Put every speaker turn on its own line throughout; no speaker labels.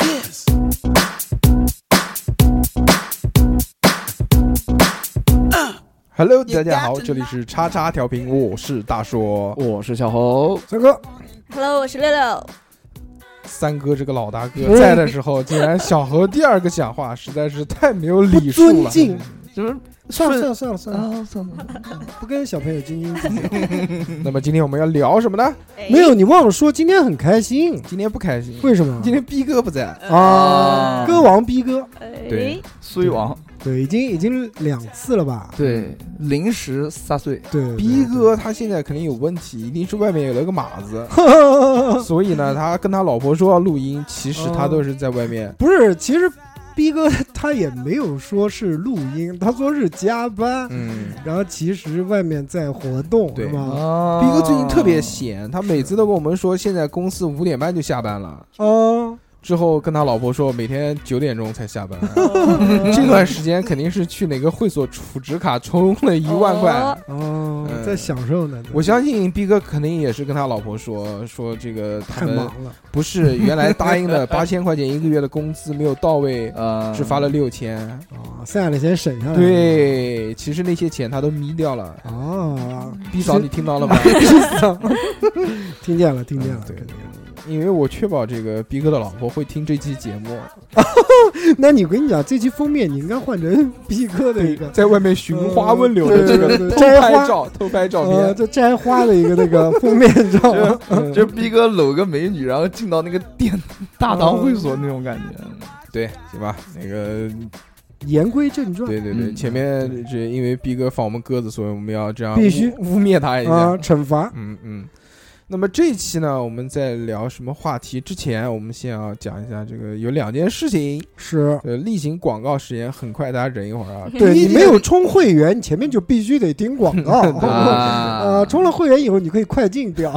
Yes.
Hello，
You
大家好，
got
这里是叉叉调频，我是大说
我是小猴，
三哥。
Hello，我是六六。
三哥这个老大
哎
哥在的时候，竟然小猴第二个讲话，实在是太没有礼数了
不尊。敬
就是
算了
顺
算了算了算了，
啊，算了，
不跟小朋友斤斤计较。
那么今天我们要聊什么呢？
哎
没有，你忘了说今天很开心，
今天不开心，
为什么？
今天逼哥不在，
啊，
啊
歌王逼哥，
对
呃哎，
衰王
对，已经已经两次了吧？
对临时撒碎，
对，对。
逼哥，他现在肯定有问题，一定是外面有了个马子
对
所以呢，他跟他老婆说要录音，其实他
哦
都是在外面。
不是，其实逼哥他也没有说是录音，他说是加班，
嗯，
然后其实外面在活动，
对
是吧？
嗯
啊
逼哥最近特
嗯
别闲，他每次都跟我们说，现在公司五点半就下班了。
啊，
之后跟他老婆说，每天九点钟才下班，
嗯
这段时间肯定是去哪个会所储值卡充了一万块。
哦
哦
嗯，
在享受呢。
我相信逼哥肯定也是跟他老婆说说这个他
太
们
忙了，
不是原来答应的八千块钱一个月的工资没有到 位，
呃
只发了六千。
啊，剩下的钱省下来。，
对，其实那些钱他都眯掉了。
啊，
逼嫂，你听到 了吗？
听见了，听见了。
对
听见了
因为我确保这个逼哥的老婆会听这期节目，
那你我跟你讲，这期封面你应该换成逼哥的一个
在外面寻花问柳的这
嗯对
个
对对
偷
摘花
拍照、偷拍照
呃，
片，
这摘花的一个 那个封面照
就
吗，嗯
就是逼哥搂个美女，然后进到那个店大堂会所那种感觉，
对，行吧？那个，
言归正传
对对对，
嗯
前面这因为逼哥放我们鸽子，所以我们要这样
必须
污污蔑他一下
啊，。惩罚
嗯嗯。那么这一期呢，我们在聊什么话题之前，我们先要讲一下这个有两件事情。
是
呃，例行广告时间，很快大家忍一会儿啊。
对
第一
你
件
没有充会员，你前面就必须得听广 告
啊
啊。充了会员以后，你可以快进 掉。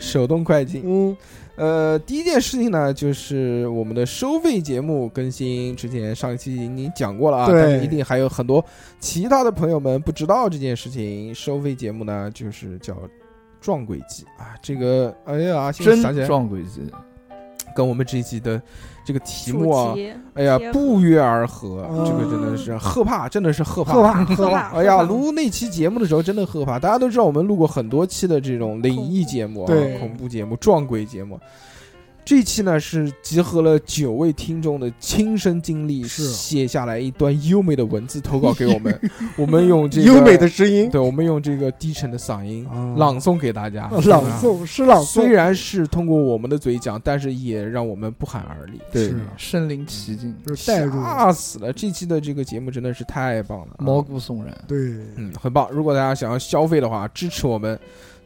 手动快进。
嗯，
呃，第一件事情呢，就是我们的收费节目更新，之前上一期已经讲过了啊，
对
但是一定还有很多其他的朋友们不知道这件事情。收费节目呢，就是叫撞鬼记啊，这个哎呀，现在想起
真
来
撞鬼机，
跟我们这一期的这个题目啊
主，题
哎呀
贴，合
不约而合，
嗯
这个真的
啊
是贺怕，真的是贺怕。
喝吧喝
喝
吧。
吧
哎呀，
喝吧
录那期节目的时候真的贺怕，大家都知道我们录过很多期的这种灵异节目、啊、
对
恐怖节目、撞鬼节目。这期呢是集合了九位听众的亲身经历，
是
写下来一段优美的文字投稿给我 们，我们用这个
优美的，声音
对，我们用这个低沉的嗓音
啊
朗诵给大家。
朗诵是朗
虽
诵，
然是通过我们的嘴讲，但是也让我们不寒而栗。
对
是，
身临其境，
嗯
就是代入，
吓死了！这期的这个节目真的是太棒了，
毛骨悚然。
对，
嗯，很棒。如果大家想要消费的话，支持我们，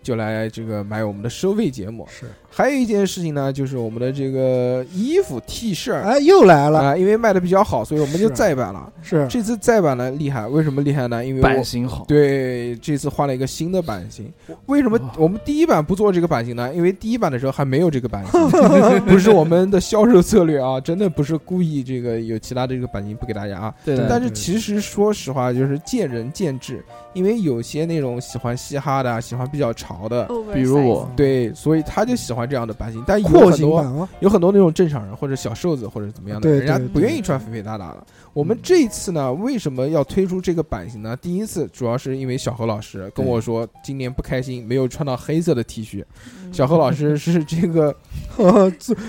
就来这个买我们的收费节目。
是。
还有一件事情呢，就是我们的这个衣服 T 恤儿
哎，又来
啊、
了，
因为卖的比较好，所以我们就是啊再版了。
是
这次再版呢厉害，为什么厉害呢？因为
版
我
型好，
对这次换了一个新的版型。为什么
哇
我们第一版不做这个版型呢？因为第一版的时候还没有这个版 型，不是我们的销售策略啊，真的不是故意这个有其他的这个版型不给大家啊。
对
但
对
是
对
其实说实话，就是见仁见智，因为有些那种喜欢嘻哈的啊，喜欢比较潮的，
Oversize
比如我
对，所以他就喜欢这样的版型。但有
廓
很
形
多
版啊，
有很多那种正常人或者小瘦子或者怎么样的，
对
人家
对
不
对嗯
愿意穿肥肥大大的。我们这一次呢，为什么要推出这个版型呢？第一次主要是因为小何老师跟我说，今年不开心，没有穿到黑色的 T 恤。
嗯
小何老师是这个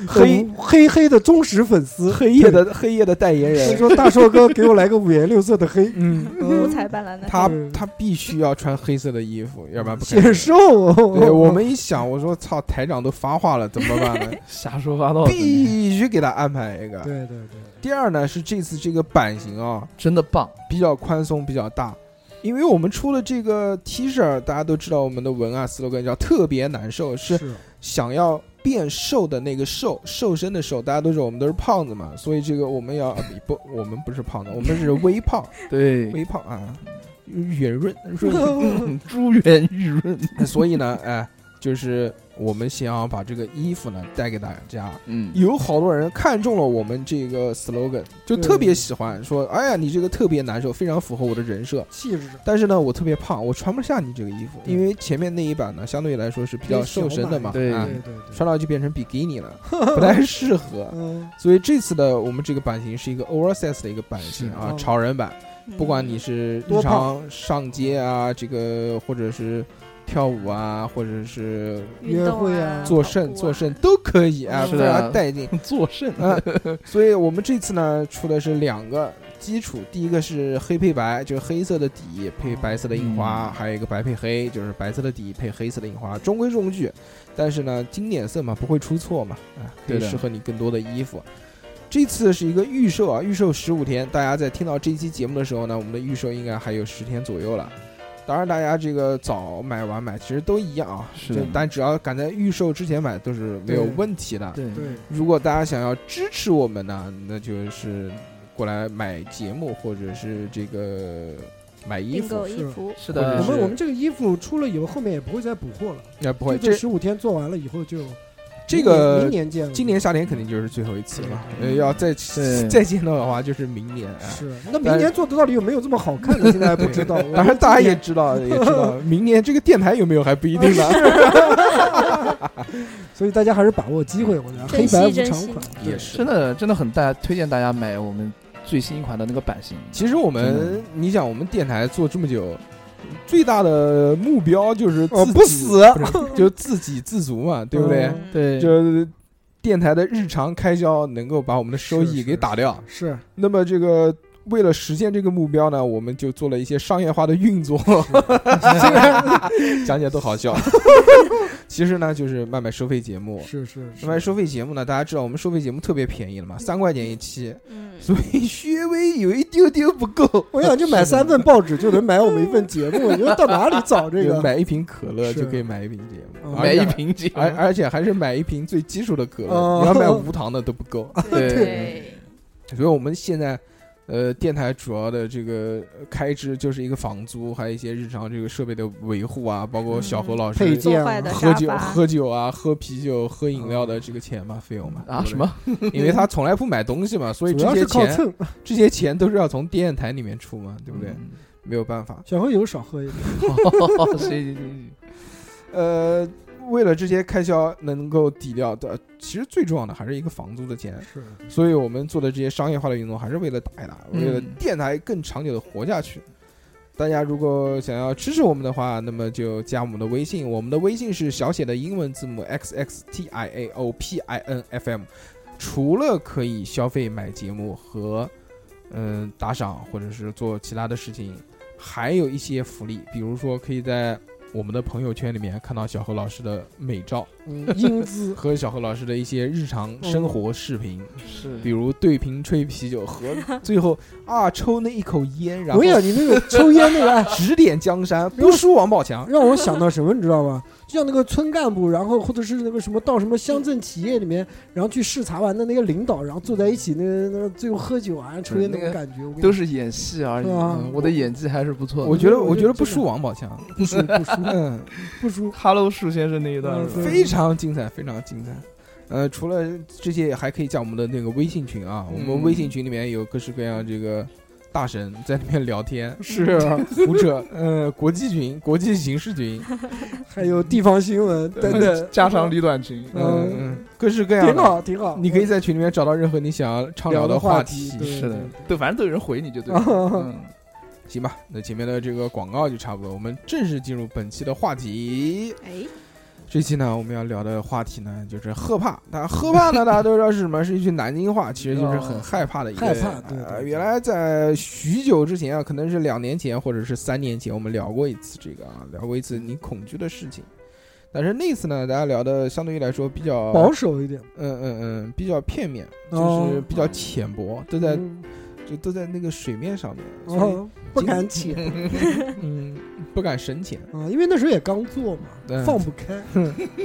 黑哦黑黑的忠实粉丝，
黑夜的黑夜的代言
他
人，
说大硕哥给我来个五颜六色 的黑，
嗯，
五
嗯
彩斑斓的，
他
对
他必须要穿黑色的衣服，要不然不 开心
显。瘦。
对我们一想，我说操，台长都发话了，怎么办呢？
瞎说八道的，
必须给他安排一个。
对对对，
第二呢是这次这个版型啊
真的棒，
比较宽松，比较大，因为我们出了这个 T 恤，大家都知道我们的文案 slogan 叫特别难受，是
是
想要变瘦的那个瘦，瘦身的瘦，大家都知道我们都是胖子嘛，所以这个我们要啊不，我们不是胖子，我们是微胖，
对，
微胖啊，圆润润。
嗯珠圆玉润，
所以呢，哎，就是我们想要把这个衣服呢带给大家。
嗯，
有好多人看中了我们这个 slogan，就特别喜欢说：“哎呀，你这个特别难受，非常符合我的人设。
气质”
但是呢，我特别胖，我穿不下你这个衣服，
对
因为前面那一版呢，相对来说是比较瘦身的嘛，
对
啊
对，对对，
穿到就变成比基尼了，不太适合。
嗯，
所以这次的我们这个版型是一个 oversize 的一个版型啊，
是
潮人版。不管你
嗯
是日
多
常
胖
上街啊，这个或者是跳舞啊，或者是
运动
约会啊
做甚做甚都可以啊，
嗯是
非
的
常带劲。
作甚？
啊，所以我们这次呢出的是两个基础，第一个是黑配白，就是黑色的底配白色的印花，
嗯
还有一个白配黑，就是白色的底配黑色的印花，中规中矩。但是呢，经典色嘛，不会出错嘛，啊，可以
对的
适合你更多的衣服。这次是一个预售啊，预售十五天，大家在听到这期节目的时候呢，我们的预售应该还有十天左右了。当然，大家这个早买晚买其实都一样啊，
是
就
的
但只要赶在预售之前买都是没有问题的。
对
对，
如果大家想要支持我们呢，那就是过来买节目或者是这个买衣
订
服
购。衣
是
服，
是
或者
的，
我
嗯是
们我们这个衣服出了以后，后面也不会再补货了。
那呃不会，
这
这
十五天做完了以后就
这
明
个
年见了，
今年夏天肯定就是最后一次了。呃，
嗯
要再
对
再见到的话，就是明年。啊
是那明年做的到底有没有这么好看 呢？现在还不知道。
当然，大家也知道，也知道明年这个电台有没有还不一定 呢。
所以大家还是把握机会，我觉得黑
珍惜
白无
珍
常
惜
款
也
对
是
真的真的很大，推荐大家买我们最新一款的那个版型。
其实我们，你想，我们电台做这么久，最大的目标就是
哦
自
不
己
死，
不是就自给自足嘛，对不对？
嗯
对，
就是电台的日常开销能够把我们的收益
是
给打掉。
是
那么这个为了实现这个目标呢，我们就做了一些商业化的运 作，虽然讲起来都好笑。其实呢，就是卖卖收费节目。
是是是
卖卖收费节目呢，大家知道我们收费节目特别便宜了嘛，三块钱一期，
嗯，
所以薛微有一丢丢不够。
我想就买三份报纸就能买我们一份节 目，你说到哪里找这
有
个？
买一瓶可乐
是
就可以买一瓶节目，
嗯
而
买
且
一瓶酒，
而而且还是买一瓶最基础的可乐，
哦
你要买无糖的都不够。
对
对，
所以我们现在，呃，电台主要的这个呃开支就是一个房租，还有一些日常这个设备的维护啊，包括小何老师
配件
做坏的
喝
沙
酒、
发，
喝酒啊、喝啤酒、喝饮料的这个钱嘛，费用嘛。
啊
对
什
不对？
么？
因为他从来不买东西 嘛，所以
主
这
要
些
是靠
钱
蹭，
这些钱都是要从电台里面出嘛，对不对？
嗯？
没有办法。
小何有少喝一点，
哦，行行行
呃，为了这些开销能够抵掉的，其实最重要的还是一个房租的钱。
是
所以我们做的这些商业化的运动，还是为了打一打，
嗯
为了电台更长久的活下去。大家如果想要支持我们的话，那么就加我们的微信，我们的微信是小写的英文字母 x x t i a o p i n f m。除了可以消费买节目和嗯、打赏或者是做其他的事情，还有一些福利，比如说可以在我们的朋友圈里面看到小何老师的美照
嗯，英姿
和小何老师的一些日常生活视频。
行，
比
如
如对瓶吹啤酒和最后啊抽那一口烟，然后
我跟你讲，你那个抽烟那个，哎
指点江山，不输王宝强。
让我想到什么，你知道吗？就像那个村干部，然后或者是那个什么到什么乡镇企业里面，然后去视察完的那个领导，然后坐在一起，那个那个最后喝酒啊、抽烟那
那个
种感觉，我跟你
都
讲
是演戏而已，
是啊
嗯我的演技还是不错的。
我觉得，
我
我
觉
觉
得
得不
这
输
个
王宝强，
不输不输
嗯，
不输。
哈喽树先生那一段
嗯
是吧
对
非常精彩，非常精彩。呃，除了这些，还可以加我们的那个微信群啊，我们
嗯
微信群里面有各式各样这个大神在里面聊天，
是啊，
胡扯，呃，国际群、国际形势群，
还有地方新闻等 等，
家长里短情，
嗯
嗯
嗯，各式各样
挺
的。
好挺好。嗯
你可以在群里面找到任何你想要畅聊
聊的
话
话题对
嗯是的，都反正都有人回你就对了。嗯
行吧，那前面的这个广告就差不多，我们正式进入本期的话题。
哎，
这期呢，我们要聊的话题呢，就是贺怕。那贺怕呢，大家都知道是什么，是一句南京话，其实就是很害怕的意思。
害怕，对
呃，
对
原来在许久之前啊，可能是两年前或者是三年前，我们聊过一次这个啊，聊过一次你恐惧的事情。但是那次呢，大家聊的相对于来说比较，
保守一点，
嗯嗯嗯，比较片面，就
哦
是比较浅薄，都在
嗯
就都在那个水面上面，所以
哦，不敢起，
嗯，不敢深潜。
啊，因为那时候也刚做嘛
嗯，
放不 开。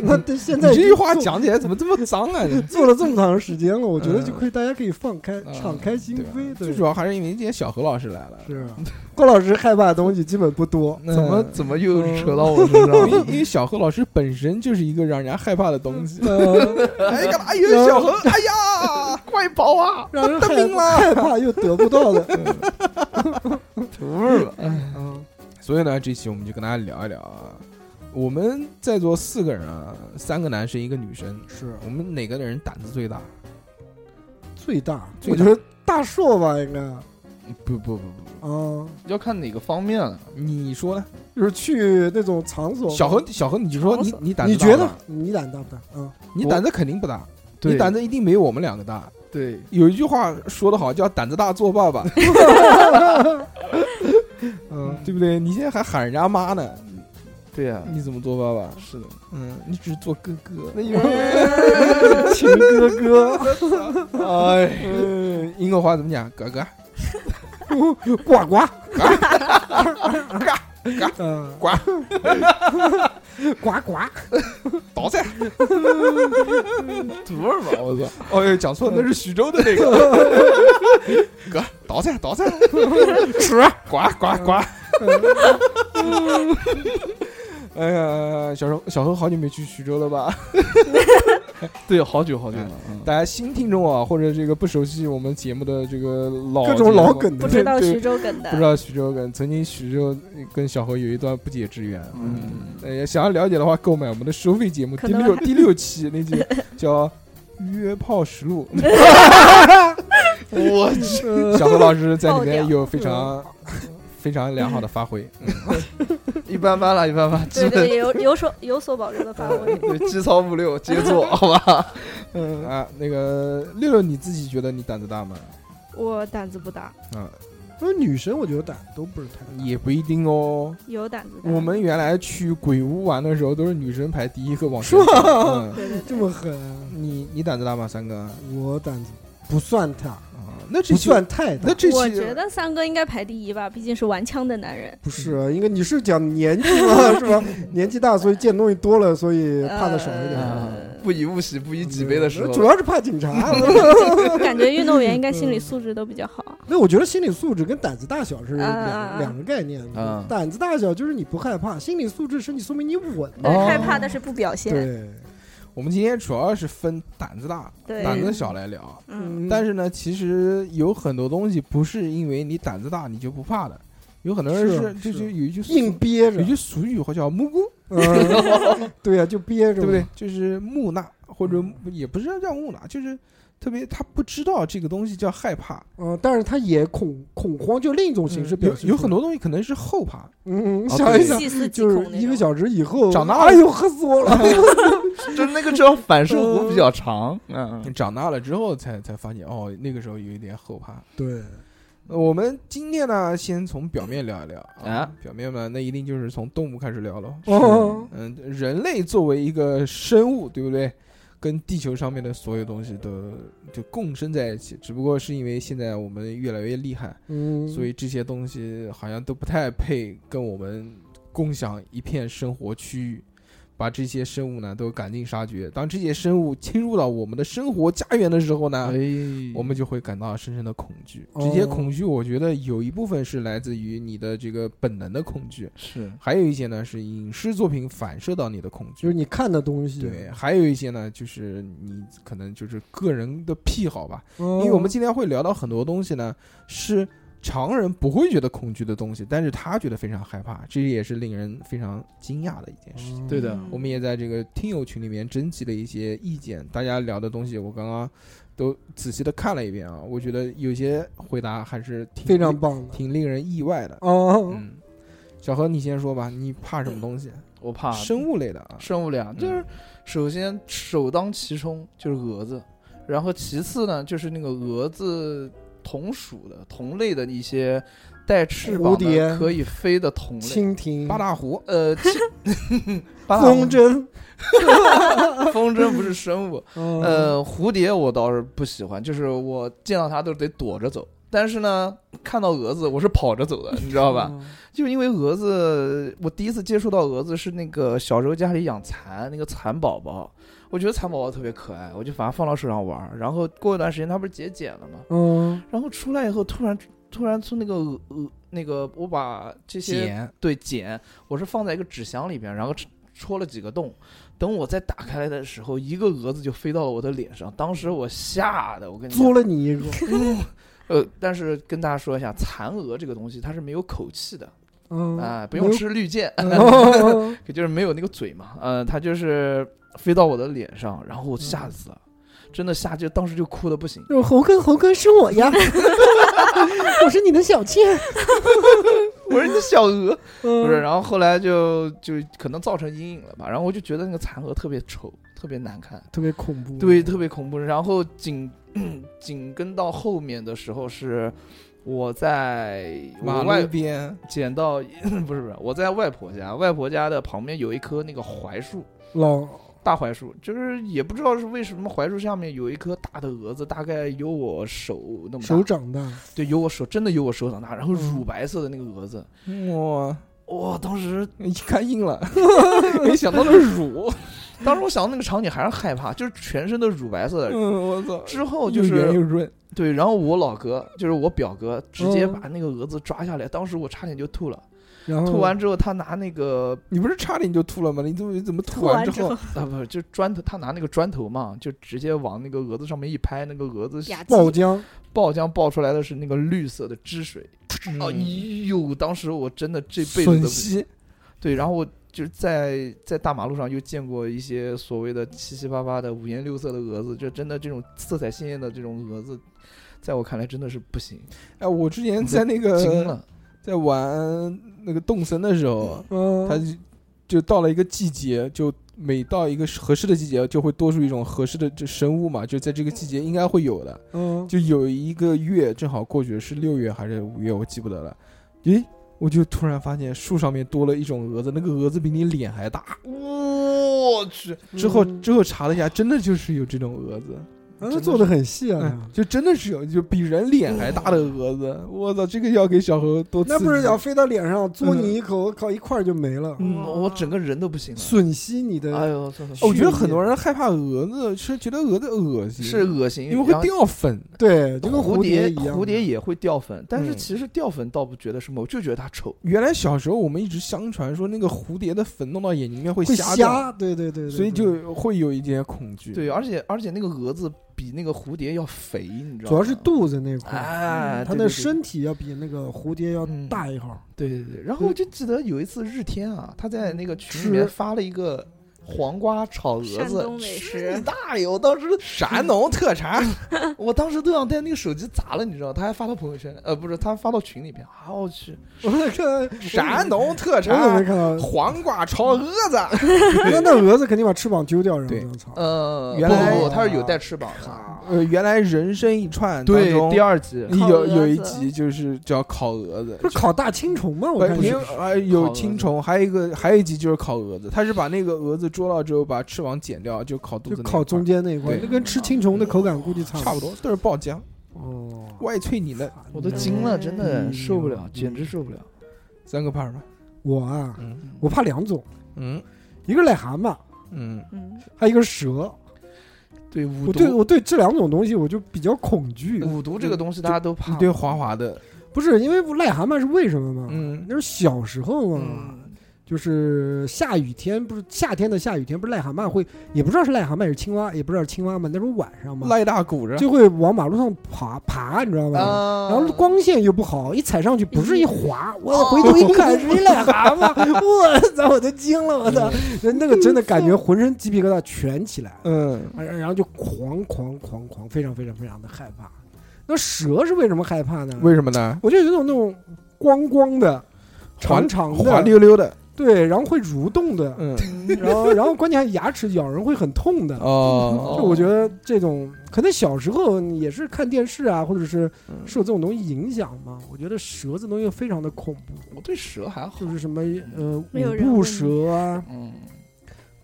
那但 现在
你这
已
句
经
话
做
讲起来怎么这么脏 啊？ 你
做了这么长时间了，我觉得就
嗯
可以，大家可以放开，
啊
敞开心
对吧
扉。
最
对，
主要还是因为今天小何老师来了，
是啊郭老师害怕的东西基本不多。
嗯
怎么怎么又扯到我身上
因为
了？
因为小何老师本身就是一个让人家害怕的东 西。
呃，
哎干嘛？哎呦，小何，哎呀， 快跑啊！
让人
得
害
病了
害怕又得不到 的。
土味儿了，哎
嗯，
所以呢，这期我们就跟大家聊一聊啊，我们在座四个人啊，三个男生一个女生，
是
我们哪个人胆子最大？
最大，
最
我
大
觉得大硕吧，应该
嗯不不不不不，
啊，
要看哪个方面啊了。
你说呢？
就是去那种场所。
小何，小何，你就说你
吵
你胆子
你
大
觉
不
得
大
你胆大不大？啊，
你胆子肯定不大，
对
你胆子一定没有我们两个大。
对，
有一句话说得好，叫“胆子大做爸 爸
嗯”，
对不对？你现在还喊人家妈呢，
对啊呀，
你怎么做爸爸？
是的，
嗯，你只是做哥哥。
那有情哥 哥，哎，
嗯，
英国话怎么讲？哥哥，
呱呱，嗯，
呱
呱呱，
倒菜。
土味儿吧，我操！
哦呦，讲错了，那是徐州的那个。 哥，倒菜倒 菜，吃呱呱呱。哎呀，小时小何好久没去徐州了吧？
对，好久好久了，嗯
大家新听众啊，或者这个不熟悉我们节目的这个老
各种老
节目
梗
不
的。
知道
对对
徐州梗的
不知，道徐州跟曾经徐州跟小何有一段不解之缘。
嗯
呃，也想要了解的话，购买我们的收费节目
可
第
能
六第六期那 集叫《约炮实录》，
我去，
嗯
小何老师在里
爆嗯
面
掉
有非常非常良好的发 挥。
一般般了，一般般，基
对
本
对，有有所有所保 留的发挥。
对基操五六接做，好吧？
嗯啊，那个六六，你自己觉得你胆子大吗？
我胆子不大，
啊，
那女生我觉得胆都不是太大。
也不一定哦。
有胆子大。
我们原来去鬼屋玩的时候，都是女生排第一个往
是
前
吗
走。嗯
对对
这
对，
么狠，
你你胆子大吗？三哥啊，
我胆子不算大，
那这
不
期
算太大
那。这期
我觉得三哥应该排第一吧，毕竟是玩枪的男人。
不是，应该你是讲年纪 嘛，是吧？年纪大，所以见东西多了，所以怕的少一点。嗯
呃
啊不以物喜，不以己悲的时候，
主要是怕警察。啊
我感觉运动员应该心理
嗯
素质都比较好。
那我觉得心理素质跟胆子大小是
啊啊啊
两两个概念
啊。
胆子大小就是你不害怕，心理素质是你说明你稳。
对，
哦
害怕但是不表现。
对，
我们今天主要是分胆子大、
对，
胆子小来聊。
嗯，
但是呢，其实有很多东西不是因为你胆子大你就不怕的，有很多人
是
是这
是
就有一句俗
硬憋
有一
着，
句俗语或叫“木姑
嗯对呀，就憋”，着，
对不对？？就是木讷，或者
嗯
也不是叫木讷，就是特别他不知道这个东西叫害怕。
嗯，但是他也恐恐慌，就另一种形式
嗯
表
有
现出来。
有很多东西可能是后怕，
嗯，嗯
啊
想一
对
想，
细思极
就是
恐那
一个
种。
小时以后
长大了
哎呦，吓死我了！
就是那个时候反射弧比较长，嗯，
长大了之后才才发现哦，那个时候有一点后
嗯
怕。
对，
呃我们今天呢，先从表面聊一聊
啊，
表面嘛，那一定就是从动物开始聊喽。
哦，
嗯，人类作为一个生物，对不对？跟地球上面的所有东西都就共生在一起，只不过是因为现在我们越来越厉害，
嗯，
所以这些东西好像都不太配跟我们共享一片生活区域，把这些生物呢都赶尽杀绝。当这些生物侵入到我们的生活家园的时候呢，
哎
我们就会感到深深的恐惧。
哦
这些恐惧，我觉得有一部分是来自于你的这个本能的恐惧，啊
是
还有一些呢是影视作品反射到你的恐
就是
惧。
你看的东西，
对，还有一些呢，就是你可能就是个人的癖好吧，
嗯，
因为我们今天会聊到很多东西呢，是常人不会觉得恐惧的东西，但是他觉得非常害怕，这也是令人非常惊讶的一件事情。
嗯
对的，
我们也在这个听友群里面征集了一些意见，大家聊的东西我刚刚都仔细的看了一遍啊，我觉得有些回答还是挺
非常棒的
挺令人意外的。
哦，
嗯，小何你先说吧，你怕什么东西？
我怕
生物类的啊，
嗯生物俩，就是首先首当其冲就是蛾子，然后其次呢就是那个蛾子同属的同类的一些带翅膀
蝴蝶
的可以飞的同类，
蜻蜓、
八大湖。
呃，其 巴拿
风筝，
风筝不是生物，
嗯，
呃呃，蝴蝶我倒是不喜欢，就是我见到它都得躲着走，但是呢，看到蛾子我是跑着走的，你知道
嗯
吧？？就因为蛾子，我第一次接触到蛾子是那个小时候家里养蚕，那个蚕宝宝，我觉得蚕宝宝特别可爱，我就把它放到手上玩儿。然后过一段时间，它不是结茧了吗？
嗯，
然后出来以后，突然突然从那个蛾蛾那个，我把这些
茧
对茧，我是放在一个纸箱里边，然后戳戳了几个洞。等我再打开来的时候，一个蛾子就飞到了我的脸上，当时我吓得，我跟你讲
作了你一个，
呃，但是跟大家说一下，蚕蛾这个东西它是没有口气的
嗯
啊、不用吃绿箭，
哦
可就是没有那个嘴嘛，呃，它就是飞到我的脸上，然后我吓死了，真的吓，就当时就哭的不行。
就是猴哥，猴哥是我呀，我是你的小妾，
我说你小鹅，
不
不是，然后后来就就可能造成阴影了吧，然后我就觉得那个蚕蛾特别丑，特别难看，
特别恐怖，
对，特别恐怖。然后紧紧跟到后面的时候是我在我
马
外
路边，
捡到， 不是不是，我在外婆家，外婆家的旁边有一棵那个槐树，
老
大槐树，就是也不知道是为什么槐树下面有一棵大的蛾子，大概有我手那么大，
手掌大，
对，有我手真的有我手掌大，然后
嗯
乳白色的那个蛾子，
哇，
哇、当时
一看硬 了，没想到那是乳，
当时我想到那个场景还是害怕，就是全身都是乳白色的。
嗯，我操，
之后就
又圆
是
又润，
对，然后我老哥就是我表哥，直接
嗯
把那个蛾子抓下来，当时我差点就吐了。
然
嗯
后
吐完之后，他拿那个
你不是差点就吐了吗？你怎么怎么
吐
吐完
之
后，
啊，不是，就砖头，他拿那个砖头嘛，就直接往那个蛾子上面一拍，那个蛾子
吧
爆
唧，
浆，
爆浆爆出来的是那个绿色的汁水。
嗯
哦呦，当时我真的这辈子都
吮
不
吸，
对，然后我就在在大马路上又见过一些所谓的七七八八的五颜六色的蛾子，就真的这种色彩鲜艳的这种蛾子，在我看来真的是不行，
哎，我之前在那
惊
个
了。
在玩那个动森的时候，
嗯，
它就就到了一个季节，就每到一个合适的季节，就会多出一种合适的这生物嘛，就在这个季节应该会有的。
嗯，
就有一个月正好过去，是六月还是五月，我记不得了。咦，我就突然发现树上面多了一种蛾子，那个蛾子比你脸还大。
我去，
之后
嗯
之后查了一下，真的就是有这种蛾子，
啊他做的很细
嗯
啊，，
就真的是有，就比人脸还大的蛾子。我操，这个要给小猴多
那不是
刺激
要飞到脸上嘬你一口，我靠，一块儿就没了，
嗯，我整个人都不行了。
吮吸你
哎
的，
呦，算了
哦我觉得
去
很多人害怕蛾子，是觉得蛾子恶心，
是恶心，
因为会
然后
掉粉。
对，就跟
蝴
蝶一样，
蝴蝶也会掉粉，但是
嗯
其实掉粉倒不觉得什么，我就觉得它丑。
原来小时候我们一直相传说那个蝴蝶的粉弄到眼睛里面会
会
瞎掉，
瞎，对对对，对
所以
对
就会有一点恐
嗯
惧。
对，而且而且那个蛾子比那个蝴蝶要肥，你知道吗？
主要是肚子那块儿，
哎，
它
对
的
对对
身体要比那个蝴蝶要
嗯
大一号，
对对对，然后我就记得有一次日天啊，他在那个群里
吃
面发了一个黄瓜炒蛾
山
子
东，美
去你
食，
大爷！我当时
山农特产，
我当时都想带那个手机砸了，你知道？他还发到朋友圈，呃，不是，他发到群里边。啊， 我去，
我看
山农特
我怎么没
产，
看到？
黄瓜炒蛾
啊
子。
那那蛾子肯定把翅膀丢掉，然
对
后我操，
呃，
原
不
来
不不他是有带翅膀的。啊
呃，原来人生一串当
对，
中
第二集
烤
有
蛾
有一
子
集就是叫烤蛾子，
不是烤大青虫吗？我看
不
是
因为呃有
烤蛾
青
子
虫，还有一个还有一集就是烤蛾子，他是把那个蛾子捉到之后，把翅膀剪掉，就烤肚
就
子那一块
烤
儿，
中间那一块，
对
那跟吃青虫的口感估计差
差不
多。
多都是爆浆，
哦，
外脆里嫩，
惨
我都惊了，真的
嗯
受不了，简直受不了。
三个怕什么？
我啊，
嗯
我怕两种，
嗯
一个癞蛤蟆，
嗯，
嗯，
还有一个蛇。
对五
我对
毒，
我对这两种东西我就比较恐惧，
五毒这个东西大家都怕
一。堆滑滑的，
不是因为癞蛤蟆是为什么吗？
嗯
那是小时候嘛，
嗯，
就是下雨天，不是夏天的下雨天，不是癞蛤蟆会，也不知道是癞蛤蟆还是青蛙，也不知道是青蛙嘛，那时候晚上嘛，
赖大鼓着，
就会往马路上爬爬，你知道吧？
啊，
然后光线又不好，一踩上去不是一滑，我
哦
回头一看是一癞蛤蟆，我操，我都惊了，我操，那个真的感觉浑身鸡皮疙瘩全起来，
嗯，
哎然后就狂狂狂狂，非常非常非常的害怕。那蛇是为什么害怕呢？
为什么呢？
我就有一种那种光光的、长长
滑
的，
溜溜的，
对，然后会蠕动的，
嗯，
然后然后关键牙齿咬人会很痛的。
哦，
就我觉得这种可能小时候也是看电视啊，或者是
嗯
受这种东西影响嘛。我觉得蛇这东西非常的恐怖，
我对蛇还好
就。是什么呃
没有
五
人
步
问
蛇啊，
嗯，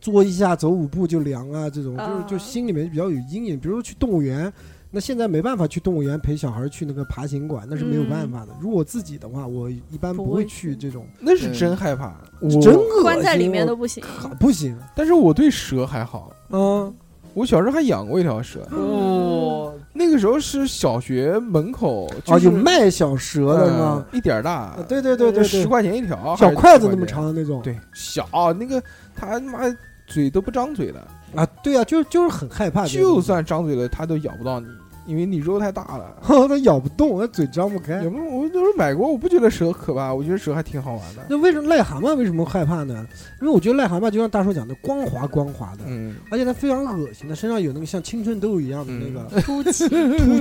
作一下走五步就凉啊，这种就是就
啊
心里面比较有阴影。比如说去动物园，那现在没办法去动物园陪小孩去那个爬行馆，那是没有办法的。
嗯
如果自己的话，我一般
不
不
会
会去
去
这种，
那是真害怕。我
真恶心，
关在里面
我
都不行。
靠不行。
但是我对蛇还好，
嗯，
我小时候还养过一条蛇，
嗯哦，
那个时候是小学门口
啊，
就是
有卖小蛇的吗？
嗯一点儿大
啊，，对对对对
十
对，
块钱一条，还
小
是
筷子
10
那么
钱，
长的那种。
对，小那个它妈嘴都不张嘴的，
啊，对啊，就就是很害怕这个东
就
西，
算张嘴了，它都咬不到你，因为你肉太大了。
它咬不动，它嘴张不开
有。没有？我那时候买过，我不觉得蛇可怕，我觉得蛇还挺好玩的。
那为什么癞蛤蟆为什么害怕呢？因为我觉得癞蛤蟆就像大叔讲的，光滑光滑的，
嗯，
而且它非常恶心，它身上有那个像青春痘一样的那个
凸起，
凸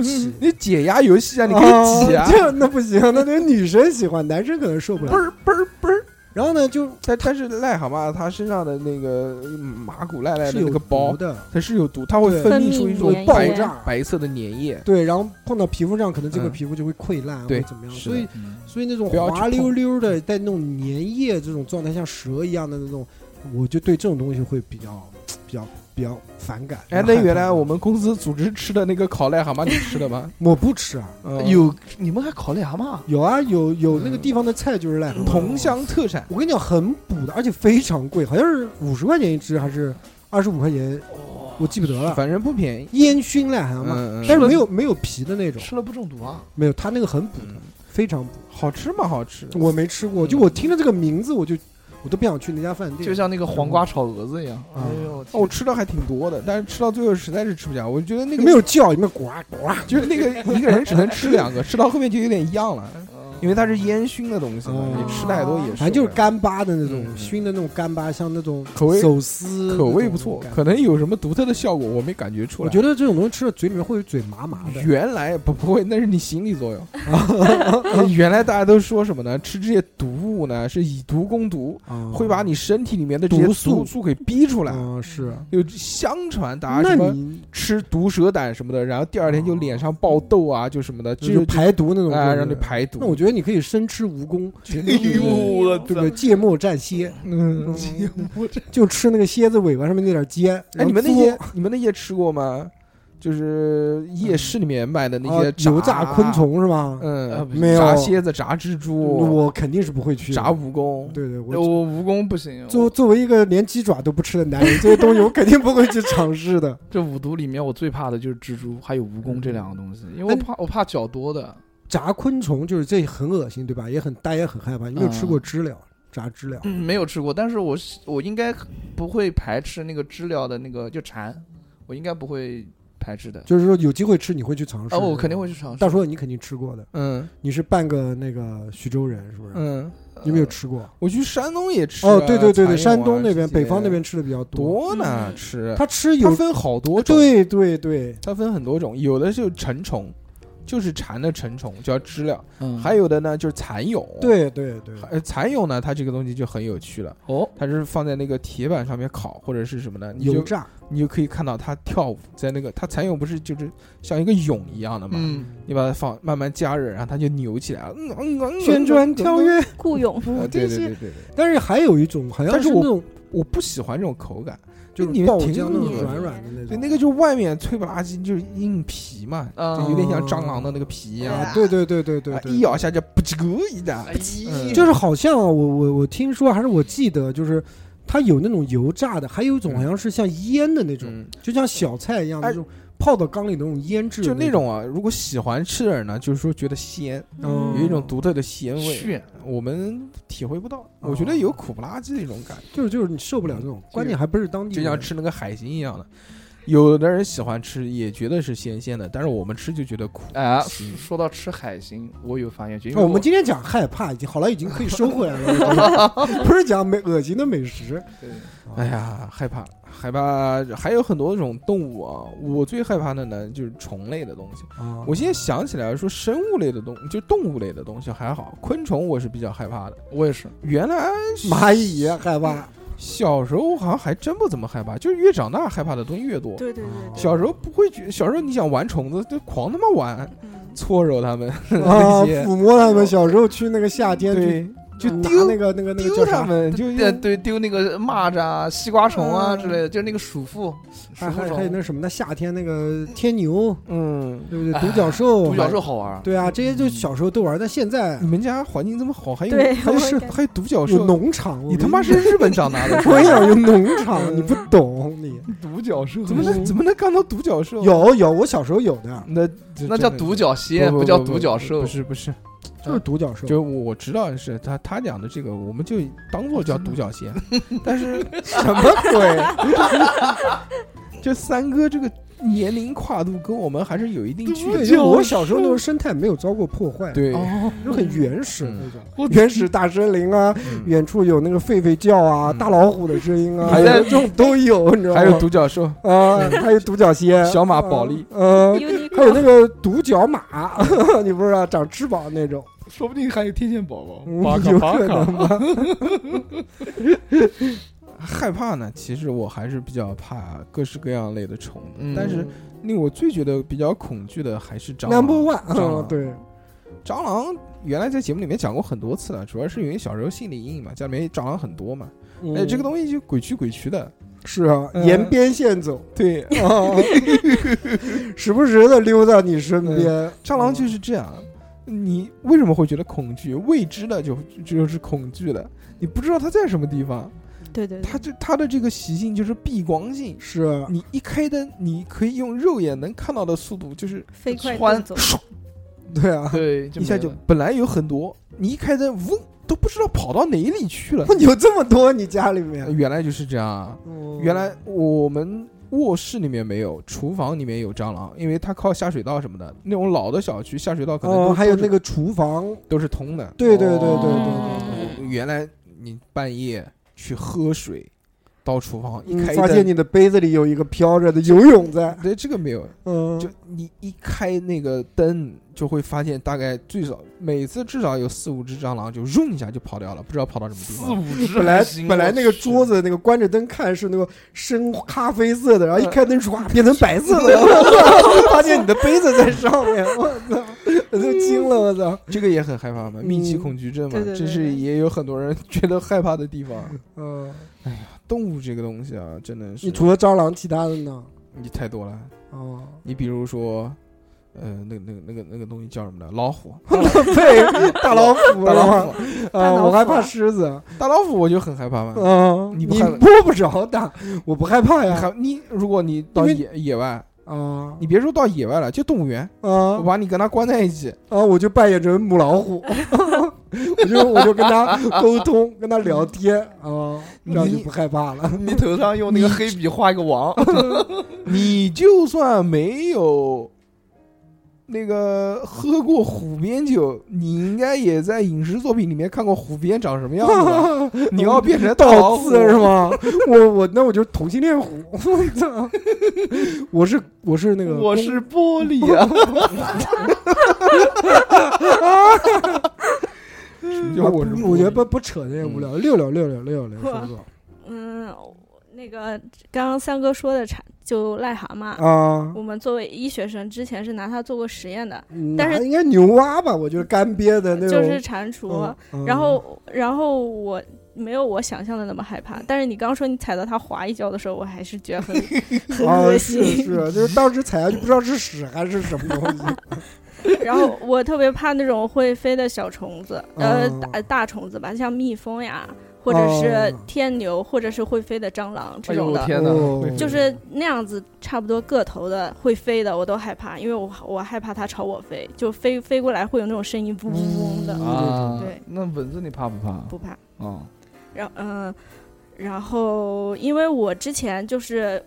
起。
嗯你解压游戏啊，嗯你 可
哦
以挤啊，
这那不行，那得女生喜欢，男生可能受不
嘣
了。
儿嘣儿嘣儿。
然后呢，就
但但是癞蛤�蟆它身上的那个嗯麻古赖赖
是
的那
有
个包
毒，的，
它是有毒，它会
对
分泌出一种
分泌
白
黏液
白色的粘液。
对，然后碰到皮肤上，可能这个
嗯
皮肤就会溃烂啊或
对
者怎么样，
是
所以
的
所以那种
不要去
滑溜溜的，带那种粘液这种状态，像蛇一样的那种，我就对这种东西会比较比较比较反感。
哎，
比较
那
害怕
原来我们公司组织吃的那个烤癞蛤蟆，你吃了 吗？
我不吃啊，
嗯
有你们还烤癞蛤蟆？
有啊有有那个
嗯
地方的菜就是癞蛤蟆，
桐乡特产，
我跟你讲很补的，而且非常贵，好像是五十块钱一只还是二十五块钱，
哦
我记不得了。
反正不便宜。
烟熏啊癞蛤蟆，
嗯，嗯
但是没有没有皮的那种，
吃了不中毒啊？
没有它那个很补的，
嗯
非常补。嗯
好吃吗？好吃。
我没吃过，就我听了这个名字，我就我都不想去那家饭店。
就像那个黄瓜炒蛾子一样。
嗯
哎呦，
哦我吃的还挺多的，但是吃到最后实在是吃不下。我觉得那个
有没有叫，有没有呱呱？
就是那个一个人只能吃两个，吃到后面就有点样了，
哦
因为它是烟熏的东西嘛，
哦
你吃太多也是。
反正就是干巴的那种
嗯，嗯
熏的那种干巴，像那种
口味
手撕，
口味不错，可能有什么独特的效果，我没感觉出
我
来。
觉得这种东西吃到嘴里面会有嘴麻麻的。
原来 不不会，那是你心理作 用。 原来大家都说什么呢？吃这些毒物呢，是以毒攻毒，
啊
会把你身体里面的这些
毒素
毒素给逼出来。
啊是，
有相传大家
那
什么
你哦
吃毒蛇胆什么的，然后第二天就脸上爆痘啊，就什么的，
就
就是是
排毒那种
啊，让
对
你
不对
排毒。
那我觉得你可以生吃 蜈蚣，
哎呦我
对不对？芥末蘸蝎，
嗯，
就吃那个蝎子尾巴上面那点尖。
哎，
然后
你们那
嘬
些你们那些吃过吗？就是夜市里面卖的那
啊
些
嗯油炸昆，虫是吧？
呃
嗯，
不
没有
炸蝎子、炸蜘蛛、
我肯定是不会去的
炸蜈哦蚣。
对对，我
我蜈蚣不行，
作作为一个连鸡爪都不吃的男人，这些东西我肯定不会去尝试 的。
这五毒里面我最怕的就是蜘蛛还有蜈蚣这两个东西，因为我怕我怕脚多的。
炸昆虫就是这很恶心，对吧？也很大家也很害怕。你有没有
嗯
吃过知了？炸知了？
嗯，没有吃过，但是我是我应该不会排斥那个知了的那个就蝉，我应该不会排斥的。
就是说有机会吃，你会去尝试。
哦，我肯定会。去尝试。
大叔，你肯定吃过的，
嗯
你是半个那个徐州人，是不是？
嗯，
呃
你有没有吃过？
我去山东也吃啊。
哦，对对对
蚕蛹啊
对，山东那
这
边、
些
北方那边吃的比较多。
多呢
嗯
吃，
他吃
它
有，
分好多种，
对对对，
它分很多种，有的是成虫，就是蝉的成虫叫知了，
嗯
还有的呢就是蚕蛹。。
对对对，
呃，蚕蛹呢，它这个东西就很有趣了，
哦，
它是放在那个铁板上面烤，或者是什么呢？你就
油炸。
你就可以看到它跳舞，在那个它蚕蛹不是就是像一个蛹一样的嘛？
嗯，
你把它放慢慢加热，然后它就扭起来了，嗯嗯嗯，
旋转跳跃，
雇 佣
嗯。嗯嗯对对对对对，
但是还有一种好像
但是
是
我
那种
我不喜欢这种口感，
就
你们
是爆
挺
浆那种
恶
软
心
软的那
对，
种。
哎那个就外面脆不拉几，就是硬皮嘛，
啊
就有点像蟑螂的那个皮一样，
啊
啊，对对对对对
啊
对，
一咬下就不叽咯一下，
哎
嗯
就是好像啊我我我听说还是我记得，就是它有那种油炸的，还有一种
嗯
好像是像腌的那种，
嗯，
就像小菜一样
哎
那种泡到缸里那种腌制的
就
那
那种啊，如果喜欢吃的人呢，就是说觉得鲜，
嗯
有一种独特的鲜味，
炫，
我们体会不到，我觉
哦
得有苦不拉几的一种感觉。
就是就是你受不了这种，关键还不是当地
就
人
像吃那个海星一样的。有的人喜欢吃，也觉得是鲜鲜的，但是我们吃就觉得苦。
哎，
行
说到吃海星，我有发言权，因
哦
为
我们今天讲害怕，已经好了，已经可以收回来了我觉 得，不是讲美恶心的美食。
对
哎呀，害怕，害怕，还有很多种动物啊。我最害怕的呢就是虫类的东西。
啊，
我现在想起来说，生物类的东，就动物类的东西还好，昆虫我是比较害怕的。
我也是，
原来
蚂蚁也害怕，
小时候好像还真不怎么害怕，就是越长大害怕的东西越多。
对对
对对
小时候不会觉，小时候你想玩虫子，就狂他妈玩，
嗯
搓揉它们
啊，
那些。
抚摸它们。小时候去那个夏天去
对，就
拿
丢
那个那个那个
丢
叫
他
啥？
们，就
对对，丢那个蚂蚱啊、西瓜虫啊
嗯
之类的，就是那个鼠妇、鼠
还
妇
还还有
虫、
那什么的，夏天那个天牛，
嗯，
对不对？
哎
独角兽，
独角兽，好玩儿。
对啊，这些就小时候都玩，但现在
你们家环境这么好，还有
对
还有
我
是
感
还有独角
有
兽，
农场，我
你
跟，
他妈是日本长大的
我也有农 场，你不懂你。
独角兽
怎么能怎么能干到独角兽？
有有，我小时候有的，
那
那叫独角仙，
不
叫独角兽
不。是不是，
就是独角兽，
就我知道是他他讲的这个，我们就当做叫独角仙， 但是
什么鬼？
就三哥这个年龄跨度跟我们还是有一定距
对，
离
因为我小时候那个生态没有遭过破坏，，
对，
哦，
就很原始
嗯
那种，原始大森林啊，
嗯
远处有那个狒狒叫啊，
嗯
大老虎的声音啊，
还有
这种都有，你知道吗？
还有独角兽，
啊，还有独角仙，
小马宝莉
嗯，嗯还有
Uniqlo
那个独角马， 你不知道长翅膀那种，
说不定还有天线宝 宝
嗯有可能 吧？嗯
害怕呢，其实我还是比较怕各式各样类的虫的，
嗯
但是令我最觉得比较恐惧的还是蟑螂。
Number one，
蟑
嗯
螂
对，
蟑螂原来在节目里面讲过很多次了，主要是因为小时候心理阴影嘛，家里面蟑螂很多嘛，哎，这个
西
东西就鬼区鬼区的，
嗯是啊，
嗯
沿边线走，
对，
啊，时不时的溜到你身边。
嗯
嗯
蟑螂就是这样。你为什么会觉得恐惧？未知的就就是恐惧的，你不知道它在什么地方，
哦对对对
它，这它的这个习性就是避光性。
是啊
你一开灯，你可以用肉眼能看到的速度，就是
飞快
穿
奔走，
对啊，
对，
一下就本来有很多，你一开灯，嗡，都不知道跑到哪里去 了。
有这么多你家里面，
原来就是这样啊。哎
嗯
原来我们卧室里面没有，厨房里面有蟑螂，因为它靠下水道什么的。那种老的小区下水道可能都、
哦，还有那
个
个厨房，
都是通的。
对对对对
哦
对
我原来你半夜去喝水，到厨房一
对，
开
嗯发现
灯，
你的杯子里有一个飘着的游泳在，
对这个没有，
嗯，
就你一开那个灯，就会发现大概最少每次至少有四五只蟑螂，就嗡一下就跑掉了，不知道跑到什么地
四
方。
五只还行。
本
啊
来本来那个桌
子
子那个关着灯看是那个深咖啡色的，然后一
呃
开灯唰变成白色的，我 操发现你的杯子在上面，我操，我都惊了，我操，
这个也很害怕嘛，密集
嗯
恐惧症嘛，
对对对
这是
对
也有很多人觉得害怕的地方。
嗯，
动物这个东西啊，真的是嗯
你除了蟑螂，其他的呢？
你太多了。
哦，
你比如说，呃，那个那个那个那个东西叫什么来？老虎，
哦对，大老 虎，
大老虎，
啊，
老
我害
虎
怕
啊
狮子，
大老虎，我就很害怕嘛。
嗯，
你
你
不害怕
摸不着它，我不害怕
你
呀，
还你，如果你到
啊因为
野野外，
啊，
你别说到野外了，就动物园，
啊
我把你跟它关在一起，
啊，我就扮演成母老虎， 我就我就跟它沟通，跟它聊天啊，这样就
你
不害怕了。
你头上用那个黑笔画一个王，
你就算没有那个喝过虎鞭酒，你应该也在影视作品里面看过虎鞭长什么样子 吧？你要变成大老
倒
虎
刺是？吗？我我那我就是同性恋虎， 我操！我是我是那个
我是玻璃啊，
就我是
我觉啊得不不扯那些无聊，六聊六聊六聊说说
嗯，那个刚刚三哥说的产就癞蛤蟆，
啊，
我们作为医学生之前是拿它做过实验的，但
那
是
应该牛蛙吧？我觉得干瘪的那种，
就是蟾蜍
嗯，嗯
然后然后我。没有我想象的那么害怕，但是你刚说你踩到它滑一跤的时候，我还是觉得 很很
啊
恶
是
心。
是，就是当时踩下去不知道是屎还是什么东西，
然后我特别怕那种会飞的小虫子，呃，
哦
大大虫子吧，像蜜蜂呀，或者是天牛，或者是会飞的蟑螂这种的，
哎天哪
哦
会飞
就是那样子差不多个头的会飞的，我都害怕，因为我我害怕它朝我飞，就飞飞过来会有那种声音嗡嗡嗡的，
嗯
啊
对，
那蚊子你怕不怕？
不怕。
啊，
然嗯、然后因为我之前就是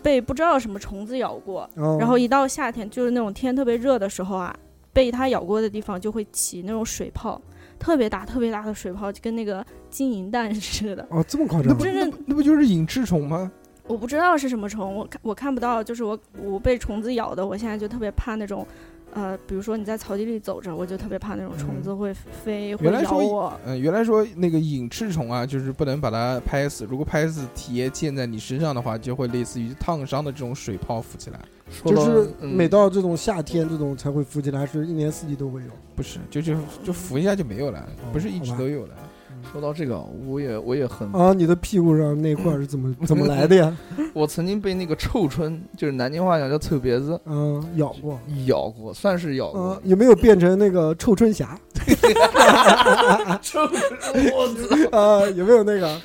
被不知道什么虫子咬过，然
然
哦
后一到夏天，就是那种天特别热的时候啊，被它咬过的地方就会起那种水泡，特别大、特别大的水泡，就跟那个金银弹 似的。
哦这么夸
那
张
不
啊
真
那
是
不那不就是隐翅虫吗？
我不知道是什么虫，我看我看不到，就是我我被虫子咬的，我现在就特别怕那种，呃，比如说你在草地里走着，我就特别怕那种虫子会飞、
嗯原来
会咬
说
我。
嗯，原来说那个隐翅虫啊，就是不能把它拍死，如果拍死体液溅在你身上的话，就会类似于烫伤的这种水泡浮起来。
说
就
到
是
嗯
每到这种夏天这种才会浮起来，是一年四季都会有。
不是，就就就浮一下就没有了，不是一直都有的。
说到这个，我也我也很，
啊，你的屁股上那块儿是怎么怎么来的呀？
我曾经被那个臭椿，就是南京话讲叫臭别子，
嗯，咬过。
咬过，算是咬
嗯
过，。
有没有变成那个臭春霞？
臭我操！
啊，有没有那个？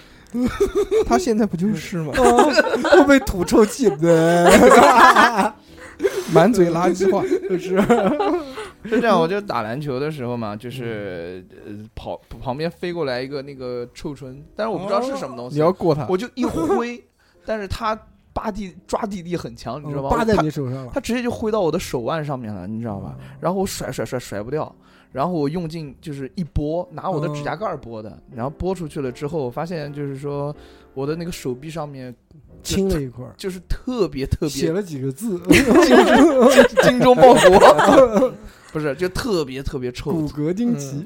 他现在不就是 吗？
啊，会被吐臭气？ 对，
满嘴垃圾话，
是
是这样，我就打篮球的时候嘛，就是呃跑旁边飞过来一个那个臭椿，但是我不知道是什么东
你
西，
要过他，
我就一挥，但是它扒地抓地力很强，你知道吧？
啊扒在
它
你手上了，
它直接就挥到我的手腕上面了，你知道吧？然后我甩甩甩甩不掉，然后我用劲就是一拨，拿我的指甲盖儿拨
嗯
的，然后拨出去了之后，我发现就是说我的那个手臂上面
亲了一块儿，
就是特别特
写
别
了几个字，
精忠报国， 不是就特别特别嗯臭
骨，骼
嗯
惊奇。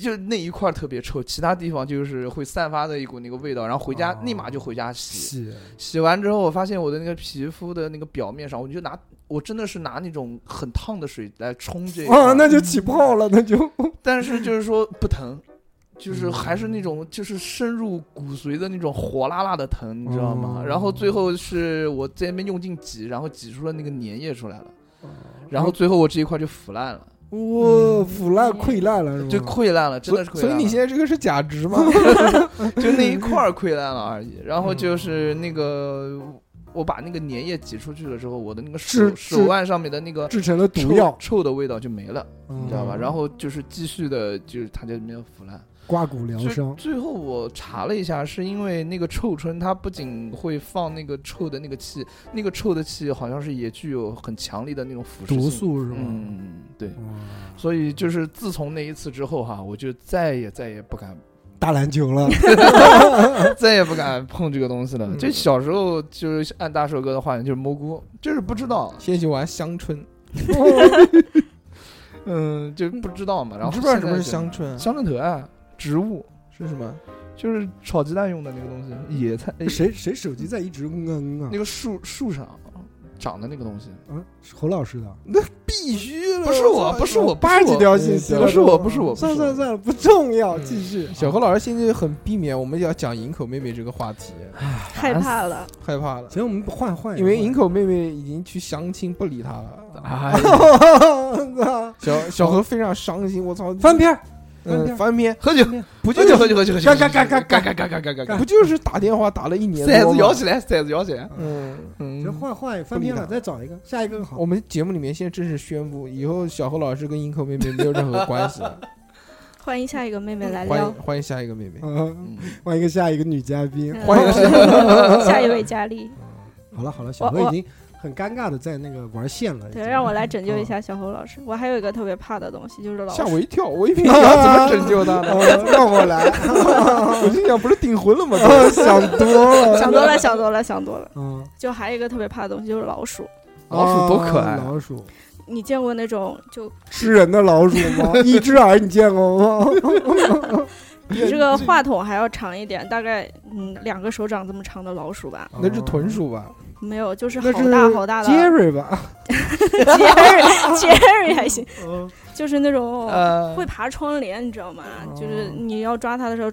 就那一块儿特别臭，其他地方就是会散发的一股那个味道，然后回家
哦
立马就回家洗。
写
洗完之后，我发现我的那个皮肤的那个表面上，我就拿我真的是拿那种很烫的水来冲这一块
啊，那就起泡了， 那就
但是就是说不疼，就是还是那种就是深入骨髓的那种火辣辣的疼，你知道吗？
哦
然后最后是我在那边用劲挤，然后挤出了那个粘液出来了，然后最后我这一块就腐烂了，
我腐烂溃烂了，是吗？
就溃烂了，真的是啊溃
所以
烂了。
你现在这个是假肢吗？
就那一块儿溃烂了而已。然后就是那个。我把那个粘液挤出去了之后，我的那个手
是是
手腕上面的那个
制成了毒
臭
药，啊
臭的味道就没了，
你
你知道吧？
嗯
然后就是继续的，就是它就没有腐烂。
刮骨疗
最
伤，
最后我查了一下，是因为那个臭椿，它不仅会放那个臭的那个气，那个臭的气好像是也具有很强烈的那种腐蚀
毒
性。
素是吗？
嗯，对。
哦
哇
所以就是自从那一次之后哈，我就再也再也 不敢，
打篮球了，
再也不敢碰这个东西了。
嗯
这小时候就是按大寿哥的话讲，就是蘑菇，就是不知道，
先去玩香椿，
嗯，就不知道嘛。然后
你知不知道什
现在
么是
就
香椿？
乡镇头啊，植物。
是什么？
就是炒鸡蛋用的那个东西，野菜，哎
谁谁手机在一直嗯嗯嗯
那
啊？
个树树上长的那个东西，
嗯，是侯老师的
必须的
不是我，
操
不是我，不
八
是
十几
我，
条信息了，
不是我
都
不是我不是
算
我
算算了，不重要，
嗯
继续。
小何老师现在很避免我们要讲营口妹妹这个话题，
害怕了，
害怕了，
行，我们换换一个，
因为营口妹妹已经去相亲不理他了。
哎，
口
小小何非常伤心，我操！
翻篇儿，翻
啊嗯，
篇
翻篇
喝酒，
不
喝
就
酒，
是
喝酒，喝酒，喝酒，
干干干干
干干干干干干干，
不就是打电话打了一年
骰
多
子
吗
摇起来，骰子摇起来，
嗯，
行，
嗯，
换换一个翻篇
不
了，
理他哦
再找一个，下一个好
我。们节目里面现在正式宣布，以后小何老师跟营口妹妹没有任何关系了。
欢迎下一个妹妹来
嗯欢
聊
迎，欢迎下一个妹妹。
嗯，
嗯
换一个下一个女嘉 宾。
嗯
欢迎
下一位佳丽，
好了好了，小何
我我
已经很尴尬的在那个玩线了。已
对，
经
让我来拯救一下小侯老师。我还有一个特别怕的东西，就是老
吓
鼠
我。一跳，我以为你要怎么 拯救 他呢？
呃让我来，
我心想不是订婚了吗？
呃想多 了。
想多了，想多了，想多了。
嗯，
就还有一个特别怕的东西，就是老鼠。
老鼠多可爱
啊老鼠
你见过那种就
吃人的老鼠吗？一只耳你见过吗？
比这个话筒还要长一点，大概嗯两个手掌这么长的老鼠吧？
那是豚鼠吧？
没有，就是
那
好
是
呃
大好大的
Jerry 吧？
Jerry Jerry 还行，
嗯
就是那种
呃
哦
嗯
会，爬窗帘，你知道吗？
哦
就是你要抓它的时候，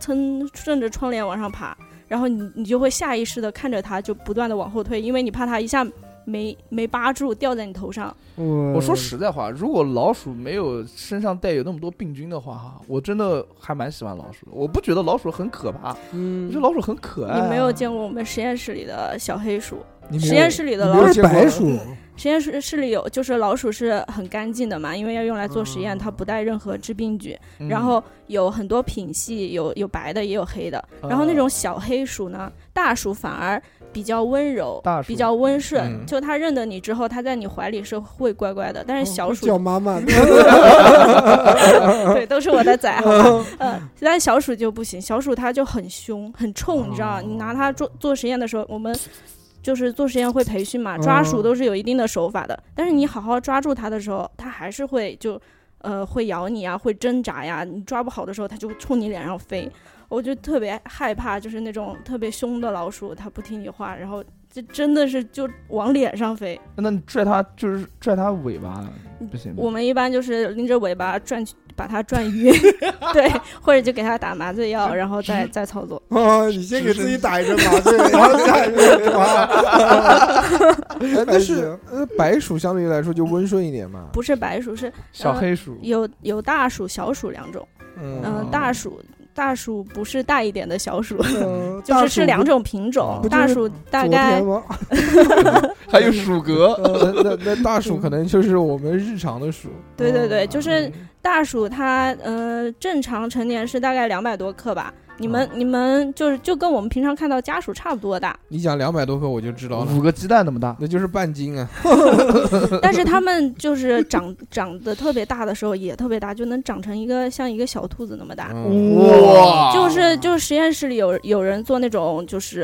撑顺着窗帘往上爬，然后你你就会下意识的看着它，就不断的往后退，因为你怕它一下没没扒住掉在你头上。
我
我说实在话，如果老鼠没有身上带有那么多病菌的话，哈，我真的还蛮喜欢老鼠的。我不觉得老鼠很可怕，我
嗯
觉得老鼠很可爱啊。
你没有见过我们实验室里的小黑鼠，
嗯你没有
实验室里的
你
老
不
鼠，
是白鼠，
实验室室里有就是老鼠是很干净的嘛，因为要用来做实
哦
验，
嗯
它不带任何致病菌。
嗯，
然后有很多品系，有有白的，也有黑的。
啊
然后那种小黑鼠呢，大鼠反而比较温柔
大，鼠
比较温顺，
嗯
就它认得你之后，它在你怀里是会乖乖的。
哦
但是小鼠、
叫妈妈，
对，都是我的崽，好吧？ 呃，但小鼠就不行，小鼠它就很凶、很冲，你知道吗？你拿它做做实验的时候，我们就是做实验会培训嘛，抓鼠都是有一定的手法的。但是你好好抓住它的时候，它还是会就呃会咬你啊，会挣扎呀。你抓不好的时候，它就冲你脸上飞。我就特别害怕，就是那种特别凶的老鼠，它不听你话，然后就真的是就往脸上飞。
嗯那你拽它，就是拽它尾巴，不行吗。
我们一般就是拎着尾巴转 把它转晕，对，或者就给它打麻醉药，然后再再操作。
哦，你先给自己打一针麻醉，然后再干嘛？哎但是呃，白鼠相对于来说就温顺一点嘛。
不是白鼠，是
小
呃
黑鼠，
有有大鼠、小鼠两种。
嗯
嗯、
哦
大鼠大鼠不是大一点的小鼠，
呃
就是是两种品种
不。
大
就是
鼠大
昨
概
天吗？
还有鼠格，
呃那那 那大鼠可能就是我们日常的鼠，嗯
对对
哦
对，就是大鼠它呃正常成年是大概两百多克吧。你们、你们就是就跟我们平常看到家鼠差不多大，
你讲两百多克我就知道了，
五个鸡蛋那么大，
那就是半斤啊。
但是它们就是长长得特别大的时候也特别大，就能长成一个像一个小兔子那么大。
嗯
就是就是实验室里有有人做那种就是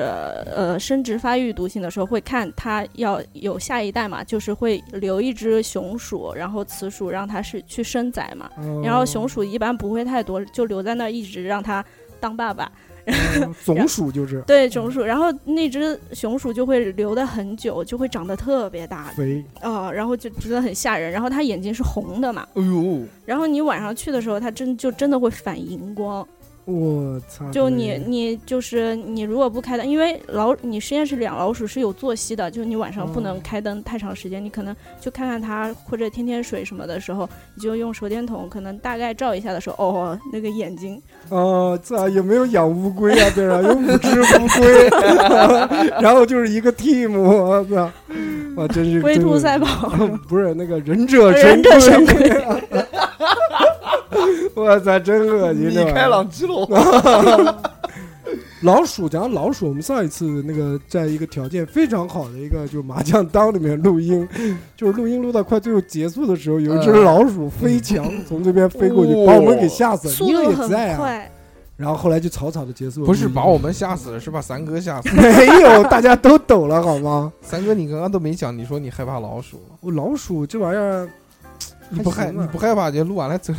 呃生殖发育毒性的时候，会看它要有下一代嘛，就是会留一只雄鼠，然后雌鼠让它是去生崽嘛，
嗯
然后雄鼠一般不会太多，就留在那儿一直让它当爸爸。
嗯总鼠就是
对雄鼠，然后那只雄鼠就会留的很久，就会长得特别大
肥，
哦，然后就真的很吓人。然后它眼睛是红的嘛，
哎呦，
然后你晚上去的时候，它真就真的会反荧光。
我
啊
操！
就你你就是你如果不开灯，因为老你实验室养老鼠是有作息的，就是你晚上不
哦
能开灯太长时间，你可能就看看它或者添添水什么的时候，你就用手电筒可能大概照一下的时候，哦，那个眼睛
哦，操，有没有养乌龟啊？对啊，有五只乌龟，啊 然后就是一个 team，我操，哇，真是
龟兔赛，
真
跑，
是 不是那个忍者
忍者神
龟， 我操，真恶心！这玩意儿
基隆，
老鼠讲老鼠，我们上一次那个在一个条件非常好的一个就是麻将档里面录音，就是录音录到快最后结束的时候，有一只
嗯
老鼠飞 墙从这边飞过去，
哇
把我们给吓死了。
哦速
因为
度
也
很
在啊，
快。
然后后来就草草的结束了录音。
不是把我们吓死了，是把三哥吓死了。
没有，大家都抖了好吗？
三哥，你刚刚都没讲，你说你害怕老鼠，
我老鼠这玩意儿，
你不害
还行吧
你不害怕？就录完了走。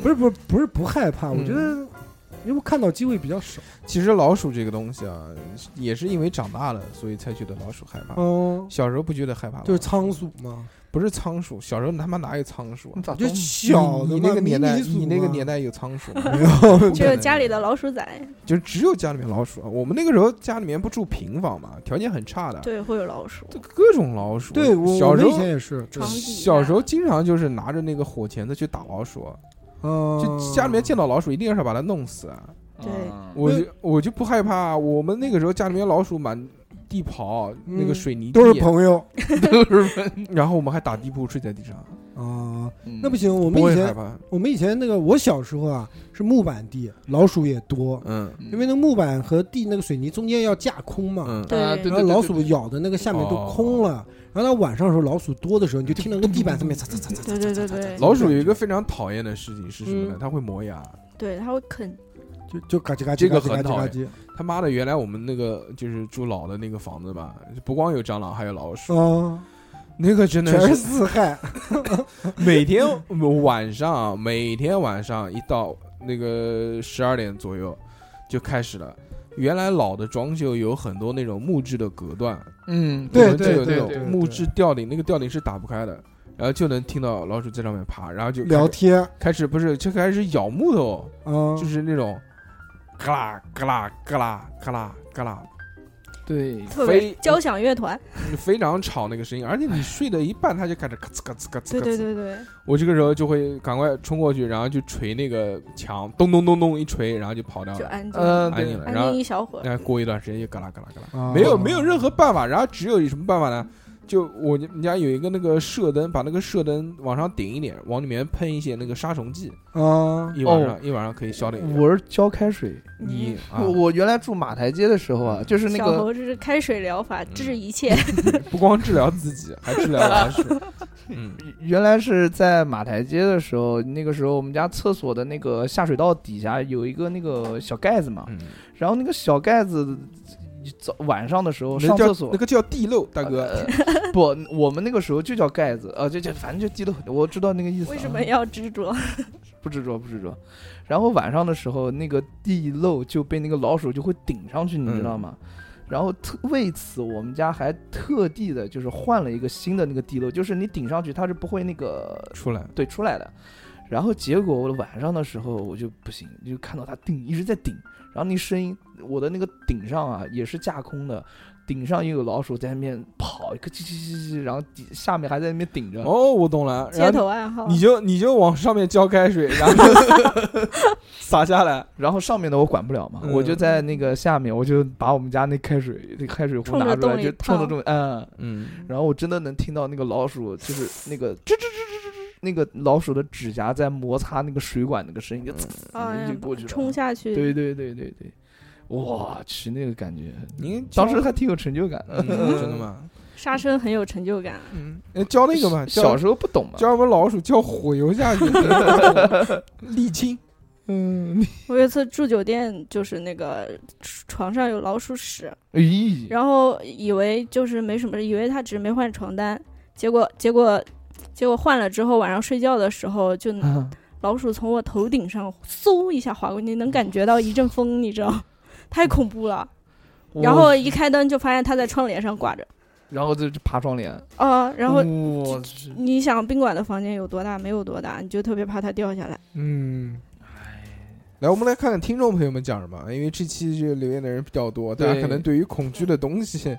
不是不是不是不害怕，我
嗯
觉得因为看到机会比较少。
其实老鼠这个东西啊，也是因为长大了，所以才觉得老鼠害怕。
嗯，
小时候不觉得害怕，
就是仓鼠嘛，
不是仓鼠，小时候他妈哪有仓鼠啊？
咋
就
就
小的
你你那
嘛
个年代，
迷你鼠
你那个
嘛
年代有仓鼠吗？
只有家里
的，
的老鼠仔，
就只有家里面老鼠。啊我们那个时候家里面不住平房嘛，条件很差的，
对，会有老鼠。
各种老鼠。
对我
小时
我们以
候
前也是，对
床底下
小时候经常就是拿着那个火钳子去打老鼠，啊就
嗯，
家里面见到老鼠一定是把它弄死啊。
对
我就我就不害怕，啊我们那个时候家里面老鼠满地跑，
嗯
那个水泥地
都是 朋友
都是
然后我们还打地铺睡在地上，
啊。那
那
不行，我
嗯不
们以
会害
前
怕。
我们以前那个我小时候啊是木板地，老鼠也多，
嗯
因为那个木板和地那个水泥中间要架空嘛，
嗯，
对
啊对
然后老鼠咬的那个下面都空了。然后到晚上的时候，老鼠多的时候，你就听到那个地板上面嚓嚓嚓嚓
对对对对
老鼠有一个非常讨厌的事情是什么呢？
嗯
它会磨牙。
对，它会啃。
就就嘎吱嘎
这
吱嘎
个
吱嘎
很
吱嘎吱。
他妈的，原来我们那个就是住老的那个房子吧，不光有蟑螂，还有老鼠。
啊，
那个真的
全是
是
四害，
每天晚上，每天晚上一到那个十二点左右就开始了。原来老的装修有很多那种木质的隔断，
嗯
对
我们就
对
有
对
那
对
种木质吊顶，那个吊顶是打不开的，然后就能听到老鼠在上面爬，然后就
聊天
开始不是就开始咬木头，
啊，
就是那种嘎啦嘎啦嘎啦嘎啦嘎啦，
对，
特别
非
交响乐团，
非常吵那个声音，而且你睡到一半，它就开始咔呲咔呲咔呲
对
咔
对
呲。
对对，
我这个时候就会赶快冲过去，然后就捶那个墙，咚咚咚咚一捶，然后就跑掉
就
了，
安静，
嗯
安静
对，
了。
安
啊然
静
后
一小会儿。
然后过一段时间又嘎啦嘎啦嘎啦。
啊
没
哦
有没有任何办法，然后只有有什么办法呢？就我们家有一个那个射灯，把那个射灯往上顶一点，往里面喷一些那个杀虫剂，
啊，
一晚上、一晚上可以消掉一点。
哦我是浇开水。
你啊
我，我原来住马台街的时候啊，就是那
小
个嗯
猴就是开水疗法治一 切，
啊不光治疗自己，还治疗老鼠。嗯，
原来是在马台街的时候，那个时候我们家厕所的那个下水道底下有一个那个小盖子嘛，
嗯
然后那个小盖子早晚上的时候
那
上
叫
厕所
那个叫地漏，大哥。
呃 不，我们那个时候就叫盖子，呃，就就反正就记得很，我知道那个意思啊。
为什么要 执着？
不执着不执着？然后晚上的时候，那个地漏就被那个老鼠就会顶上去，你知道吗？然后特为此，我们家还特地的就是换了一个新的那个地漏，就是你顶上去它是不会那个
出来，
对出来的。然后结果我晚上的时候我就不行，就看到它顶一直在顶，然后那声音，我的那个顶上啊也是架空的，顶上又有老鼠在那边跑，叽叽叽叽叽，然后底下面还在那边顶着。
哦，我懂了，
街
然后
头爱好
你。就你就往上面浇开水，然 后洒下来，
然后上面的我管不了嘛，
嗯
我就在那个下面，我就把我们家那开水那开水壶
冲着
拿出来，
洞里
就冲着
烫
洞里，嗯，
嗯，
然后我真的能听到那个老鼠，就是那个吱吱吱吱吱吱，那个老鼠的指甲在摩擦那个水管那个声音，就
啊
就过去了
冲下去，
对对对对对，我去那个感觉，
您
当时还挺有成就感的。
嗯真 的吗？
杀生很有成就感。
嗯，呃浇那个嘛，
小
浇
时候不懂嘛，
浇我们老鼠浇火油下去对，沥青。
嗯，
我有一次住酒店，就是那个床上有老鼠屎，
哎咦，
然后以为就是没什么，以为他只是没换床单，结果结果结果换了之后，晚上睡觉的时候就
啊
老鼠从我头顶上嗖一下划过，你能感觉到一阵风，你知道，太恐怖了。然后
我
一开灯就发现它在窗帘上挂着，
然后就就爬窗帘，
啊、然后
我去，
你想宾馆的房间有多大？没有多大，你就特别怕它掉下来。
嗯，来，我们来看看听众朋友们讲什么，因为这期这个留言的人比较多，大家
对
可能对于恐惧的东西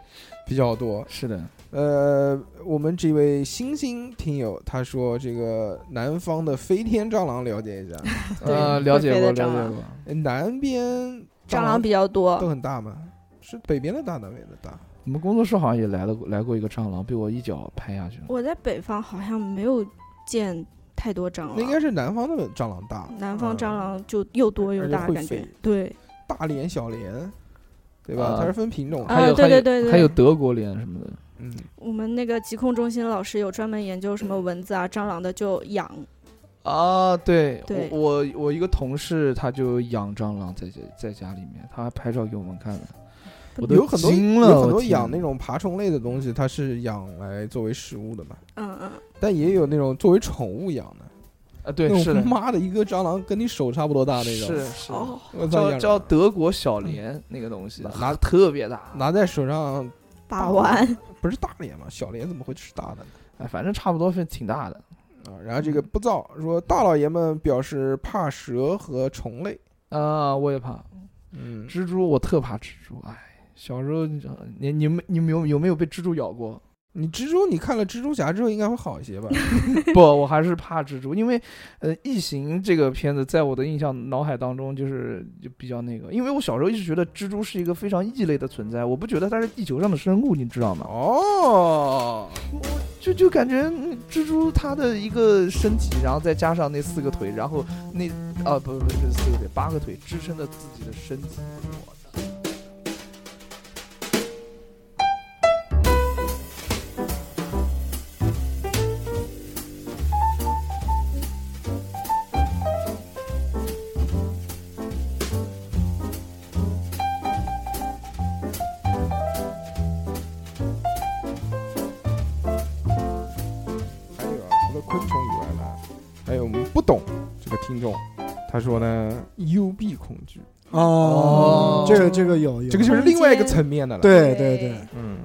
比较多。
是 的，啊
呃，我们这位星星听友他说，这个南方的飞天蟑螂了解一下，
对
呃，了解过，了
会飞的蟑
解
螂
过，
南边
蟑螂比较
都
多，
很大吗？是北边的大，南边的大。
我们工作室好像也来了来过一个蟑螂，被我一脚拍下去了。
我在北方好像没有见太多蟑螂，
那应该是南方的蟑螂大，
南方蟑
嗯
螂就又多又
而且
大，
会
感觉
飞
对
大连、小连，对吧？
啊
它是分品种的。
啊
还有
对
还有
对对对
还有德国脸什么的，
嗯，
我们那个疾控中心老师有专门研究什么蚊子啊、蟑螂的，就养
啊，对，
对
我我我一个同事他就养蟑螂在家在家里面，他还拍照给我们看了，我都
有很多
惊了，
有很
我
多
天
养那种爬虫类的东西，它是养来作为食物的嘛，
嗯嗯，
但也有那种作为宠物养的。
啊，对，
那
是
种
的，
妈的一个蟑螂跟你手差不多大那种，
是是，
哦，
我操
叫
养
叫
着
德国小蠊那个东西，
拿
特别大，
拿在手上
把玩，
不是大脸吗？小脸怎么会吃大的呢？
哎，反正差不多是挺大的
啊，然后这个
嗯
不造说大老爷们表示怕蛇和虫类，
啊，我也怕
嗯，
蜘蛛，我特怕蜘蛛，哎。小时候，你你们你们有有没有被蜘蛛咬过？
你蜘蛛你看了蜘蛛侠之后应该会好一些吧？
不，我还是怕蜘蛛，因为，呃，《异形》这个片子在我的印象脑海当中就是就比较那个，因为我小时候一直觉得蜘蛛是一个非常异类的存在，我不觉得它是地球上的生物，你知道吗？
哦，
就就感觉嗯蜘蛛它的一个身体，然后再加上那四个腿，然后那啊不不是四个腿，八个腿支撑着自己的身体。
还有啊，除了昆虫以外呢，还有我们不懂这个听众，他说呢，幽闭恐惧，
哦
哦，
这个这个有有，
这个就是另外一个层面的了。，
对对对，
嗯，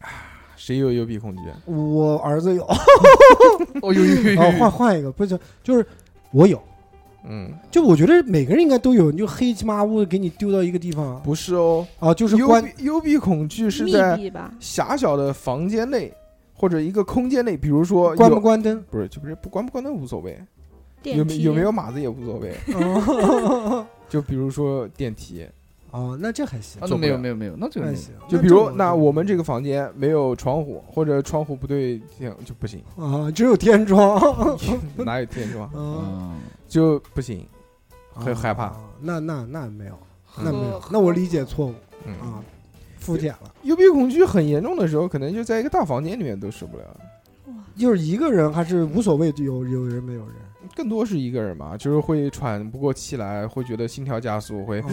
啊谁有幽闭恐惧？
我儿子有，
哦呦呦
然后换换一个，不是就是我有，
嗯，
就我觉得每个人应该都有，你就黑漆麻乌的给你丢到一个地方
不是哦，
啊，就是
幽
关
闭幽闭恐惧是
密
在
闭吧，
狭小的房间内或者一个空间内，比如说
关
有
不关灯，
不是，就不是不关不关灯无所谓，有没
电梯
有没有码子也无所谓。就比如说电梯，
哦，那这还行，
啊，那没有没有没有，那这个
还
没有
行，
就比如那
那
我们这个房间没有窗户，或者窗户不对天就不行，
啊，只有天窗，
哪有天窗
嗯，
嗯，
就不行。很嗯害怕
啊，那那那没有，
嗯
那没有
呵，
那我理解错误
嗯，
啊，肤浅了，
幽闭恐惧很严重的时候，可能就在一个大房间里面都受不了，
就是一个人还是无所谓，有有人没有人，
更多是一个人嘛，就是会喘不过气来，会觉得心跳加速，会
哦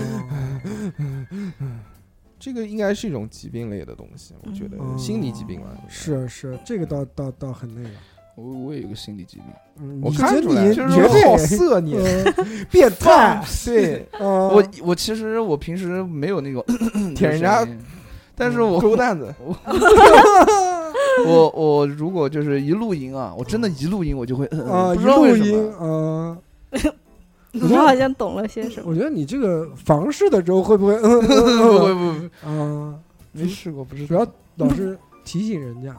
这个应该是一种疾病类的东西，我觉得
嗯
心理疾病嘛。
是是，这个倒倒倒很那个。
我我也有个心理疾病，
嗯
我
你
看
这
出来
你
就是
绝对
好色你。
嗯变态
对，
我
我我其实我平时哦 没有那种
舔人家
声音，但是我
狗蛋子，
我我如果就是一露营啊，我真的一露营我就会嗯
啊，
嗯
一
不知道
录
为什
音
么。
啊。
我好像懂了些什么。
我觉得你这个房事的时候会 不会？嗯
不
嗯
不不不，
嗯啊，
没试过，不知
主
道
要。老是提醒人家。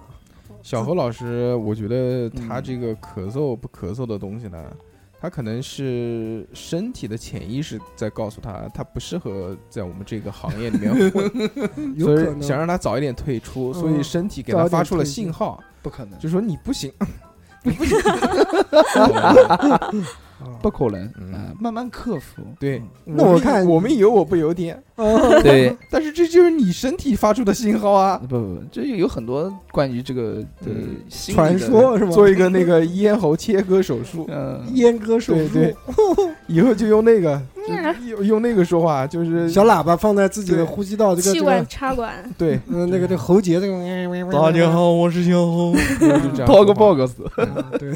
小何老师，我觉得他
嗯
这个咳嗽不咳嗽的东西呢，他可能是身体的潜意识在告诉他，他不适合在我们这个行业里面混，
有
所
可
以
能嗯
想让他早一点退出，所以身体给
早
他
一点
发出了
退出
信号，
不可能，
就说你不行， 你不 行，哦
啊
不可能
嗯
啊！慢慢克服。嗯
对，
那
我
我
们
看
我们有我不有点，
啊
对，嗯
但是这就是你身体发出的信号啊。
不不，不，这有很多关于这个的
嗯
心理
传
的，
说是吧？
做一个那个咽喉切割手 术，
嗯，
阉割手
对
术，
对以后就用那 个，
嗯
就用用那个说话，就是
小喇叭放在自己的呼吸道这个
气
这
管
个，
插管，
对，
嗯，那个这喉结这个。
好，我是小 红，
就这样。
报个报告死。
啊对，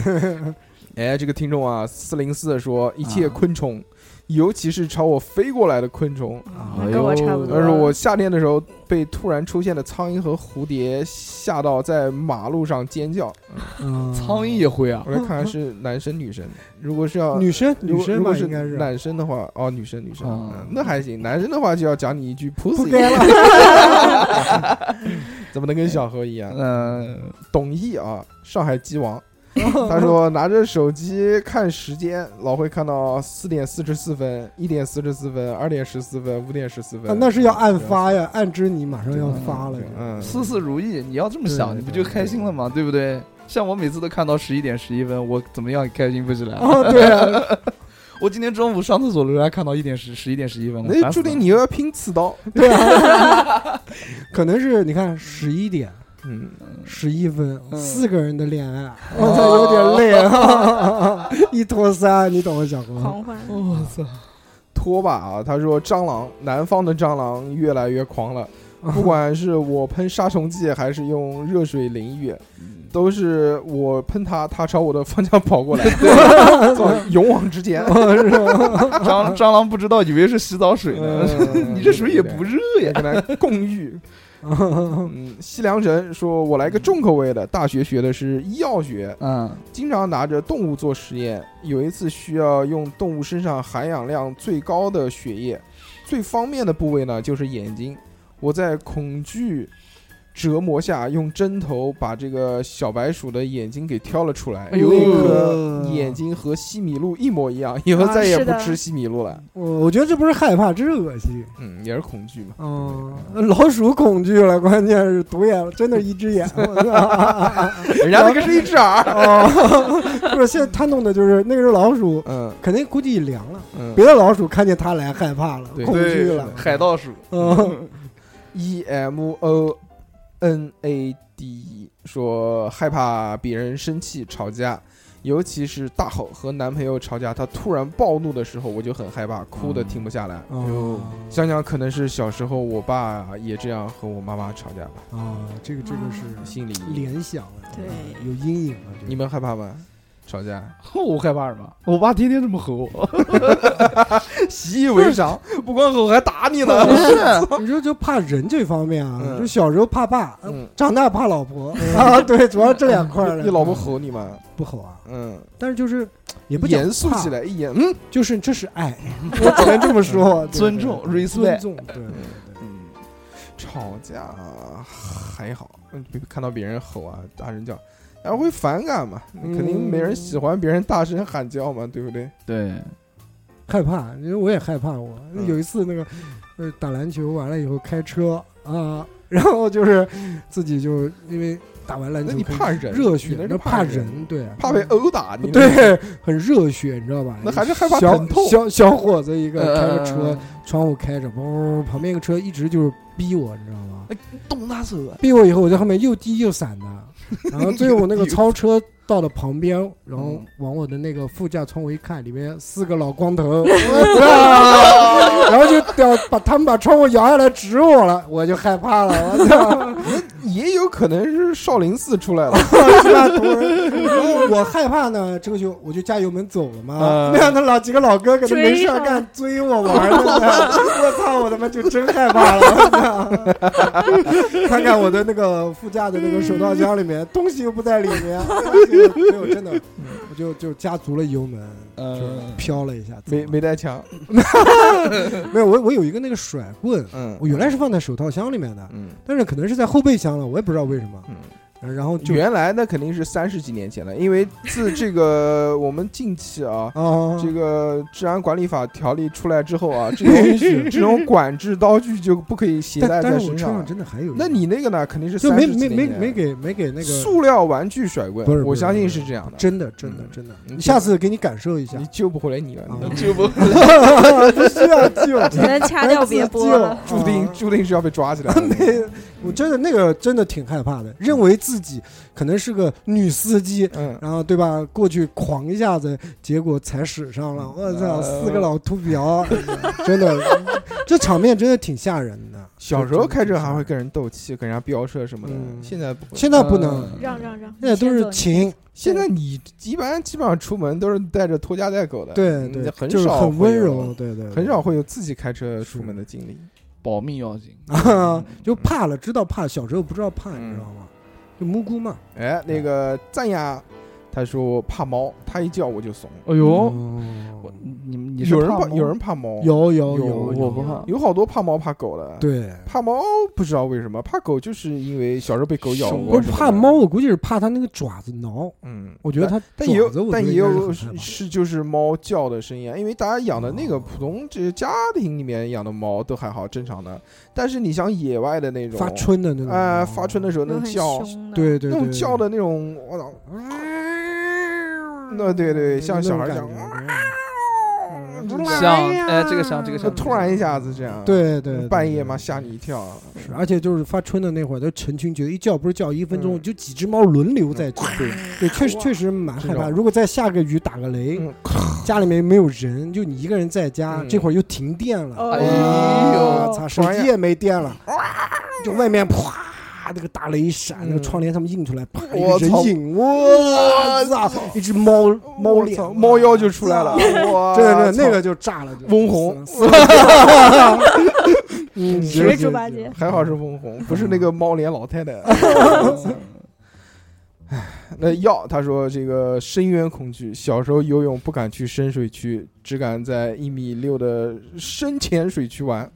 哎，这个听众啊，四零四说，一
啊
切昆虫，尤其是朝我飞过来的昆虫，
啊
啊
那
哎
跟我差不多。
但
呃
是我夏天的时候被突然出现的苍蝇和蝴蝶吓到，在马路上尖 叫。
嗯
苍蝇也会啊
我，来看看是男生女生，如果是要
女生
如
女
果
生
如
吧，
果是
应该是
男生的话，哦，女生女生，
啊
嗯那还行。男生的话就要讲你一句 pussy，
该了。
怎么能跟小何一样？
嗯，
董毅啊，上海鸡王，
嗯
他说拿着手机看时间，老会看到四点四十四分、一点四十四分、二点十四分、五点十四
啊
分。
那是要按发呀，按知你马上要发了。
嗯，
事事如意，你要这么
对
想，你不就开心了吗？对不对？像我每次都看到十一点十一分，我怎么样也开心不起来。
啊，对啊，
我今天中午上厕所的时候还看到一点十十一点十一分，我
那
嗯烦死
注
了
定你又要拼刺刀。
对啊，可能是你看十一点
嗯，
十一分，
嗯
四个人的恋爱，
哦
我操，有点累啊， 一拖三，你懂我小
哦
何？
狂欢，
我操，
拖把啊，他说蟑螂，南方的蟑螂越来越狂 了。不管是我喷杀虫剂，还是用热水淋浴，都是我喷它，它朝我的方向跑 过来，对勇往直前。
啊蟑蟑螂不知道，以为是洗澡水呢。
嗯
你这水也不热
也
呀！
跟他共浴。嗯，西凉神说：“我来个重口味的，大学学的是医药学，
嗯，
经常拿着动物做实验。有一次需要用动物身上含氧量最高的血液，最方便的部位呢就是眼睛。我在恐惧折磨下，用针头把这个小白鼠的眼睛给挑了出来，
哎呦
有一颗眼睛和西米露一模一样，以后
啊
再也不
是的
吃西米露了。
我我觉得这不是害怕，这是恶心。
嗯，也是恐惧嘛。
哦，老鼠恐惧了，关键是独眼，真的一只眼。我 操！
人家那个是一只耳。
哦，不是，现在他弄的就是那个是老鼠，
嗯
肯定估计凉了。
嗯。
别的老鼠看见他来害怕了，
对
恐惧了。
海盗鼠，
嗯，
E M O N A D E 说害怕别人生气吵架，尤其是大吼和男朋友吵架，他突然暴怒的时候，我就很害怕，哭的停不下来。
哦，
想想可能是小时候我爸也这样和我妈妈吵架吧，
啊，这个这个是
心里
联想啊了，
对
有阴影了。这个
你们害怕吗？吵架
我害怕什么？我爸天天这么吼我，
习以为常，不光吼还打你呢。
你说就怕人这方面啊，
嗯
就小时候怕爸，呃
嗯
长大怕老婆啊，对，主要这两 块儿了。
你老婆吼你吗？
不好啊？
嗯，
但是就是也不讲
严肃
怕
起，来，一严，嗯，
就是这是爱，我只能这么说，
嗯
对
尊重
对对
respect
尊重，对对对
嗯，吵架还好，嗯，别看到别人吼啊、大声叫，然后会反感嘛，
嗯
肯定没人喜欢别人大声喊叫嘛，对不对？
对，
害怕，因为我也害怕我。
嗯
有一次那个，呃，打篮球完了以后开车啊，然后就是自己就因为打完篮
那
球
你
很
怕人
热
你
血，
那是
嗯那
怕
怕
人
人，对，
怕被殴打，你那
对，很热血，你知道吧？
那还是害怕
小
疼痛嗯
小小伙子一个开个车，
呃，
窗户开着，嗡，旁边一个车一直就是逼我，你知道吗？
动他手啊，
逼我以后我在后面又低又闪的，然后最后我那个超车到了旁边，然后往我的那个副驾窗户一看，里面四个老光头，然后就掉把他们把窗户摇下来指我了，我就害怕了，我操！
也有可能是少林寺出来 的。
是吧？懂人然后我害怕呢，这个就我就加油门走了嘛。
嗯
没想到老几个老哥可能没事
追
儿
上
干追我 玩呢，我操！我他妈就真害怕了我操。看看我的那个副驾的那个手套箱里面，东西又不在里面，没有真的，我就就加足了油门，
呃
就飘了一下。
没没带枪，
没有，我我有一个那个甩棍，
嗯
我哦原来是放在手套箱里面的，
嗯，
但是可能是在后备箱了，我也不知道为什么
嗯。
嗯，然后就
原来那肯定是三十几年前了，因为自这个我们近期啊，
啊，
这个治安管理法条例出来之后啊，这种 这种管制刀具就不可以携带
但
在
但是我
身
车
上
上
了。
真的还有一个，
那你那个呢？肯定是
就没
30
没
几
没
年
没给没给那个，
塑料玩具甩棍
不是，不
我
是
相
不
信
是
是这样的。
真的真的
嗯
真的，
你
你下次给你感受一下
你，救不回来你了，
啊
你
就 不
不需要 救，
只能掐
哎
掉别播了。
注
啊
定注定是要被抓 起来的。
定。嗯我真的那个真的挺害怕的，认为自己可能是个女司机，
嗯，
然后对吧？过去狂一下子，结果踩屎上了，我操！
呃
四个老秃瓢，真的，这场面真的挺吓人的。
小时候开车还会跟人斗气，跟人家飙车什么的，
嗯
现在不会。
现在不能
呃
让让让，
现在都
先
是
走
情，
现在你一般基本上出门都是带着拖家带狗的，
对
嗯
对，
很
就是
少
很
会
温
有
柔，，对对，对
很少会有自己开车出门的经历。
保命要紧。
啊， 就怕了，知道怕，小时候不知道怕，你知道
嗯
吗？就木姑嘛，
哎，那个赞呀，他说怕猫，他一叫我就怂。
哎
哦
呦，，我你们你是
有人
怕
怕
猫
有人怕猫，
有有
有
我不怕，
有好多怕猫怕狗的。，
对，
怕猫不知道为什么，怕狗就是因为小时候被狗咬
是
过。
不是怕猫，，我估计是怕它那个爪子挠，
嗯，
我觉得它
但也有
爪子，我
但
觉得
也
应该
有
是很害怕
是就是猫叫的声音啊，因为大家养的那个普通这家庭里面养的猫都还好正常的，但是你像野外的那种
发春的那种
啊、发春的时候
有
那
很
叫，
凶的，，
对对
那种
对，
叫的那种，我操，
嗯
那对对，像啊小孩
那
讲
种，
哇
感觉嗯
出来
像
呀
哎这个像这个像
突然一下子这样，，
对对，对
半夜嘛吓你一跳啊，
是，而且就是发春的那会儿，都成群结队，一叫不是叫一分钟，
嗯
就几只猫轮流在叫。
嗯
对，
对，确实
哇
确实蛮害
这
怕。
种
如果再下个雨打个雷，
嗯
家里面没有人，就你一个人在家，
嗯
这会儿又停电了，
哎呦
哇操，啊手
哎呀
机也没电了，就外面啪那个打雷一闪，那个
嗯
窗帘上面映出来，啪一
我
个人
操
影，我操，一只猫猫
嗯我
脸
操，猫腰就出来了， 哇，
真的真的那个就炸了，就
翁虹
死了，死 了嗯，
十
是
个猪八戒，
还好是翁虹，不是那个猫脸老太太。 那药，他说这个深渊恐惧，小时候游泳不敢去深水区，只敢在一米六的深浅水区玩。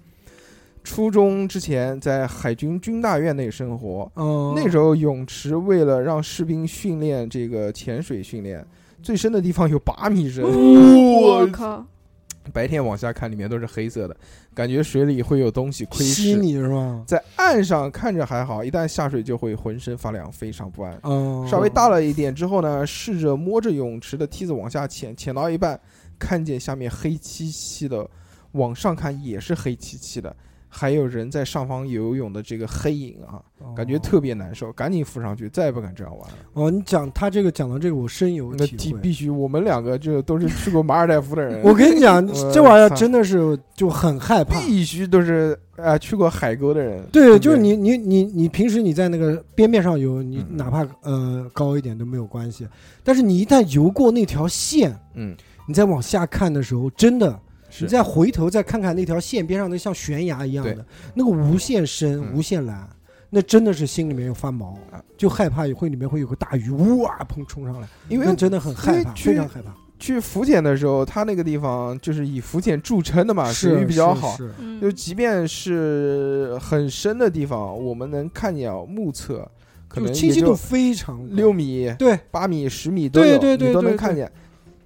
初中之前在海军军大院内生活，
嗯，
那时候泳池为了让士兵训练这个潜水训练，最深的地方有八米深。
哦
我靠，
白天往下看，里面都是黑色的，感觉水里会有东西窥
吸
视。
你是吧？
在岸上看着还好，一旦下水就会浑身发凉，非常不安。
嗯，
稍微大了一点之后呢，试着摸着泳池的梯子往下潜，潜到一半，看见下面黑漆漆的，往上看也是黑漆漆的，还有人在上方游泳的这个黑影啊，
哦，
感觉特别难受，赶紧浮上去，再也不敢这样玩了。
哦，你讲他这个讲到这个，我深有
那
体
必
会。
必须，我们两个这都是去过马尔代夫的人，
我跟你讲，
我
这玩意儿
操
真的是就很害 怕。
必须都是啊、去过海沟的人。
对，
不
就是你你你你平时你在那个边面上游，你
嗯
哪怕呃高一点都没有关系，但是你一旦游过那条线，
嗯，
你再往下看的时候，真的，
是
你再回头再看看那条线边上那像悬崖一样的
对
那个无限深、
嗯
无限蓝，那真的是心里面有发毛
啊，
就害怕会里面会有个大鱼哇砰冲上来，
因为
那真的很害
因
怕，
为去
非常害怕。
去浮潜的时候，它那个地方就是以浮潜著称的嘛，水啊域比较好。
是
嗯
就即便是很深的地方，我们能看见啊目测，可
就
能
清
也
晰度
就
非常高
六米、
对。
八米、十米都有，
对对对
你都能
对
看见。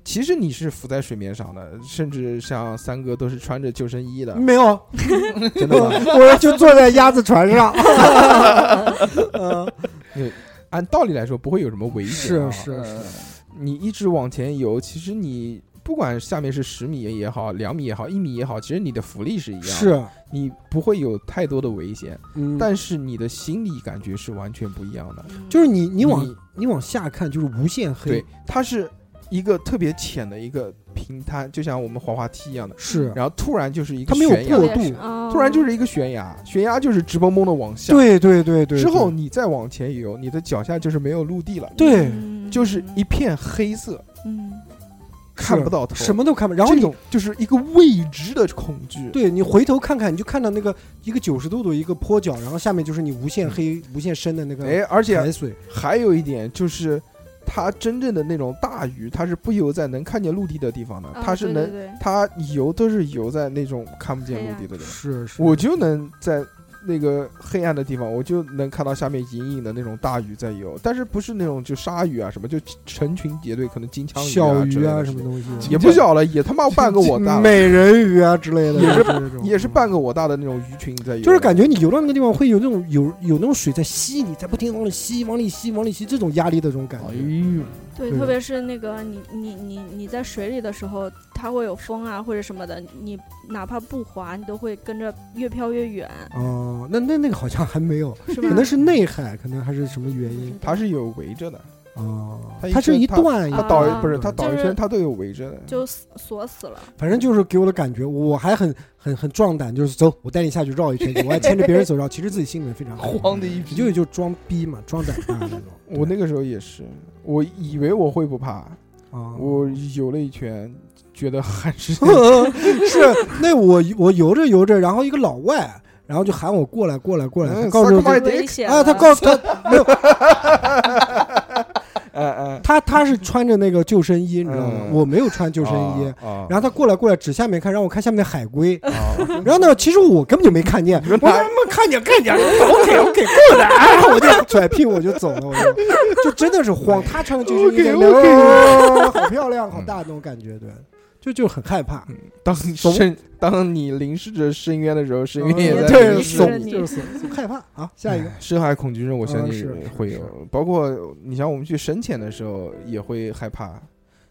其实你是浮在水面上的，甚至像三哥都是穿着救生衣的，
没有，
真的吗？
我就坐在鸭子船 上。嗯
按道理来说不会有什么危险、啊。
是是
呃
你一直往前游，其实你不管下面是十米也好，两米也好，一米也好，其实你的浮力是一样的，
是，
你不会有太多的危险，
嗯，
但是你的心理感觉是完全不一样的。
嗯
就是你你往
你
你往下看就是无限黑
对，，它是一个特别浅的一个平摊，就像我们滑滑梯一样的，
是
然后突然就是一个
它没有
悬崖
过，
也
度
是哦
突然就是一个悬崖，悬崖就是直蹦蹦的往下，
对对对对，
之后
对
你再往前游，你的脚下就是没有陆地了，
对
嗯
就是一片黑色，
嗯
看不到头，
什么都看不，然后
这
你
种就是一个未知的恐惧，
对你回头看看，你就看到那个一个九十度的一个坡角，然后下面就是你无限黑、无限深的那个
嗯哎，而且
海水，
还有一点就是，它真正的那种大鱼，它是不游在能看见陆地的地方的，
啊
它是
对
能，
对对
它游都是游在那种看不见陆地的地方，
是是，
我就能在。那个黑暗的地方，我就能看到下面隐隐的那种大鱼在游，但是不是那种就鲨鱼啊什么，就成群结队，可能金枪鱼
小
之
鱼
类
啊
的
什么东西，
也不小了，也他妈半个我 大了，
美人鱼啊之类的，
也是
这种
也是半个我大的那种鱼群在游，
就是感觉你游到那个地方会有那种有有那种水在吸你，在不停地往里吸，往里吸，往里吸这种压力的这种感
哦
哎
觉。
对，
对
特别是那个你你你你在水里的时候，它会有风啊或者什么的，你哪怕不滑，你都会跟着越飘越远，
哦，那那那个好像还没有，
是吧？嗯
可能是内海，可能还是什么原因
它是有围着的，
哦，
它
它是
嗯一
一
个
段一
它
段，
倒
啊
不是它倒一
就
圈，
是
它都有围着的。
就死锁死了，
反正就是给我的感觉，我还很很很壮胆，就是走，我带你下去绕一圈，我还牵着别人走绕，其实自己心里面 非常慌，
慌的一
也
批，
就就装逼嘛，装胆啊大那种。
我那个时候也是，我以为我会不怕，
啊，
我游了一圈，觉得还是
是那我我游着游着，然后一个老外，然后就喊我过来过来过来，他
嗯
告诉我
萨克马
这
得
危险
啊，他
了
告诉他哎
嗯 嗯，
他他是穿着那个救生衣，你知道吗？
嗯
我没有穿救生衣。
啊，
然后他过来过来指下面看，让我看下面的海 龟。
后
啊
然后呢，其实我根本就没看见，我说他妈看见看见 ，OK OK，过来，然后我就甩屁股我就走了，我就就真的是慌。他穿个救生衣在 那
OK，OK
哦好漂亮，好大那种感觉，对，就就很害怕。
当深当你凝视着深渊的时候，深渊
嗯
也在
对
凝视
着
怂，
你
就是怂，害怕啊。下一个，
深海恐惧症，我相
啊
信
是
会
是
有，包括你像我们去深潜的时候也会害怕。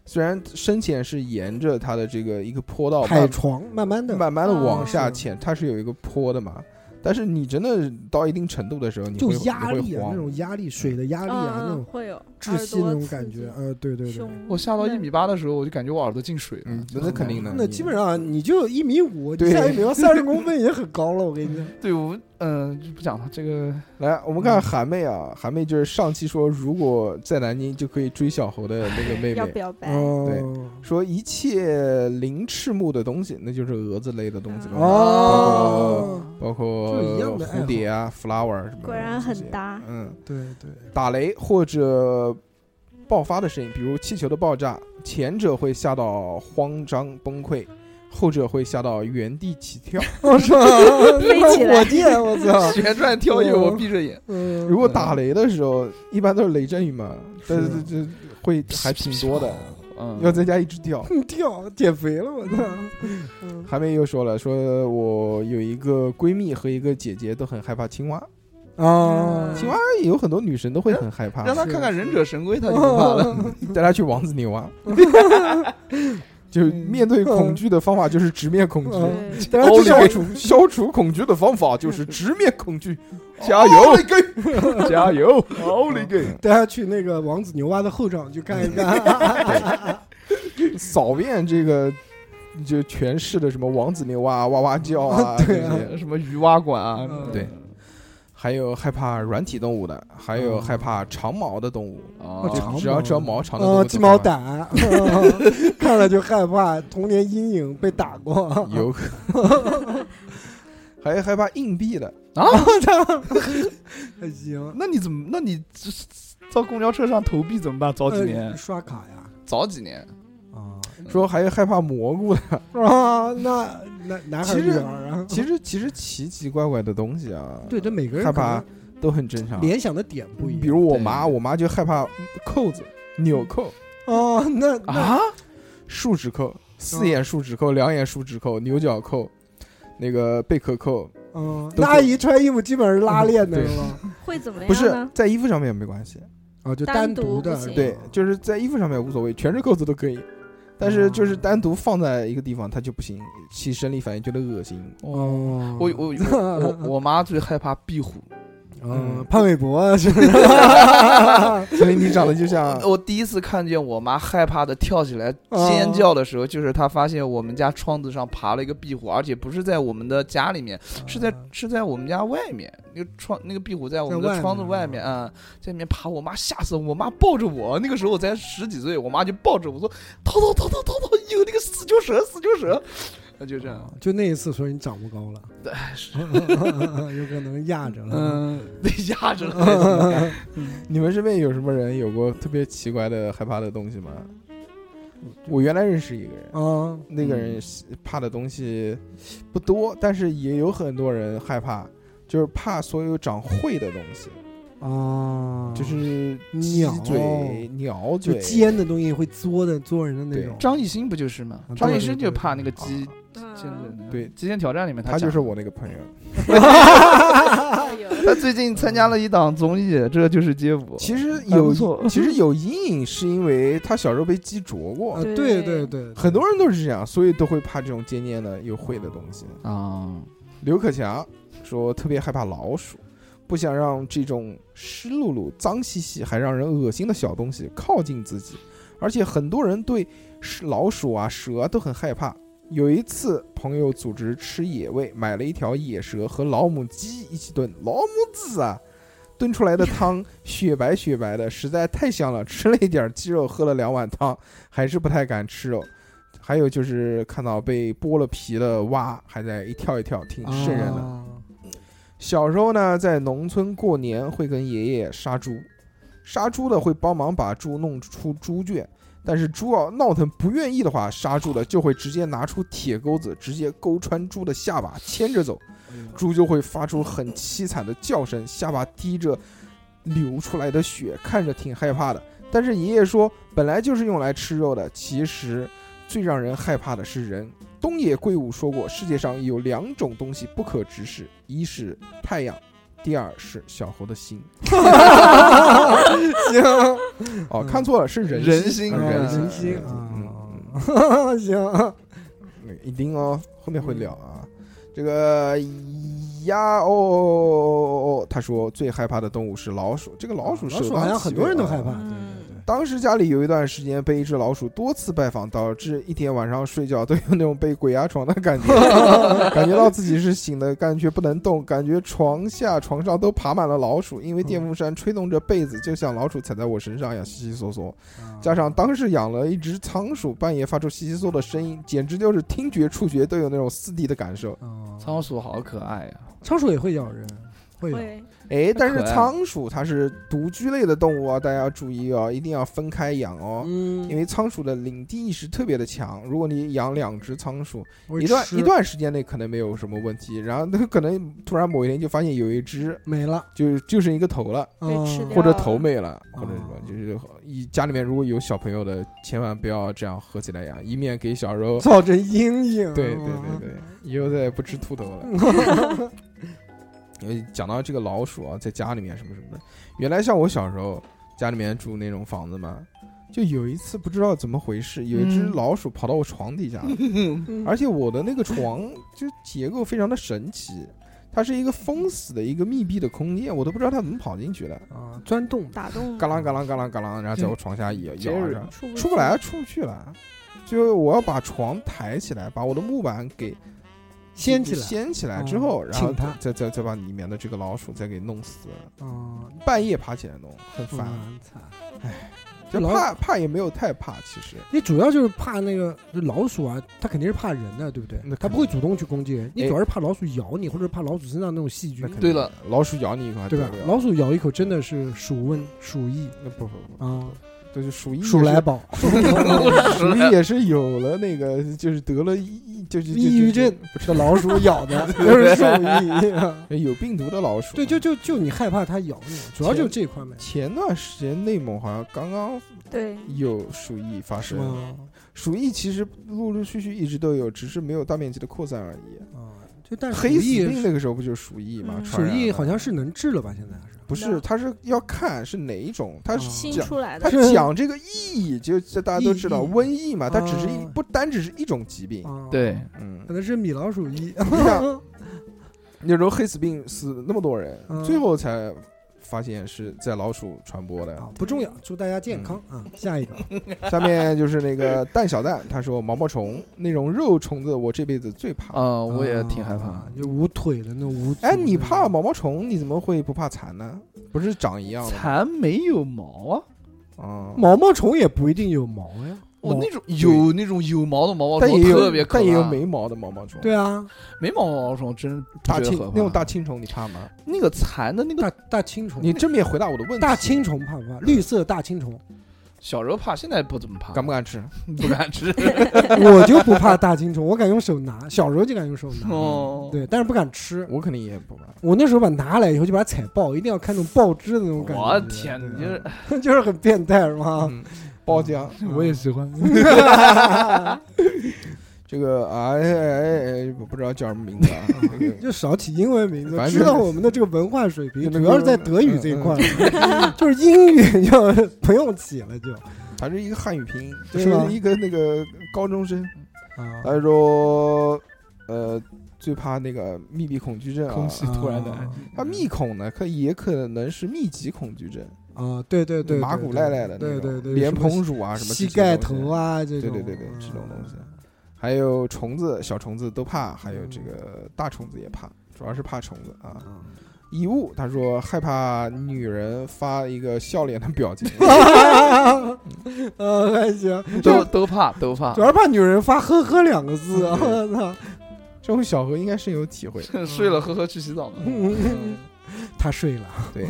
虽然深潜是沿着它的这个一个坡道
海
慢
床慢慢的嗯
慢慢的往
哦
下
是
潜，它是有一个坡的嘛。但是你真的到一定程度的时候，你
就
会
压
你
力
会
啊，
慌
那种压力，水的压力啊，那
嗯，
种
会有
窒息那种感觉，，呃，对
耳朵刺
对对
激。胸
我下到一
闷
米八的时候，我就感觉我耳朵进水了
嗯，，那肯定的。
那
你
基本上你就一米五，
对
你下一米八三十公分也很高了，我跟 你讲。
对我，嗯，就不讲了。这个
来，我们
嗯
看韩妹啊，韩妹就是上期说如果在南京就可以追小猴的那个妹
要
妹，
表白，
哦，
说一切零翅目的东西，那就是蛾子类的东西
啊
了，
哦，包
包括
嗯就是一样的爱好
蝴蝶啊、flower 什么的。
果然很。搭，
嗯，
括对对，
打雷或者爆发的声音，比如气球的爆炸，前者会吓到慌张崩溃，后者会吓到原地起跳。
我操，
飞
那
起来
火箭，我操，
旋转跳跃，我闭着眼，
嗯
如果打雷的时候，一般都是雷阵雨嘛，但是
是
这这会还挺多的，
嗯，
要在家一直跳。
掉减肥了，我操，
啊
嗯
韩梅又说了，说我有一个闺蜜和一个姐姐都很害怕青蛙，
嗯
啊，
青蛙有很多女生都会很害怕，
让他看看忍者神龟，
哦
他就不 怕了。
带她去王子牛蛙。就面对恐惧的方法就是直面恐惧，
嗯
对，
当然就像
消除消除恐惧的方法就是直面恐惧，加油， 加油， 奥利给！
带他去那个王子牛蛙的后场去看一 看，
扫遍这个就全市的什么王子牛啊、哇哇叫啊这
对啊
些，
什么鱼蛙馆啊
嗯？
对还有害怕软体动物的，还有
嗯
害怕长毛的动物，
哦
长毛
只要只要毛 长的动物
啊，
都
鸡毛
害怕，
掸，嗯 看了就害怕，童年阴影被打过，
有可还害怕硬币的，
啊 还行。
啊那你怎么？那你这到公交车上投币怎么办？早几
呃
年，
刷卡呀？
早几年，
啊
说还有害怕蘑菇的。
啊，那男男孩
其
儿
实
女孩儿啊，
其实其实奇奇怪怪的东西啊，
对，这每个人
害
可
怕
能
都很正常。
联想的点不一样。
比如我妈，
对
我妈就害怕扣子、纽扣、
哦，那那
啊，
树脂扣、四眼树脂扣、两眼树脂扣、牛角扣、那个贝壳扣，
嗯，
都
那阿姨穿衣服基本上是拉链
嗯
的
对
是吗？
会怎么
不是
样呢？
在衣服上面没关系，
啊，就
单
独
独
的
不
是
行
吧，
对，就是在衣服上面无所谓，全是扣子都可以。但
哦
是就是单独放在一个地方，它就不行，起生理反应觉得恶心。
哦，
我我我我我妈最害怕壁虎，
嗯，潘玮柏 啊，是不是？
所以你长得就 像
哦
我第一次看见我妈害怕的跳起来尖叫的时候，就是她发现我们家窗子上爬了一个壁虎，而且不是在我们的家里面，是在
嗯
是在我们家外面，那个窗那个壁虎在我们
在外
的
面
窗子外面啊、嗯在里面爬，我妈吓死了，我妈抱着我，那个时候我才十几岁，我妈就抱着我说逃逃逃逃逃逃，有那个死球蛇死球蛇，那就这
哦
样，
就那一次，所以你长不高了，
对，是
有可能压着了。
嗯，被压着了。
嗯你们身边有什么人有过特别奇怪的、害怕的东西吗？我原来认识一个人，
嗯，
那个人怕的东西不多，但是也有很多人害怕，就是怕所有长喙的东西，
啊，
就是嗯鸡
鸟
嘴、鸟
就
嘴、
尖的东西会作的作人的那种。
张艺兴不就是吗
嗯
啊？
张艺
对
兴
对
就
对
怕那个鸡
啊
嗯
现在呢
对
《极限挑战》里面
他
讲
就是我那个朋友， 哎
他最近参加了一档综艺，这就是街舞。
其实
还不
有
错
其实有阴影，是因为他小时候被鸡啄
啊，
过，
对
对对对，
很多人都是这样，所以都会怕这种尖尖的、有喙的东西。
啊，
刘可强说特别害怕老鼠，不想让这种湿漉漉、脏兮兮还让人恶心的小东西靠近自己，而且很多人对是老鼠啊、蛇啊都很害怕。有一次，朋友组织吃野味，买了一条野蛇和老母鸡一起炖，老母鸡啊，炖出来的汤雪白雪白的，实在太香了。吃了一点鸡肉，喝了两碗汤，还是不太敢吃肉。还有就是看到被剥了皮的蛙，还在一跳一跳，挺瘆人的。
啊
小时候呢，在农村过年会跟爷爷杀猪，杀猪的会帮忙把猪弄出猪圈，但是猪要闹腾不愿意的话，杀猪的就会直接拿出铁钩子，直接勾穿猪的下巴，牵着走，猪就会发出很凄惨的叫声，下巴滴着流出来的血，看着挺害怕的。但是爷爷说，本来就是用来吃肉的，其实最让人害怕的是人。东野圭吾说过，世界上有两种东西不可直视，一是太阳，第二是小猴的心。 行，哦，看错了，是人
人心
啊
啊
人
人
心，
心
人心嗯
啊
嗯，
行，
那个一定哦，后面会聊啊。
嗯
这个呀哦哦哦哦，他说最害怕的动物是老鼠，这个老鼠
老
首
鼠
当
好像
其
很多
位
人都
啊
害怕，对
嗯
对对。
当时家里有一段时间被一只老鼠多次拜访，导致一天晚上睡觉都有那种被鬼压床的感 觉，感觉到自己是醒的，感觉不能动，感觉床下、床上都爬满了老鼠，因为电风扇吹动着被子，就像老鼠踩在我身上一样，悉悉索索。
啊
加上当时养了一只仓鼠，半夜发出悉悉嗦的声音，简直就是听觉、触觉都有那种四 D 的感受。
啊
仓鼠好可爱啊呀！
仓鼠也会咬人，会咬。
会
哎，但是
可爱
仓鼠它是独居类的动物啊，大家要注意哦，一定要分开养哦。
嗯
因为仓鼠的领地意识特别的强，如果你养两只仓鼠，
我
一段
吃
一段时间内可能没有什么问题，然后它可能突然某一天就发现有一只
没了，
就就剩一个头了，
被吃
啊
掉
或者头没了，或者什么
哦，
就是以家里面如果有小朋友的，千万不要这样合起来养，以免给小时候，
造成阴影。
对对对对，以后再也不吃兔头了。 因为讲到这个老鼠啊，在家里面什么什么的，原来像我小时候家里面住那种房子嘛，就有一次不知道怎么回事，有一只
嗯
老鼠跑到我床底下了，
对
而且我的那个床就结构非常的神奇，它是一个封死的一个密闭的空间，我都不知道它怎么跑进去了，
啊，钻洞
打洞
嘎啷嘎啷嘎啷嘎啷，然后在我床下咬咬
嗯
着，
出
出不来，啊出不去了。就我要把床抬起来，把我的木板给
掀起来
掀起来
哦
之后，然后
请它
再再再把里面的这个老鼠再给弄死，
啊，
半夜爬起来弄，很烦。
嗯惨。
就
老
怕怕也没有太怕，其实
你主要就是怕那个就老鼠啊，它肯定是怕人的，对不对
那肯定？
它不会主动去攻击人，你
哎
主要是怕老鼠咬你，或者怕老鼠身上那种细菌
那肯，定
对了，
老鼠咬你一口还
对吧
得了？
老鼠咬一口真的是鼠瘟、鼠疫
那不不不，
啊，
就是鼠疫也
鼠
是
来宝。
属于也是有了那个，就是得了抑，就是就
抑郁症
不是
这老鼠咬的就是鼠疫啊。
有病毒的老鼠。
对，就就就你害怕它咬你，主要就是这一块嘛，
前段时间内蒙好像刚刚
对，
有鼠疫发
是
生，
吗？
鼠疫其实陆陆续续一直都有，只是没有大面积的扩散而已。
啊，就但是
黑
鼠
死
疫
病那个时候不就是鼠疫吗？
嗯
鼠
传染
疫
的
好像是能治了吧？现在是
不是，它是要看是哪一种，它
哦
新
讲
出来
它
的，
是
讲这个疫，就这大家都知道
疫疫
瘟疫嘛，它只是一
哦
不单只是一种疾病。
啊，
对，
嗯
可，能是米老鼠疫。
你想那时候黑死病死那么多人，
嗯
最后才发现是在老鼠传播的。
啊，不重要，祝大家健康啊！下一个，
下面就是那个蛋小蛋，他说毛毛虫那种肉虫子，我这辈子最怕。
嗯，我也挺害怕
啊。，就无腿的那种无足的那
哎，
种。
你怕毛毛虫，你怎么会不怕蚕呢？不是长一样的吗？
蚕没有毛啊，
啊，
毛毛虫也不一定有毛呀，
我
毛
哦那种有那种有毛的毛毛
但
虫
也有
特别可怕，
但也有没毛的毛毛虫。
对啊，
没毛毛虫真不
大
觉得
青
可怕
那种大青虫，你怕吗？
那个蚕的那个
大大青虫，
你正面回答我的问题。
大青虫怕不怕？绿色大青虫，
小时候怕，现在不怎么
啊
怕，
敢不敢吃？
不敢吃
我就不怕大青虫，我敢用手拿，小时候就敢用手拿，
哦。
对，但是不敢吃。
我肯定也不怕。
我那时候把拿来以后就把它踩爆，一定要看那种爆汁的那种感觉。
我天，你就是
这 就是很变态是吗？
嗯，包浆。
我也喜欢。
这个哎哎哎，我不知道叫什么名字 啊。这个
就少起英文名字
反，正
知道我们的这个文化水平，
就那
主
个嗯
要是在德语这一块， 就是英语要不用起了就。
还是一个汉语拼音，就是
吗
是一个那个高中生。
啊，
他说，呃，最怕那个密闭恐惧症啊
空。气突然的，
他密恐呢，可也可能是密集恐惧症，
啊，对对对，
马古赖赖的那
对对
种，
对，
莲
什
蓬
么
乳啊什么，
膝盖头，啊这
对
种，
对对对，这种东西
啊。
还有虫子、小虫子都怕，还有这个大虫子也怕，主要是怕虫子啊。遗物，他说害怕女人发一个笑脸的表 情，
呃，还行，
都都怕都怕
主，要怕女人发“呵呵”两个 字，我操！
这种小何应该深有体会。
嗯
睡了呵呵去洗澡了。
他睡了，
对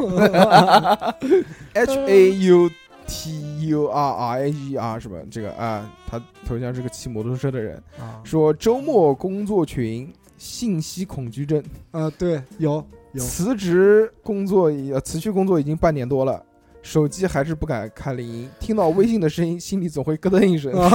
，H A U T U R R A E R 什么这个啊，他头像是个骑摩托车的人，
啊
说周末工作群信息恐惧症，
啊，对，有有
辞职工作已呃辞去工作已经半年多了。手机还是不敢开铃音，听到微信的声音，心里总会咯噔一声。
啊，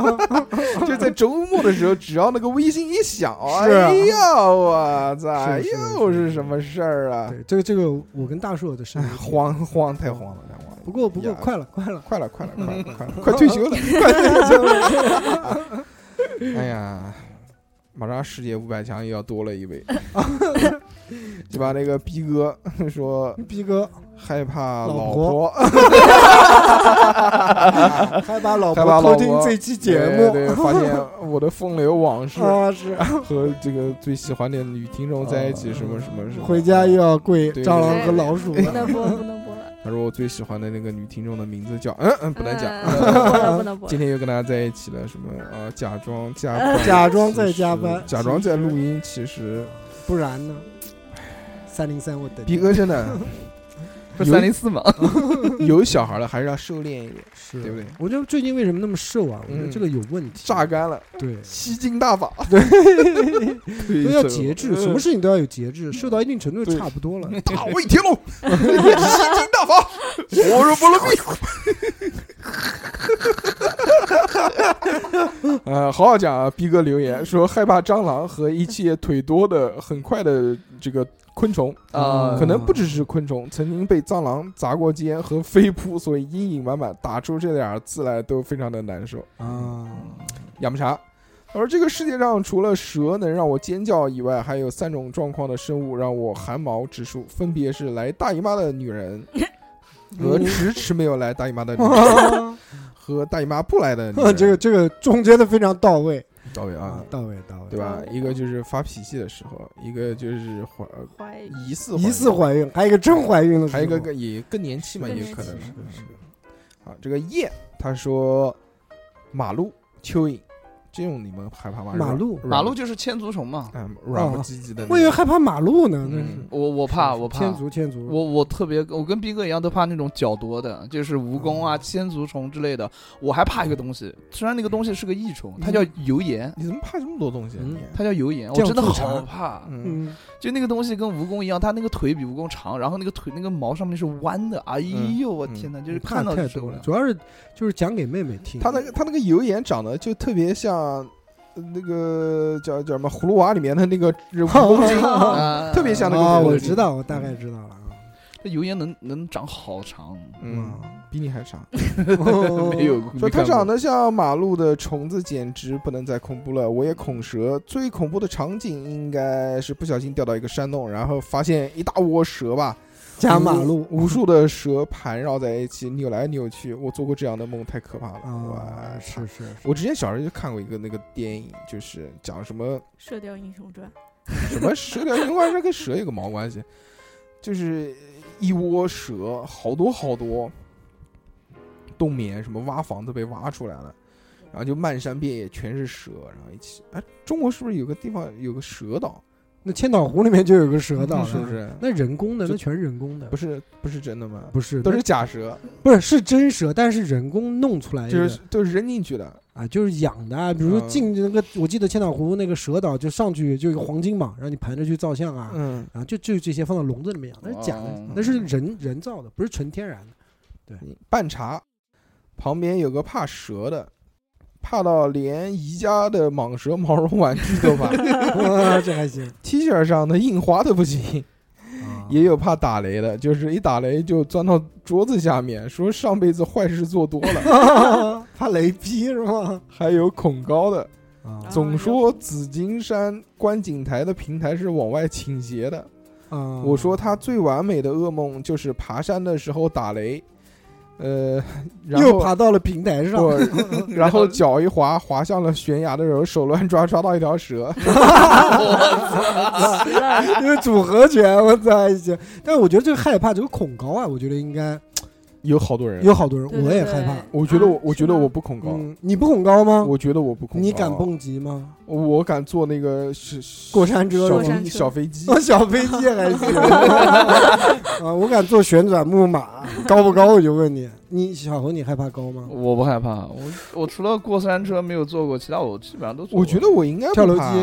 就在周末的时候，只要那个微信一响，
是啊
哎呀，我操，
是是是
又是什么事儿啊？
对，这个这个，我跟大硕的身
哎，
体
慌慌，太慌了，太慌了。
不过不过
呀
快了快了，
快了，快了，快了，快了，快退 休了，快退休了。 哎呀，马上世界五百强又要多了一位， 就把那个逼哥说
逼 哥
害怕
老
老
婆
婆，
还把老
害怕
婆
啊老
偷听
婆
这期节
对
目
对，发现我的风流往事
啊是，
和这个最喜欢的女听众在一起，什么什么什么，
回家又要跪
对
蟑螂和老鼠
不
哎
了，
能播，不能播了，
他说我最喜欢的那个女听众的名字叫，嗯嗯， 不能讲。
嗯不能播了，不能播 了
今。天又跟大家在一起了，什么呃，假装加班，
假装在
其实
加班
假装在录音，其实
不然呢？三零三我等
逼哥真的
不是三零四吗？
有小孩了，还是要收敛一点，
是
对不对？
我觉得最近为什么那么瘦啊？我觉得
嗯
这个有问题，
榨干了，
对。
吸金大法，
都
对嗯
要节制，什么事情都要有节制，瘦到一定程度就
对
差不多 了。
大魏天龙，吸金大法，我是菠萝蜜。呃，好好讲啊！逼哥留言说害怕蟑螂和一切腿多的、很快的这个昆虫，嗯
啊，
可能不只是昆虫，曾经被蟑螂砸过肩和飞扑，所以阴影满满，打出这俩字来都非常的难受。
啊，
嗯养不茶，他说这个世界上除了蛇能让我尖叫以外，还有三种状况的生物让我汗毛直竖，分别是来大姨妈的女 人和迟迟没有来大姨妈的女人 和大姨妈不来的女人。
啊这个这个总结的非常到位
到位啊
啊，，到位到位，
对吧？一个就是发脾气的时候，一个就是怀
怀疑
疑似
疑似
怀
怀孕，还有一个真怀孕了，
孕，还有一个更也更年期嘛，
更
也有
年
可能
期
是
是是
啊，这个叶他说马路蚯蚓这种你们害怕吗？
马路
软
马路就是千足虫嘛。
嗯，软不唧唧的那种。
我以为害怕马路呢，那是
嗯
我我怕我怕
天竺天竺，
我我特别，我跟逼哥一样都怕那种较多的，就是蜈蚣啊、千足虫之类的。我还怕一个东西，虽然那个东西是个益虫，它叫油盐，
你怎么怕这么多东西、啊？
嗯
你
它叫油盐，我
酱
真的
醋茶
好怕。
嗯，
嗯，
就那个东西跟蜈蚣一样，它那个腿比蜈蚣长，然后那个腿那个毛上面是弯的。哎呦，我天哪！就是
怕
看到
太
就受不
多了，
了。
主要是就是讲给妹妹听，
他那个他那个油盐长得就特别像呃那个叫叫什么葫 芦娃里面的那个蜈蚣精，
啊
特别像那个
啊，
葫芦
我
精
知，道，我大概知道了啊，
那油烟能能长好长，
嗯，比你还长。
哦
没有
说它长
的
得像马路的虫子，简直不能再恐怖了。我也恐蛇，最恐怖的场景应该是不小心掉到一个山洞，然后发现一大窝蛇 吧，
加马路，
无数的蛇盘绕在一起，扭来扭去。我做过这样的梦，太可怕了。
啊
哇，
是是，
我之前小时候就看过一个那个电影，就是讲什么
《射雕英雄传》
什么蛇条英冠，这跟蛇有个毛关系？就是一窝蛇，好多好多，冬眠什么挖房子被挖出来了，然后就漫山遍野全是蛇，然后一起。哎，中国是不是有个地方有个蛇岛？嗯
那千岛湖里面就有个蛇岛，
是不？是？
那人工的，
就
那全是人工的，
不是不是真的吗？
不是，
都
那
是假蛇，
不是是真蛇，但是人工弄出来的，
就是都是扔进去的。
啊，就是养的啊，比如
嗯
说进那个，我记得千岛湖那个蛇岛就上去就有个黄金蟒，让你盘着去照相啊，
嗯，
然后就就这些放到笼子里面养，那是假的
哦，
那是人人造的，不是纯天然的。
半茶旁边有个怕蛇的，怕到连宜家的蟒蛇毛绒玩具都买
哇，这还行，
，T 恤上的印花都不行。
啊
也有怕打雷的，就是一打雷就钻到桌子下面，说上辈子坏事做多了。
啊 怕雷劈是吗？
还有恐高的，
啊
总说紫金山观景台的平台是往外倾斜的。
啊！
我说他最完美的噩梦就是爬山的时候打雷， 呃，然
又
后
爬到了平台上，
不， 然后脚一滑滑向了悬崖的时候，手乱抓抓到一条 蛇。
死了，
因为组合拳，我操！一些，但我觉得这个害怕，这个恐高啊，我觉得应该
有好多人，
有好多人，
对
我也
对
害怕。
我觉得我
啊
我觉
是
得
吗
我不恐高，
嗯，你不恐高吗？
我觉得我不恐高，
你敢蹦极吗？
我敢坐那个是
过山车
小
吗
过山
飞
车
小飞机，
坐小飞机还行 啊！我敢坐旋转木马，高不高？我就问你，你小猴你害怕高吗？
我不害怕，我我除了过山车没有坐过，其他我基本上都坐过。
我觉得我应该不
跳楼
怕
机，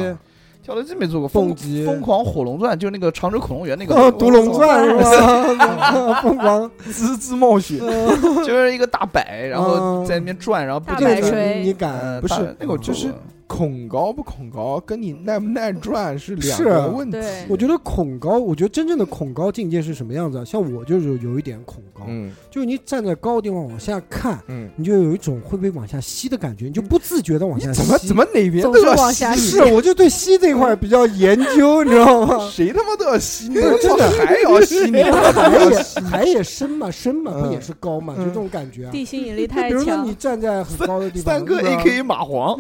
跳楼机没坐过，
蹦
疯
极
疯狂火龙钻就是那个常州恐龙园那个，
哦，独龙钻是吧？ 疯狂，呃
滋滋冒雪，
就是一个大摆，然后
嗯
在那边转，然后不
大
这
摆
个
锤
你你
呃
敢？
不是
大那个我
就
坐
是
过
恐高不恐高，跟你耐不耐转是两
是
个问题。
对
我觉得恐高，我觉得真正的恐高境界是什么样子啊？像我就是有一点恐高，
嗯
就是你站在高的地方往下看，
嗯，
你就有一种会被往下吸的感觉，你就不自觉的往
你
下吸。
怎么怎么哪边
总
都
是
要
往
吸
下
你，
是？我就对吸这块比较研究，你知道吗？
谁他妈都要吸你，我操，还 要吸你，
海哎也海也深嘛，深嘛，
嗯
不也是高嘛，
嗯
就这种感觉啊。
地心引力
就
太
比如说
强
你，站在很高的地方，
三个
对
A
吧
K 马皇，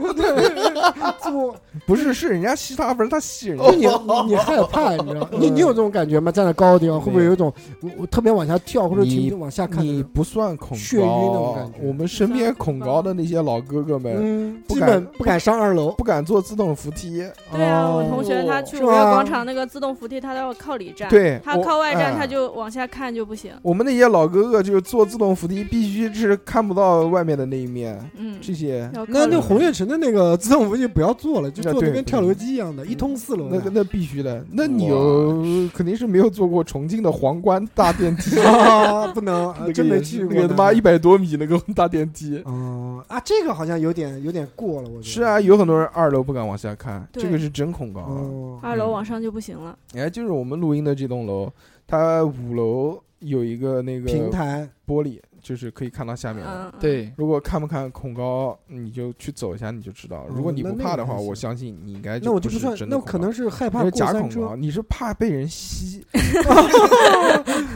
就
不是是人家吸他，不是他吸人家
就。你你害怕，你知道吗？你你有这种感觉吗？站在高的地方，会不会有一种我我特别往下跳，或者
你
停往下看的那
你
种？
不算恐
眩晕那种
高
感，觉
我们身边恐高的那些老哥哥们
嗯，
不
基
敢
本不敢上二楼。
不敢坐自动扶梯，
对啊，我
哦
同学他去
是
五月
吗
广场那个自动扶梯，他都要靠里站，
对
啊他
我
靠外站
哎
他就往下看就不行，
我们那些老哥哥就是坐自动扶梯，必须是看不到外面的那一面。
嗯，
这些
要
那
靠
那
里
红悦城的那个自动扶梯不要坐了，就
那
坐的
啊对
跟跳楼机一样的，一通四楼的。啊
那个那必须的，那你
哇
有肯定是没有坐过重庆的皇冠大电梯，
啊，不能， 啊
那个
真没
也
去过
那
呢。
个他妈一百多米那个 大电梯。
哦啊，这个好像有点有点过了，我觉得
是啊，，有很多人二楼不敢往下看，
对
这个是真恐高啊。
哦，
二楼往上就不行了，
哎，就是我们录音的这栋楼，它五楼有一个那个
平台
玻璃，就是可以看到下面的。
嗯，嗯，
对，
如果看不看恐高，你就去走一下，你就知道了。
哦
如果你
那
不
那
怕
个
的话，
还行
我相信你应该
那我
哎就不
就
是
算，
真的
那我
恐
可
高
能是害
你
怕
是
过
假
山
恐
车
高，，你是怕被人吸，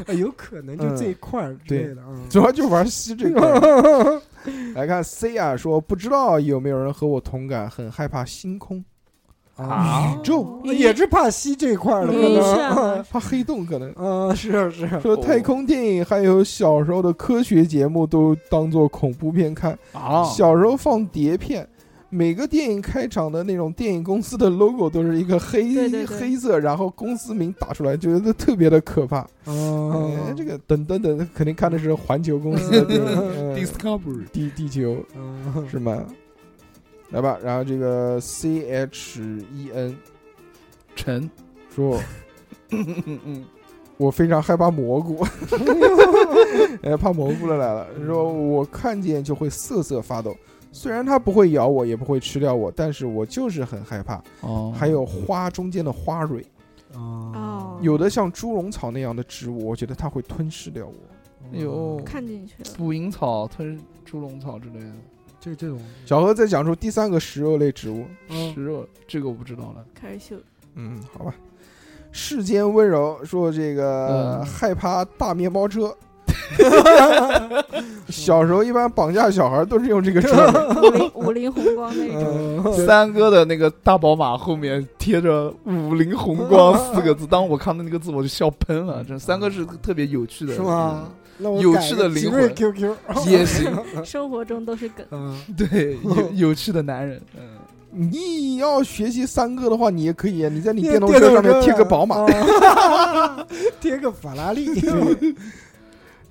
哎 有可能就这一块儿之类的啊。
主要嗯就玩吸这个。来看 C 啊，说不知道有没有人和我同感，很害怕星空、
啊
宇宙那也是怕吸这块儿的，可
晕眩
能。
了，
怕黑洞，可能。
啊，是 是，
说太空电影还有小时候的科学节目都当做恐怖片看，
啊
小时候放碟片。每个电影开场的那种电影公司的 logo 都是一个黑
对对对
黑色，然后公司名打出来，觉得特别的可怕。
啊
哎，这个等等等，肯定看的是环球公司的电影，嗯
Discovery
地地球
啊
是吗？来吧，然后这个 C H E N
陈，
说，
嗯嗯，
我非常害怕蘑菇， 哎，怕蘑菇的来了，说我看见就会瑟瑟发抖。虽然它不会咬我，也不会吃掉我，但是我就是很害怕。
哦
还有花中间的花蕊，
嗯
哦，
有的像猪笼草那样的植物，我觉得它会吞噬掉我。
嗯
有
看进去了，
捕蝇草、吞猪笼草之类的
这这种，
小何再讲出第三个食肉类植物。
嗯
食肉，这个我不知道了。
开始 秀。
嗯，好吧。世间温柔说这个、
嗯
害怕大面包 车。小时候一般绑架小孩都是用这个车的。
五菱五菱宏光那种，
嗯
三哥的那个大宝马后面贴着“五菱宏 光”四个字，当我看到那个字我就笑喷了。真的三哥是特别有趣的，
是吗？？那我
有
改
趣
个
的
奇
灵
瑞
魂
QQ
也 行，
生活中都是梗。
嗯，
对，有有趣的男人，嗯，
你要学习三哥的话，你也可以啊，你在你
电
电动车上嗯面贴个宝马。
马，嗯贴个法拉利，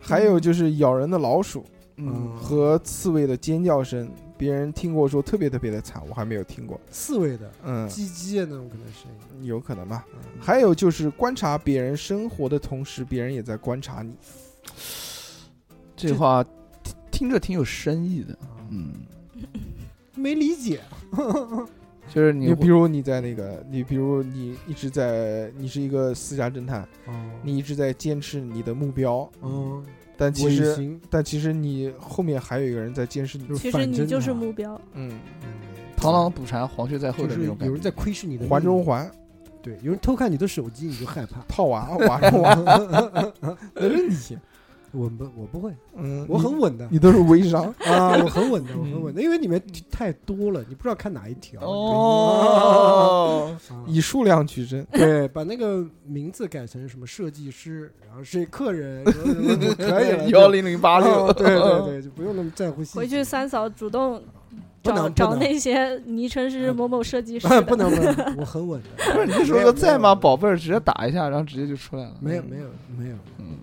还有就是咬人的老鼠
嗯
和刺猬的尖叫声，别人听过说特别特别的惨，我还没有听过。
刺猬的
嗯，
唧唧的那种可能声音。
有可能吧。
嗯
还有就是观察别人生活的同时，别人也在观察你。
这话听听着挺有深意的，嗯，
没理解，
就是你
你比
会
如你在那个，你比如你一直在，你是一个私家侦探，你一直在坚持你的目标，
嗯，
但其
尾
实
行
但其实你后面还有一个人在监视你。
就
其实
反
你
侦啊
就是啊
查
目标，
嗯，
嗯
螳螂捕蝉，黄雀在后
就
的
是
那种感
有人在
觉。
窥视你的
环
命
中
运，
环
对，有人偷看你的手机，你就害怕。
套娃娃中 娃，那是你。
我不，我不会，
嗯，
我很
你
稳的
你都是微商。
啊，我很稳的，我很稳的，因为里面太多了，你不知道看哪一条。
哦，
对，啊
以数量取胜，
对， 把那个名字改成什么设计师，然后是客人，什么什么就可以了。
幺零零八六，
哦 对对对，就不用那么在乎细节。
回去三嫂主动
不
找
能
找
不能
那些昵称是某某设计师
哎
的，
不能不 能，我很稳的。
不是你就说个在吗，宝贝儿，直接打一下，然后直接就出来了。
没有没有没有，
嗯，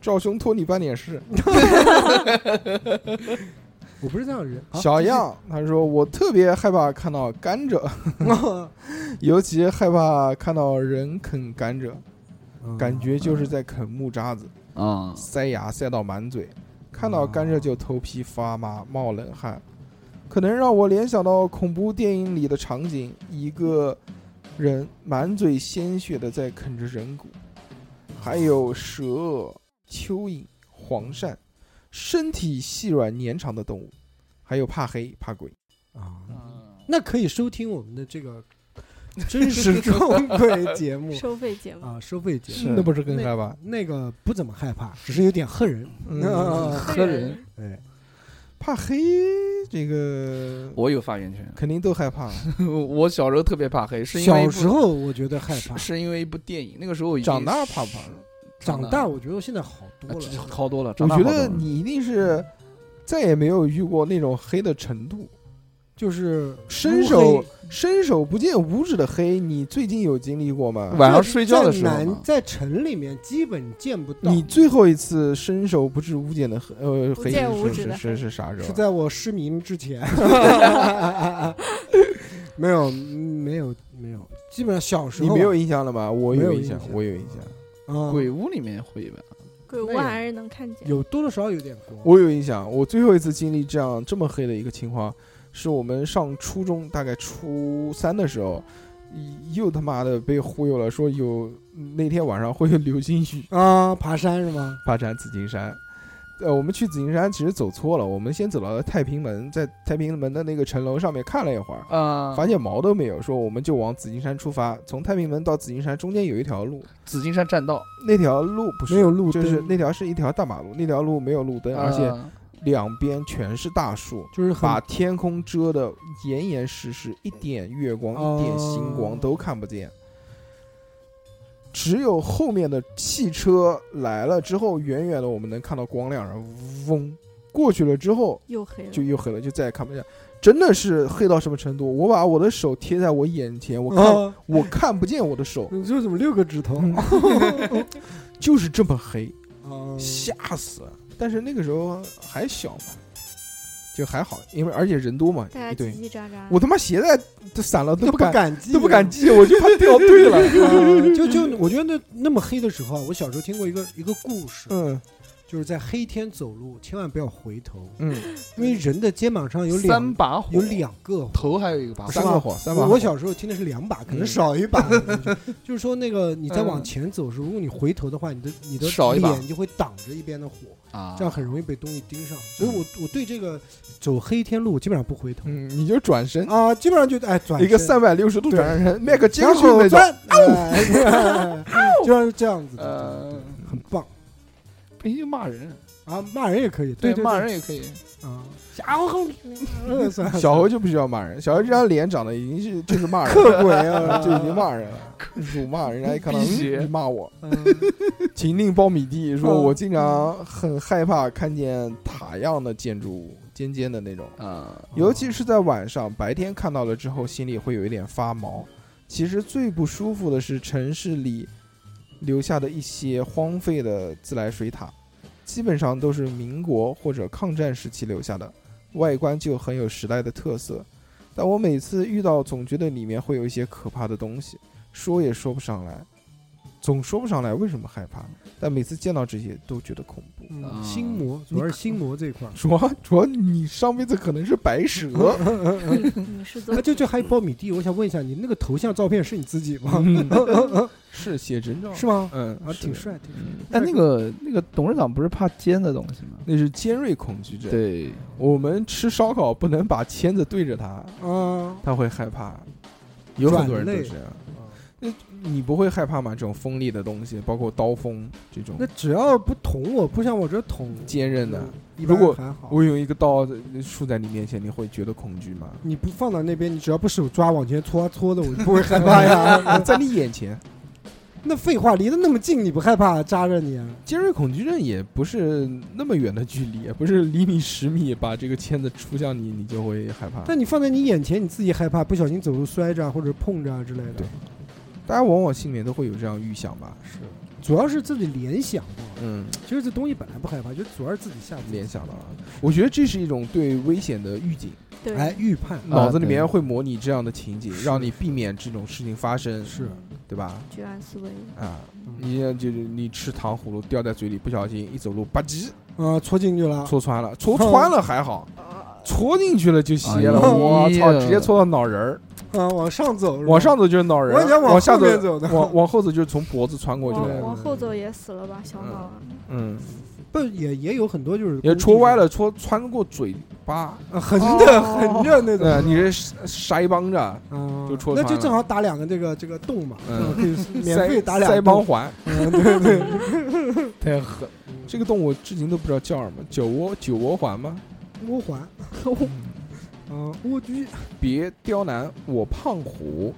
赵兄托你办点事。
啊我不是这样的人。好
小，样，他说我特别害怕看到甘蔗， 尤其害怕看到人啃甘蔗，感觉就是
嗯
在啃木渣子，
啊，
塞牙塞到满嘴，看到甘蔗就头皮发麻，冒冷汗，可能让我联想到恐怖电影里的场景，一个人满嘴鲜血的在啃着人骨，还有蛇、蚯蚓、黄鳝，身体细软绵长的动物，还有怕黑怕鬼。
嗯
啊啊，那可以收听我们的 这个真实
中
撞鬼节目
收费节目。
啊，收费节目。
是
嗯那不是更害怕？
那个不怎么害怕，只是有点恨人。
嗯，
黑人，
哎，
怕黑这个
我有发言权。
肯定都害怕。
我小时候特别怕黑，是因为一
小
部
时候我觉得害
是
怕，
是因为一部电影，那个时候我已经
长大怕不怕？
长大我觉得我现在好多
啊这
了。
好多了。
我
长大
觉
好多了
得你一定是再也没有遇过那种黑的程度，
就是
伸手伸手不见五指的黑。你最近有经历过吗？
晚上睡觉的时候嘛
在南，在城里面基本见不到。
你最后一次伸手不知五指的黑，呃，
不
黑
见五
是
指
是
的
是是啥时候？啊
是在我失明之 前，没有没有没有，基本上小时
你
候啊
没有印象了吗？我有
没有
印
印
象，
象
我有印象，
啊
鬼屋里面会吧？
鬼屋
那个
还是能看见。
有多多少少有点光。
我有印象。我最后一次经历这样这么黑的一个情况，是我们上初中，大概初三的时候，一又他妈的被忽悠了，说有嗯那天晚上会有流星雨，
啊，爬山是吗？
发展紫金山。呃，我们去紫金山其实走错了，我们先走到了太平门，在太平门的那个城楼上面看了一会儿，
嗯
啊，
发现毛都没有，说我们就往紫金山出发。从太平门到紫金山中间有一条路，
紫金山栈道，
那条路不是
没有路灯嗯
就是那条是一条大马路，那条路没有路灯，而且
啊
两边全是大树，
就是很
把天空遮得严严实实，一点月光、
哦
一点星光都看不见。只有后面的汽车来了之后，远远的我们能看到光亮，然后嗡过去了之后
又黑了
就，又黑了，就再也看不见。真的是黑到什么程度？我把我的手贴在我眼前，我看、
啊，
我看不见我嗯的手，
你这怎么六个指头？
就是这么黑，
啊
吓死了。但是那个时候还小嘛，就还好，因为而且人多嘛，
大家
一堆
叽。叽喳 喳。
我他妈鞋带都散了，都不
都不
敢
敢系，
都不敢系，我就怕掉队 了。
啊。就就我觉得那那么黑的时候啊，我小时候听过一个一个故事，
嗯
就是在黑天走路，千万不要回头，
嗯，
因为人的肩膀上有
三
两
把火，
有两个火。
头还有一个把
不
火
是
三
吧
个火，三把
我
火
我，小时候听的是两把，可能
嗯
少一 把。就是说，那个你再往
嗯
前走的时候，如果你回头的话，你的你的
少一把
脸就会挡着一边的火，
啊，
这样很容易被东西盯上。所
嗯
以我我对这个走黑天路基本上不回头
嗯，你就转身，
啊，基本上就哎转
一个
身
三百六十度
对
转身，迈克杰克
然
逊
后
那种。
转，哎就是这样子的，
哦呃，
很棒
必须骂人，
啊！骂人也可以，对对，
骂
对
人也可以。
啊，
家伙，
嗯 算了
小猴就不需要骂人，小猴这张脸长得已经是就是骂人了，
刻鬼啊，
就已经骂人了，辱骂人家一看到
辟
嗯
邪
你骂我。
嗯
秦令苞米地说，
嗯
我经常很害怕看见塔样的建筑物，尖尖的那种，
啊，
尤其是在晚上，白天看到了之后，心里会有一点发毛。其实最不舒服的是城市里留下的一些荒废的自来水塔，基本上都是民国或者抗战时期留下的，外观就很有时代的特色。但我每次遇到，总觉得里面会有一些可怕的东西，说也说不上来，总说不上来为什么害怕。但每次见到这些，都觉得恐怖。
嗯
啊
心魔主要是心魔这一块儿。
主要主要你上辈子可能是白蛇，
你是做
啊，就就还有苞米地，我想问一下，你那个头像照片是你自己吗？
嗯
是写真照
是吗？
嗯，
啊，
是
挺
的。
帅，挺帅。
嗯
哎，那个那个董事长不是怕尖的东西吗？
那是尖锐恐惧症。，
对，
我们吃烧烤不能把签子对着它，
嗯
啊，
它会害怕。有很多人都
转类
这样。那你不会害怕吗？这种锋利的东西，包括刀锋这种
那嗯只要不捅我，不像我这捅，
尖刃的。
一
如
般
果
还好。
我有一个刀竖在你面前，你会觉得恐惧 吗？
你不放到那边，你只要不手抓往前搓啊搓的，我就不会害怕呀。
在你眼前，
那废话，离得那么近，你不害怕扎着你啊？
尖锐恐惧症也不是那么远的距离，不是厘米十米，把这个签子戳向你，你就会害怕。
但你放在你眼前，你自己害怕，不小心走路摔着啊或者碰着啊之类的
对，大家往往心里面都会有这样预想吧？
是，主要是自己联想到的。
嗯，
其实这东西本来不害怕，就主要是自己吓自己
联。想到了。我觉得这是一种对危险的预警。
对，
哎，预判
脑子里
对
面会模拟这样的情景，
是
让你避免这种事情发生，
是，
对吧？
嗯居安思危，
啊，
嗯
你就是你吃糖葫芦掉在嘴里，不小心一走路吧唧
啊，戳进去了，
戳穿了，戳穿了还好，戳进去了就邪了，
哎呀
我操，直接戳到脑仁儿，
啊，往上走，
往上走就是脑仁
我以为
儿，
往
往下
后面走呢哦
往往后走就是从脖子穿过去
觉得
往
的，
往后走也死了吧，小脑 啊，
哦
嗯，
不也也有很多就是
也戳歪了，戳穿过嘴巴，
啊，横着
哦
横着那
呃，
种，
你这腮帮着，
啊，
哦就戳
那
穿
就
了
正好打两个这个这个洞嘛，
嗯
正好可 以 免费
腮
打两
腮
个
帮
洞，
环，
嗯，对对，
太狠，嗯这个洞我至今都不知道叫什么，酒窝酒窝环吗？
窝环，啊，蜗居，
别刁难我胖虎，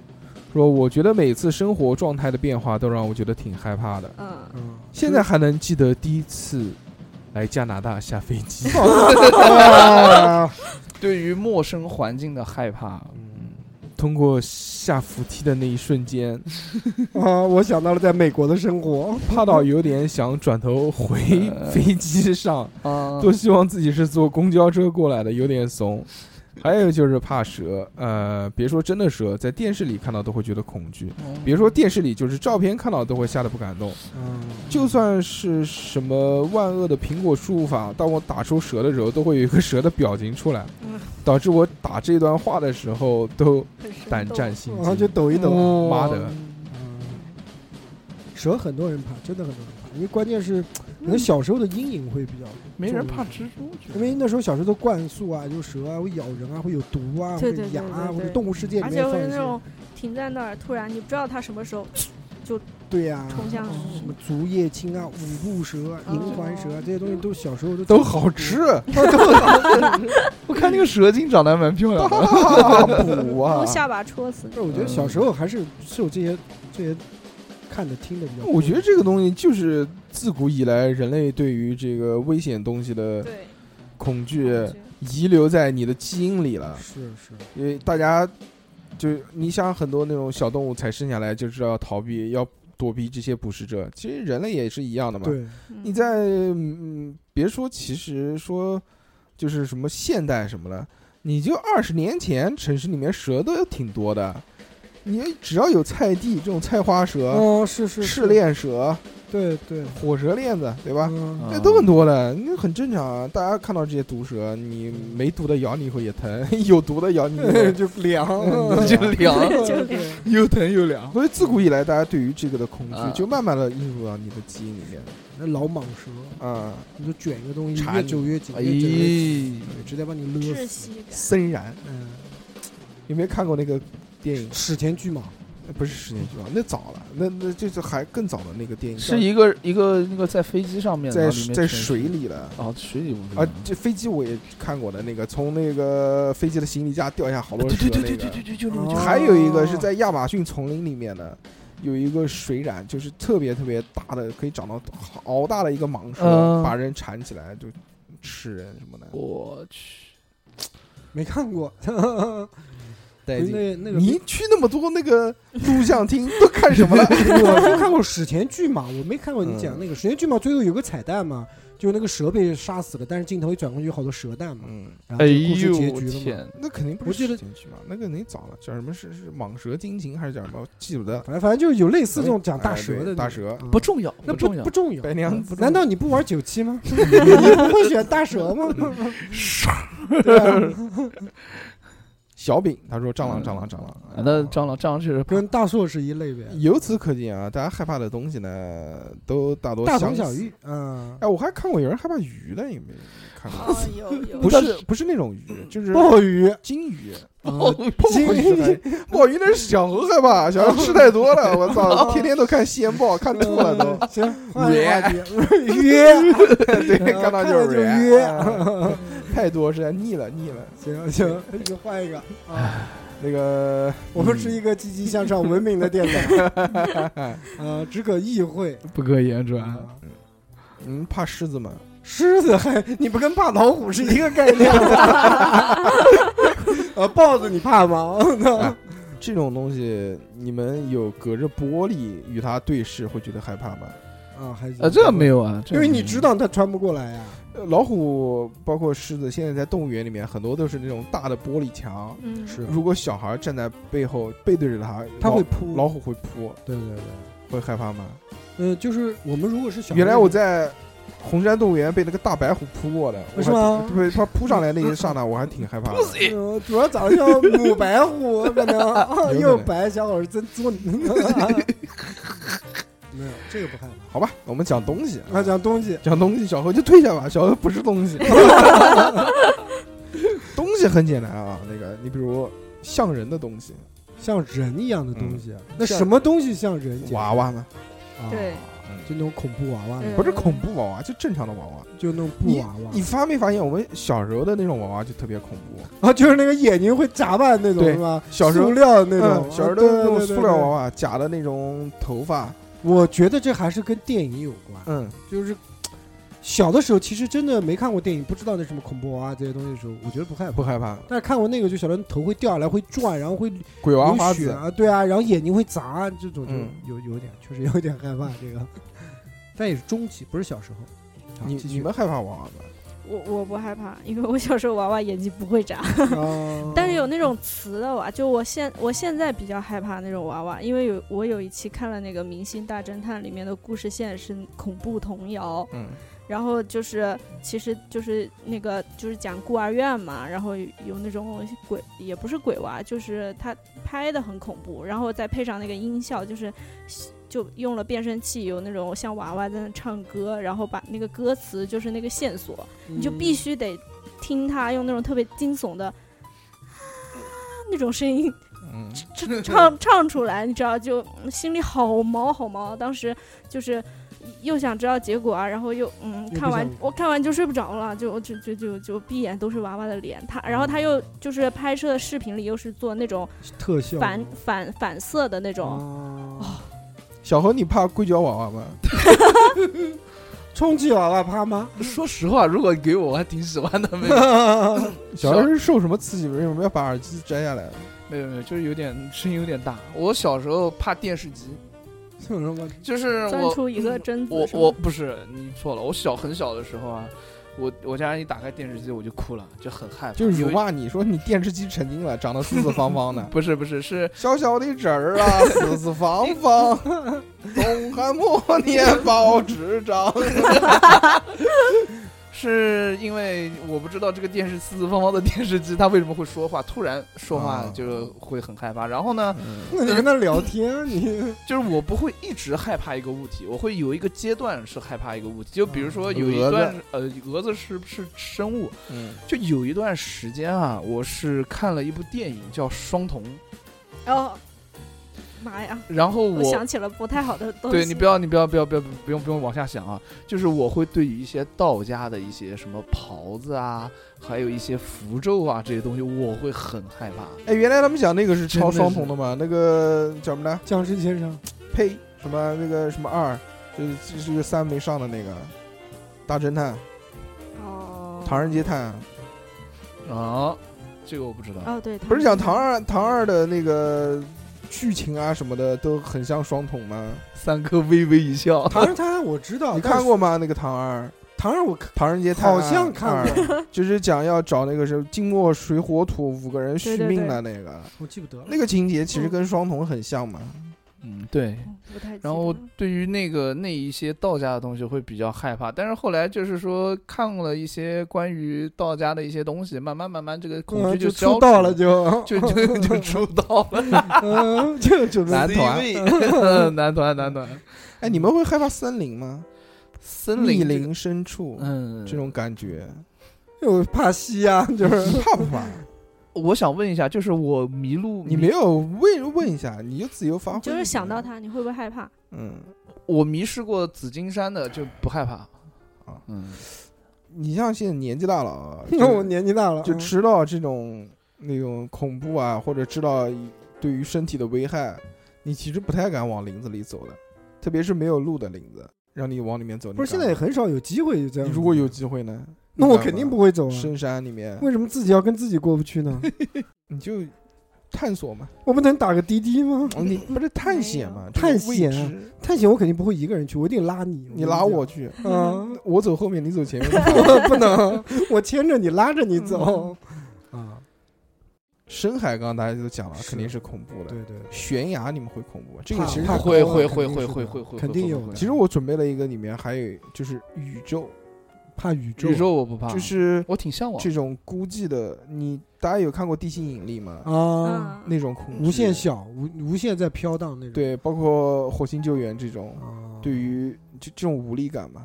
说我觉得每次生活状态的变化都让我觉得挺害怕的。
嗯，
嗯，
现 在还能记得第一次来加拿大下飞机，
对于陌生环境的害怕，
嗯
通过下扶梯的那一瞬间，
啊，我想到了在美国的生活，
怕到有点想转头回飞机上，
啊
多希望自己是坐公交车过来的，有点怂。还有就是怕蛇，呃，别说真的蛇，在电视里看到都会觉得恐惧，别说电视里，就是照片看到都会吓得不敢动。
嗯，
就算是什么万恶的苹果输入法，当我打出蛇的时候，都会有一个蛇的表情出来
嗯，
导致我打这段话的时候都
很生
胆
动哦
战心
然后就
惊。
抖一抖，
哦
妈的
嗯，蛇很多人怕，真的很多人怕，因为关键是可能小时候的阴影会比较，
没人怕蜘蛛，
因为那时候小时候都灌输啊，就蛇啊会咬人啊，会有毒啊，
对
会
对对
牙啊，
对对
或者动物世界里
而且
面
我
放
是
一
那
些，
种停在那儿，突然你不知道它什么时候
对呀，嗯
冲向你
什么竹叶青啊、五步蛇、
哦
银环蛇啊这些东西都小时候都
都好吃，啊
我看那个蛇精长得还蛮漂亮的，
大补啊
用！下巴戳死你
不。是，我觉得小时候还是受这些这些看的听的比较多。
我觉得这个东西就是自古以来人类对于这个危险东西的
对，
恐惧遗留在你的基因里了。
是是，
因为大家就是你想很多那种小动物才生下来就知道逃避，要躲避这些捕食者，其实人类也是一样的嘛。
对，
你
你
在嗯，别说其实说就是什么现代什么了，你就二十年前城市里面蛇都有挺多的，你只要有菜地这种菜花蛇、
嗯，是是
赤，链蛇、
对对，
火蛇链子，对吧？
嗯
这哎都很多的，那很正常啊。大家看到这些毒蛇，你没毒的咬你以后也疼， 有毒的咬你以 后也疼
就凉，
嗯
就凉，
就
对
又疼又凉。
所以自古以来，大家对于这个的恐惧
啊
就慢慢的映入到你的基因里面
那老蟒蛇，
啊，
你就卷一个东西，
缠
越
你
久越紧，
哎，
越久越紧，对直接把你勒
窒
死。
息感。
森然。
嗯，
有没有看过那个电影？
史前巨蟒，
不是《十年巨蟒》，那早了，那那就是还更早的那个电影，
是一个一个那个在飞机上面，
在
然后里面
在
全
水里的。
哦，水里不
啊
是，
这飞机我也看过的那个，从那个飞机的行李架掉下好多
对
蛇
啊对对
那
对对对
个。
对，就那个
哦
就
还有一个是在亚马逊丛林里面的，有一个水蚺，就是特别特别大的，可以长到好大的一个蟒蛇，
嗯
把人缠起来就吃人什么的。
我去，
没看过，
带劲！
那那个
你去那么多那个录像厅 都看什么 了？
我就看过史前巨蟒，我没看过你讲
嗯
那个史前巨蟒，最后有个彩蛋嘛，就那个蛇被杀死了，但是镜头一转过去，有好多蛇蛋嘛，
嗯，
然后
哎
这个故事
呦
结
我
局了嘛。
天，
那肯定不
我
是
记得
进去嘛，那个肯定早了，叫什么是是蟒蛇精情还是叫什么？我记不得。
反正反正就是有类似这种讲
哎
大蛇的
对
那
大
种
蛇，嗯
嗯
不重要，
那不
重要
不，重要
白。娘子，
难道你不玩九七 吗？你不会选大蛇吗？ 对啊
小饼他
嗯
说蟑螂，蟑螂，蟑
啊
螂。
那蟑螂蟑螂确实怕
跟大硕是一类别，
由此可见啊，大家害怕的东西呢，都大多
大
相
同小
似。
异。嗯，
哎，我还看过有人害怕鱼的，有没有看过？
哦，有有
不
但
是嗯不是那种鱼，就是
鲍鱼，
金鱼。
哦
呃
金鱼，鲍鱼那是小猴害怕，小猴吃太多了，我操，天天都看西岩报，看吐了 都。
行，换一个话题，约，
对，看到就
看到
是
就
人
约
啊太多实在腻了，腻了。
行行，那就换一个 啊。
那个
我们是一个积极向上、文明的电台， 呃，只可意会。
不可言传。
啊
嗯，怕狮子吗？
狮子还你不跟怕老虎是一个概念 吗？呃，豹子你怕 吗？
这种东西，你们有隔着玻璃与它对视会觉得害怕吗？
啊，还行
啊，这个没，有啊，这
因
个
为
没
你
有
知道它穿不过来呀。
呃老虎包括狮子，现在在动物园里面很多都是那种大的玻璃墙，
嗯，
如果小孩站在背后背对着它，
它
老
会扑。
老虎会扑，
对对
会
对，
害怕吗？
呃，就是我们如果是小，
原来我在红山动物园被那个大白虎扑过的，我
是
还
吗
对，它扑上来那一刹那，我还挺害怕的。
呃，主要长得像母白虎，可能啊
有可能
又白，小伙儿真 俊。没有，这个不害怕。
好吧，我们讲东西啊，
那讲东西，
讲东西，小何就退下吧，小何不是东 西。 东西很简单啊，那个你比如像人的东西，
像人一样的东西，那
嗯像
什么东西像人？
娃娃呢，
啊
对，
就那种恐怖娃娃那种，
不是恐怖娃娃，就正常的娃娃。
就那种布娃娃
你发没发现我们小时候的那种娃娃就特别恐怖？
啊，就是那个眼睛会眨巴那种
对
是吧？
小时候
塑料那种啊
嗯，，小时候的那种塑料娃
娃。
娃，假的那种头发，
我觉得这还是跟电影有关，
嗯，
就是小的时候其实真的没看过电影，不知道那什么恐怖娃娃这些东西的时候，我觉得不害
不
怕。
害怕。
但是看过那个，就小人头会掉下来，会转，然后会
鬼娃
流
娃
血
子，
啊，对啊，然后眼睛会砸，这种就
嗯
有有点，确实有点害怕这个。但也是中期，不是小时候。好
你
继续
你们害怕娃娃吗？
我我不害怕，因为我小时候娃娃眼睛不会眨，
啊
但是有那种瓷的娃，就我现我现在比较害怕那种娃娃，因为有我有一期看了那个《明星大侦探》里面的故事线是恐怖童谣，
嗯，
然后就是其实就是那个就是讲孤儿院嘛，然后有那种鬼也不是鬼娃，就是他拍的很恐怖，然后再配上那个音效，就是就用了变声器，有那种像娃娃在那唱歌，然后把那个歌词就是那个线索，你就
嗯
必须得听他用那种特别惊悚的、啊那种声音
嗯，
唱唱唱出来，你知道，就嗯心里好毛好毛。啊当时就是又想知道结果啊，然后又嗯，
不
看完
想
我看完就睡不着了，就就就就就闭眼都是娃娃的脸。他然后
哦
他又就是拍摄的视频里又是做那种
嗯特效
反反反色的那种，哦
啊，
小何，你怕硅胶娃娃吗？
充气娃娃 怕吗？
说实话，如果给我，我还挺喜欢的。没有
小何是受什么刺激？为什么要把耳机摘下来？啊
没有没有，就是有点声音有点大。我小时候怕电视机，
有什么？
就是
钻
我嗯
出一个贞子
我
是吗。
我不是你错了，我小很小的时候啊，我我家人一打开电视机我就哭了，就很害怕，
就
因
辱
为
骂你说你电视机成精了，长得四四方
，
方的
不是不是是
小小的纸儿啊，四四方方，东汉末年报纸张。
是因为我不知道这个电视四四方方的电视机它为什么会说话，突然说话
啊
就会很害怕。然后呢，
那你跟他聊天，啊你
就是我不会一直害怕一个物体，我会有一个阶段是害怕一个物体。就比如说有
嗯
一
蛾子
段呃，蛾子是是生物，
嗯，
就有一段时间啊，我是看了一部电影叫《双瞳》，
哦，妈呀！
然后
我想起了不太好的东西。
对你不要，你不要，不要，不要，不用，不用往下想啊！就是我会对于一些道家的一些什么袍子啊，还有一些符咒啊这些东西，我会很害怕。
哎，原来他们讲那个是抄
真的是
双瞳的嘛？那个叫什么呢？
僵尸先生，
呸，什么那个什么二，就是就是三没上的那个大侦探、
哦，
唐人街探案，
啊，这个我不知道。
哦，对，
不是讲唐二唐二的那个剧情啊什么的都很像双瞳吗？
三哥微微一 笑，
唐人探案我知道，
你
哦但
看
是
过吗？那个唐二，
唐人我看
唐人街探案啊
好像看
二，
过，
就是讲要找那个什么金木水火土五个人续
对对
命的那个。
我记不得了。
那个情节其实跟双瞳很像嘛，
嗯，对。
嗯不太记得
然
了。
后对于那个那一些道家的东西会比较害怕，但是后来就是说看了一些关于道家的一些东西，慢慢慢慢这个恐
嗯
惧
就
消
出
除
道了，就，
就就就出道了。
嗯，就就
男团
CV 男团，男团，
哎，你们会害怕森林吗？
森
密
林这个
林深处，
嗯，
这种感觉，
又怕吸啊， 就是
怕不怕？
嗯我想问一下，就是我迷路，
你没有问问一下，你就自由发挥。
你就是想到，它，你会不会害怕？
嗯，
我迷失过紫金山的，就不害怕
啊。
嗯，
你像现在年纪大了 啊，
因为我
就
年纪大了，
就
嗯
知道这种那种恐怖啊，或者知道对于身体的危害，你其实不太敢往林子里走的，特别是没有路的林子，让你往里面走。
不是
你
现
敢
在也
吗
很少有机会这样。
你如果有，机会呢？
那我
你敢
肯定
吗
不会走啊。
深山里面，
为什么自己要跟自己过不 去呢？
你就探索嘛，
我不能打个滴滴吗？
你不是探险嘛？这个
探
未
险
知
探险我肯定不会一个人去，我一定拉你。
你拉我去，
跟你讲，
我走后面，你走前 面。
嗯，不 能，我牵着你拉着你走。
嗯
啊，
深海刚刚大家都讲了，
是
肯定是恐怖的
对。对，
悬崖你们会恐怖吗，这个
怕
其实
怕
会
高啊
会
肯
会
定
会
是的
会会会，
肯定有
会
的
其实我准备了一个，里面还有就是宇宙，
怕宇宙。
宇宙我不
啊
怕，啊
就是
我挺向往
这。种孤寂的。你大家有看过《地心引力》吗？
啊，
嗯，
那种恐惧
无限小，无无限在飘荡那种。
对，包括火星救援这种，
啊，
对于这这种无力感嘛，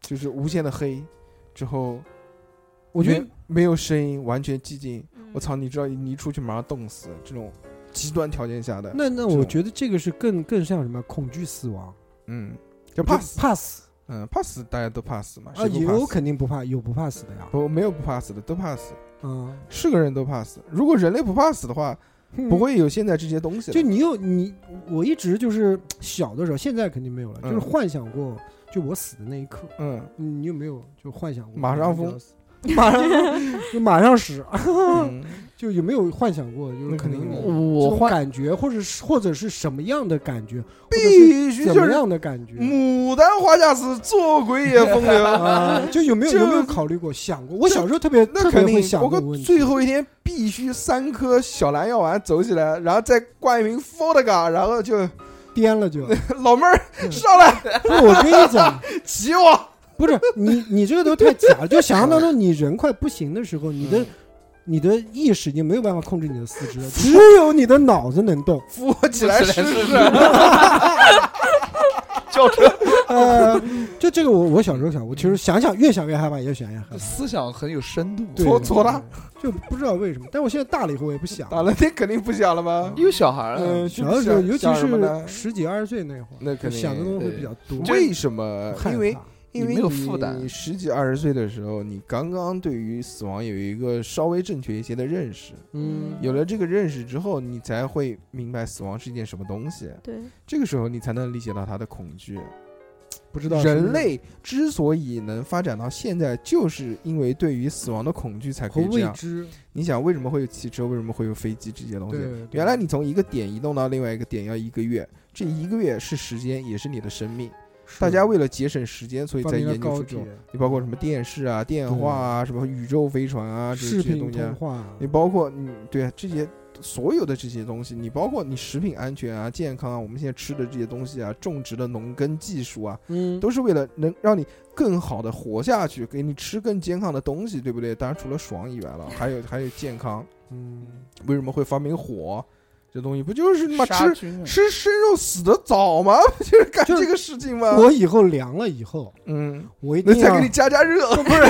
就是无限的黑，之后
我觉得
没没有声音，完全寂静。
嗯
我操，你知道你一出去马上冻死，这种极端条件下的，
那那
这
我
种
觉得这个是更更像什么？恐惧死亡，
嗯，就
我觉
怕
得
死，
怕死
嗯，怕死，大家都怕死嘛，
啊，
谁不怕
有
死？
肯定不怕，有不怕死的呀。
不，没有不怕死的，都怕死，
啊，
是个人都怕死。如果人类不怕死的话，不会有现在这些东西了。
嗯就你有你，我一直就是小的时候，现在肯定没有了，
嗯
就是幻想过，就我死的那一刻，
嗯，
你你有没有就幻想过？
马上疯，
马上 就马上死，啊
嗯
就有没有幻想过？就是
那
可
肯定
能
有
有这
我
种
幻
感觉，或者是或者是什么样的感觉，
必须
怎
就
么
是
样的感觉
牡丹花下死，做鬼也风 流。
啊？就有没有
就
有没有考虑过想过？我小时候特别
那
特别
肯定
会，想
我
这个
过
问题，
最后一天必须三颗小蓝药丸走起来，然后再灌一瓶 vodka，然后 就
颠了就。
老妹儿
嗯
上来
不，我跟你 讲，
骑我。
不是你你这个都太假了。就想象当中，你人快不行的时候，你的
嗯
你的意识已经没有办法控制你的四肢 了，只有你的脑子能动。
扶我起来
扶起
试
来试
试
试。 轿车
呃，就这个我我小时候想过，其实想想越想越害怕，越想越害 怕。
思想很有深度，
对
搓搓他，
就不知道为什么。但我现在大了以后，我也不想。呃
打了那肯定不想了吗？
有小孩啊了，
嗯，
小的时候，尤其
想什么呢
是十几二十岁那会儿，
那肯定
想的东西会比较多。
为什么？
害
因为
怕
因为
没有负担
你十几二十岁的时候，你刚刚对于死亡有一个稍微正确一些的认识，
嗯，
有了这个认识之后，你才会明白死亡是一件什么东西。
对，
这个时候，你才能理解到它的恐惧。
不知道是不是
人类之所以能发展到现在，就是因为对于死亡的恐惧才可
和
以这
未
样。
知，
你想，为什么会有汽车？为什么会有飞机这些东西
对对？
原来你从一个点移动到另外一个点要一个月，这一个月是时间，也是你的生命。大家为了节省时间，所以
发
在
明了
研究
高
出这
铁
种，、你包括什么电视啊、电话啊、什么宇宙飞船啊这
视
这些
频
东西
通
啊，
话，
你包括你对啊这些所有的这些东西，你包括你食品安全啊、健康啊，我们现在吃的这些东西啊，种植的农耕技术啊，
嗯，
都是为了能让你更好的活下去，给你吃更健康的东西，对不对？当然除了爽以外了，还有还有健康。
嗯，
为什么会发明火？这东西不就是他妈吃
菌
吃生肉死的早吗？ 不就是干
就是
这个事情吗？
我以后凉了以后，
嗯，
我一
那
定
再
要
给你，加加热， 不是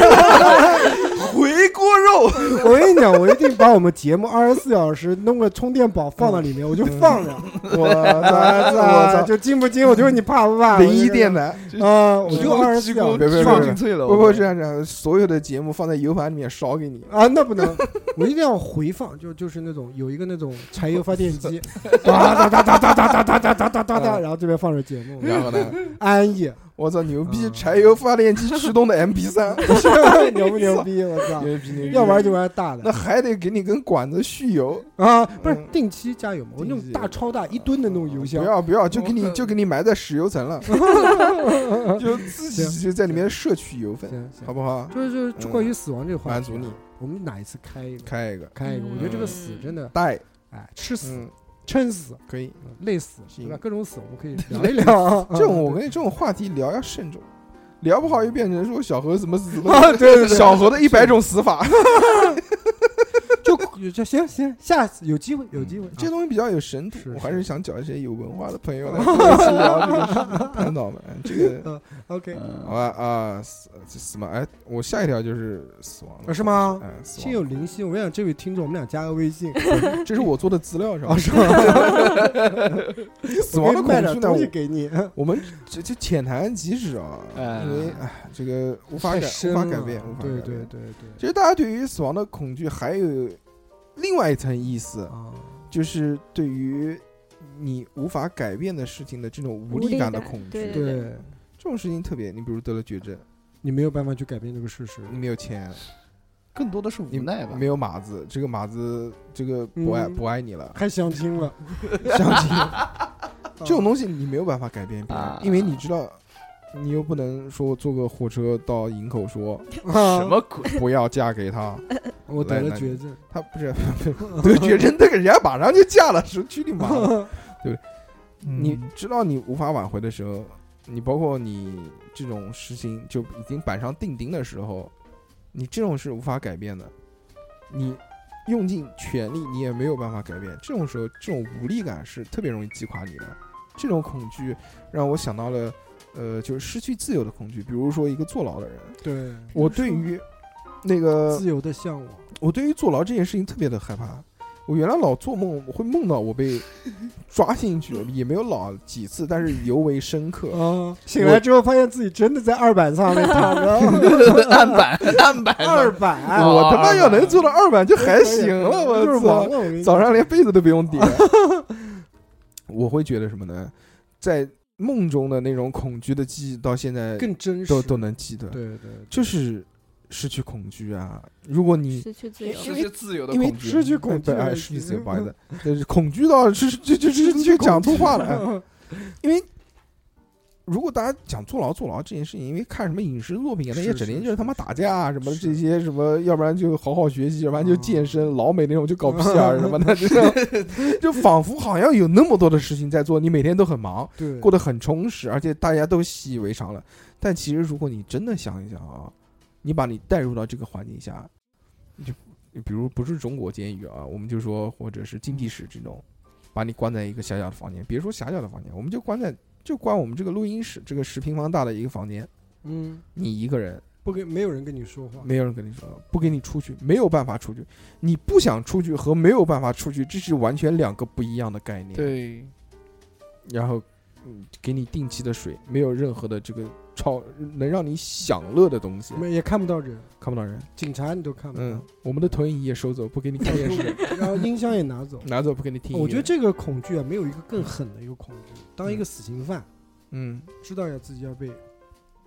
回锅 肉，
我跟你讲，我一定把我们节目二十四小时弄个充电宝放到里面，我就放着，
我
我操，
我
就禁不禁？我就问你怕不怕？
操，灵异电 台。
台啊，我就二十
鸡
四
公
小时
别别别
鸡公
别
精粹了，
不
我
不这样这样，所有的节目放在 U 盘里面烧给你，
啊，那不能，我一定要回放，就就是那种有一个那种柴油发电机，哒哒哒哒哒哒哒哒哒哒哒哒哒，然后这边放着节目，
然后 呢，
安逸，
我操牛逼，
嗯
柴油发电机驱 动的 MP 三，
牛不牛逼？我操！
牛逼牛逼，
要玩就玩大
那
的
还得给你根管子蓄油，
啊，不是
嗯
定期加油嘛，我那
定
种
期啊
大超大一吨的那种油箱
不，要不要，就给你就给你埋在石油 层了，就自己就在里面摄取油分，
行行
好，不好？
就是就是就关于死亡这个话
满
题
足
啊，
你
我们哪一次开一个
开一个
开一个？我觉得这个死
嗯
真的，
带，
哎，吃死、
嗯，
撑死、
可以。
嗯累死，
行
对吧？各种死我们 可以聊一聊啊。
这种我跟你 这种话题聊要慎重，聊不好又变成说小何怎么死的，
啊，对对 对，
小何的一百种死法，
就就行行，下次有机会有机 会，
嗯这
啊
东西比较有深度
是，
我还
是
是想找一些有文化的朋友来 跟我一起聊这个事情探讨嘛，这个。
OK
嗯
好吧啊，死死嘛！哎，我下一条就是死亡
啊
了，
是吗？
嗯，死
心
亡。
有灵犀，我想这位听众，我们俩加个微 信，
这是我做的资料是吧
啊？是吧？
死亡的 恐
我可以卖点
惧呢
东？西给你，
我们这这浅谈即止啊，
哎
因为哎，这个无法
太
改
深
无法
了
改变，无法改
对
变。
对对对
其实大家对于死亡的恐惧还有另外一层意思，
啊，
就是对于你无法改变的事情的这种无
无
力
力
感的
感
恐惧。
对
对
这种事情特别，你比如得了绝症，
你没有办法去改变这个事实，
你没有钱，
更多的是无
你
奈吧
没。有马子，这个马子这个不爱
嗯
不爱你 了，
还相亲了，
相亲。这种东西你没有办法改变别人
啊，
因为你知道，你又不能说我坐个火车到营口 说
什
什？
么鬼？
不要嫁给他，
啊我得了绝症，
他不 是得绝症，那个人家马上就嫁了，说去你妈 的！
嗯
你知道你无法挽回的时候，你包括你这种事情就已经板上钉钉的时候，你这种是无法改变的，你用尽全力你也没有办法改变。这种时候，这种无力感是特别容易击垮你的。这种恐惧让我想到了，呃，就是失去自由的恐惧。比如说一个坐牢的人，
对，
我对于那个
自由的向往，
我对于坐牢这件事情特别的害怕。我原来老做梦，我会梦到我 被抓进去，也没有老几次，但是尤为深刻。
啊，醒来之后发现自己真的在二板上面躺着，
案板，案板，
二板
哦
哎我他妈要能做到二版就还行了，
哦就是
我
王
操！
了，我跟你
早上连被子都不用 叠。我会觉得什么呢？在梦中的那种恐惧的记忆，到现在
更真实，
都都能记得，
对对，
就是失去恐惧啊。如果你
失去自由，
失去自由的
因为
恐惧，
失去恐惧
对
了
哎
已
失去
经
自由，不好 意思，就是恐惧到是就就就就讲错话了。哎 因为如果大家讲坐牢坐牢这件事情，因为看什么影视作品啊，那些
是
整天
是
就是他妈
是
打架啊什么的
是
这
嗯
些什么，要不然就好好学习，要不然就健身，老美那种就搞屁 啊什么的，这种 就仿佛好像有那么多的事情在做，你每天都很忙，
对，
过得很充实，而且大家都习以为常了。但其实如果你真的想一想啊，你把你带入到这个环境下，你就比如不是中国监狱啊，我们就说或者是禁闭室这种，把你关在一个小小的房间，别说狭小的房间，我们就关在就关我们这个录音室这个十平方大的一个房间，
嗯，
你一个人，
不跟没有人跟你说话，
没有人跟你说，不给你出去，没有办法出去，你不想出去和没有办法出去，这是完全两个不一样的概念。
对，
然后嗯，给你定期的水，没有任何的这个超能让你享乐的东西，
没也看不到人，
看不到人。
警察你都看不
嗯
到，，
我们的投影仪也收走，不给你看 电视，
然后音箱也 拿走。
拿走不给你听音乐。
我觉得这个恐惧啊，没有一个更狠的一个恐惧。当一个死刑犯
嗯
知道要自己要被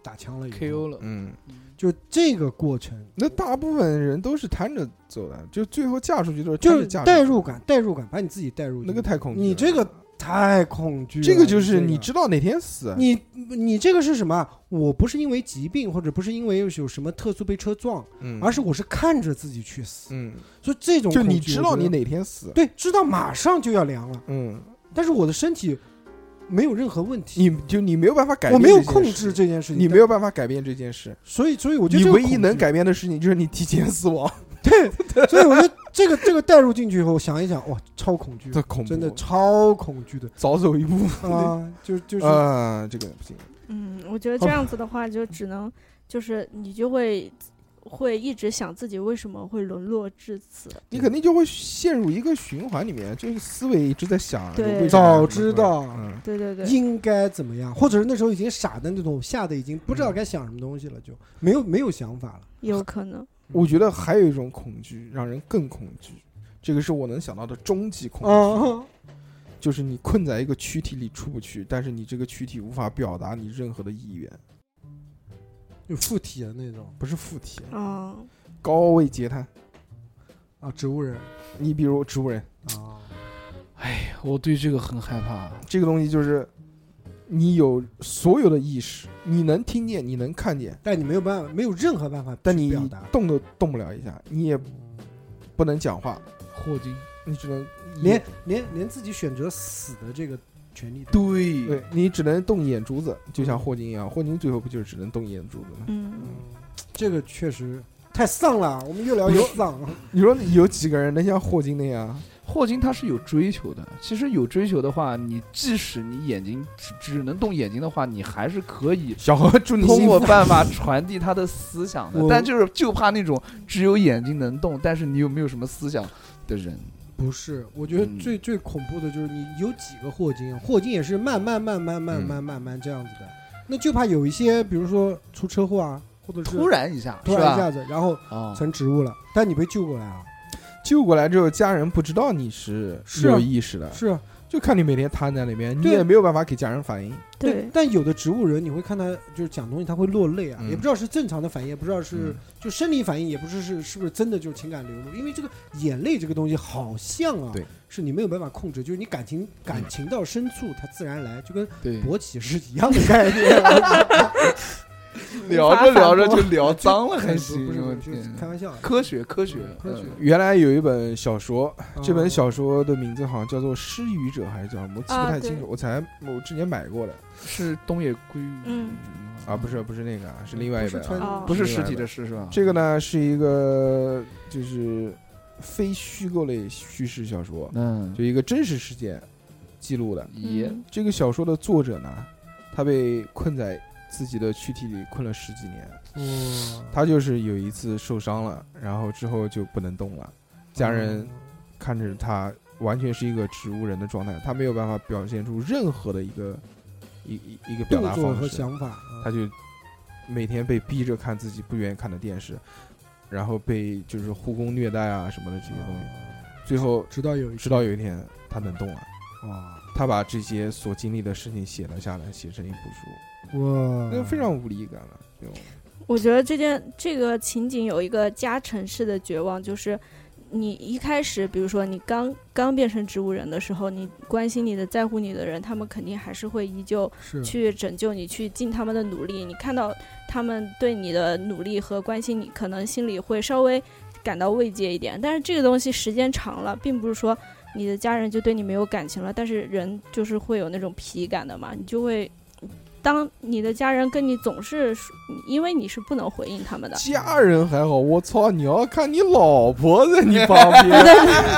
打枪了以后
KO 了，
嗯，
就这个过程，
那大部分人都是摊着走的，就最后嫁出去都是摊
就
着
是
嫁出去
代入感，代入感，把你自己代入进去
那个太恐惧了。
你这个太恐惧了。
这个就是
你
你
这
知道哪天死，
你你这个是什么？我不是因为疾病或者不是因为有什么特殊被车撞，
嗯
而是我是看着自己去死。
嗯，
所以这种
就
恐
你
惧
知
我
道
觉得
你哪天死，
对知道马上就要凉了，
嗯，
但是我的身体没有任何问题，
你就你没有办法改
我
变，
没有控制，这件事情，
你没
有，
有办法改变这件事，
所以所以我觉得
你
这个
唯一
恐
能
惧
改变的事情就是你提前死亡，
对， 所以我觉得这个这个带入进去以后，想一想，哇，超恐惧，
这恐怖，啊
真的超恐惧 的
早走一步
啊！就就是
啊，这个不行，
嗯，我觉得这样子的话，就只能就是你就会会一直想自己为什么会沦落至此。
你肯定就会陷入一个循环里面，就是思维一直在想，
对
为什么
早知道
嗯，
对对对，
应该怎么样，或者是那时候已经傻的那种，吓得已经不知道
嗯
该想什么东西了，就没有没有想法了。
有可能。
我觉得还有一种恐惧让人更恐惧，这个是我能想到的终极恐惧。
啊，
就是你困在一个躯体里出不去，但是你这个躯体无法表达你任何的意愿，
就附体的那种
不是附体，
嗯，
高位截瘫。
啊，植物人
你比如植物人
啊，
我对这个很害怕。
这个东西，就是你有所有的意识，你能听见，你能看见，
但你没有办法，没有任何办法
但
去
你
表达，
动都动不了一下，你也不能讲话，
霍金，
你只能
连连连自己选择死的这个权利都
对
对你只能动眼珠子，就像霍金一样，霍金最后不就是只能动眼珠子吗？
嗯，
这个确实太丧了。我们越聊越丧，
你说有几个人能像霍金那样？
霍金他是有追求的。其实有追求的话，你即使你眼睛只只能动眼睛的话，你还是可以
小何祝你
通
幸
过
福。
办法传递他的思想的
我。
但就是就怕那种只有眼睛能动，但是你有没有什么思想的人？
不是，我觉得
嗯
最最恐怖的就是你有几个霍金啊，霍金也是慢慢慢慢慢慢
嗯
慢慢这样子的，那就怕有一些，比如说出车祸啊，或者是
突然一下，
突
是
然
吧？
一下哦子，然后
啊，
成植物了，但你被救过来啊，
救过来之后，家人不知道你是
是啊
有意识的，
是啊，
就看你每天瘫在那边，你
对
也没有办法给家人反应。
对，嗯
但有的植物人，你会看他就是讲东西，他会落泪啊，
嗯
也不知道是正常的反应，也不知道是、
嗯
就生理反应，也不是是是不是真的就是情感流露，因为这个眼泪这个东西好像啊，
对，
是你没有办法控制，就是你感情感情到深处它自然来，就跟
嗯对，
勃起是一样的概念。啊
聊着聊着就聊脏 了，还
不是
行。
不
我
是，就是
天
开玩笑啊。
科学，科学，
科学
嗯
原来有一本小说，这本小
啊
说的名字好像叫做《失语者》还是叫什么，我记不
啊
太
对
清楚。我才我之前买过的
是东野圭吾
嗯
啊，不是不是那个啊，是另外一
不是
本啊、
川
哦
不是
另外
实
一
体的
本
是是吧？
这个呢是一个就是非虚构类叙事小说，
嗯，
就一个真实事件记录的。
也
嗯
这个小说的作者呢，他被困在自己的躯体里困了十几年，
哇
他就是有一次受伤了，然后之后就不能动了，家
嗯
人看着他完全是一个植物人的状态，他没有办法表现出任何的一个一一一个表
动
达
作和
方式，
想法啊，
他就每天被逼着看自己不愿意看的电视，然后被就是护工虐待啊什么的这些东西，
哦
最后
直到有一
直到有啊一天他能动了，
哇
他把这些所经历的事情写了下来，写成一部书，
哇，
那非常无力感了，就
我觉得这件这个情景有一个加成式的绝望，就是你一开始，比如说你刚刚变成植物人的时候，你关心你的、在乎你的人，他们肯定还是会依旧
是
去拯救你，去尽他们的努力。你看到他们对你的努力和关心你，可能心里会稍微感到慰藉一点。但是这个东西时间长了，并不是说你的家人就对你没有感情了，但是人就是会有那种疲感的嘛，你就会。当你的家人跟你总是说，因为你是不能回应他们的，
家人还好，我操！你要看你老婆在你旁边，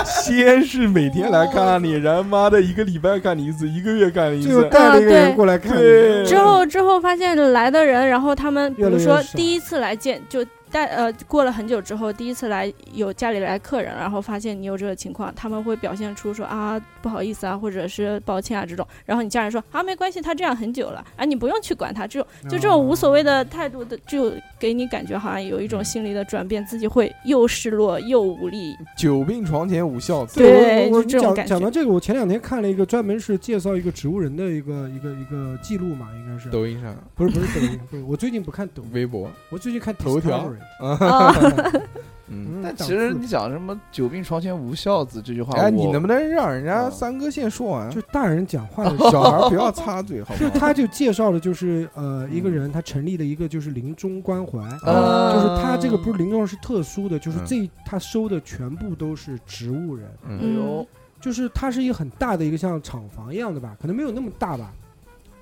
先是每天来看你，然后妈的一个礼拜看你一次，一个月看你一
最后
次，
带了一个
啊
人
对
过来看你，
对
之后之后发现来的人，然后他们比
嗯越来
如
越
说
少
第一次来见就带呃过了很久之后，第一次来有家里来客人，然后发现你有这个情况，他们会表现出说啊不好意思啊，或者是抱歉啊这种，然后你家人说啊没关系，他这样很久了，啊你不用去管他，这种就这种无所谓的态度的，就给你感觉好像有一种心理的转变，自己会又失落又无力。
久病床前无孝子。
对
我我
就这种
讲
感觉
讲到这个，我前两天看了一个专门是介绍一个植物人的一个一个一个记录嘛，应该是
抖音上、
不是不是抖音，不是我最近不看抖音，
微博、
我最近看
头条
Discovery
啊，
啊，
嗯，
但其实你讲什么“久病床前无孝子”这句话，
哎，你
我
能不能让人家
啊
三哥先说完？
就大人讲话 的
小孩不要插嘴，好
就
吗？
他就介绍的就是呃
嗯
一个人，他成立了一个就是临终关怀，
呃
就是他这个不是临终是特殊的，就是
啊嗯
这他收的全部都是植物人，
哎
嗯
呦
就是它是一个很大的一个像厂房一样的吧，可能没有那么大吧，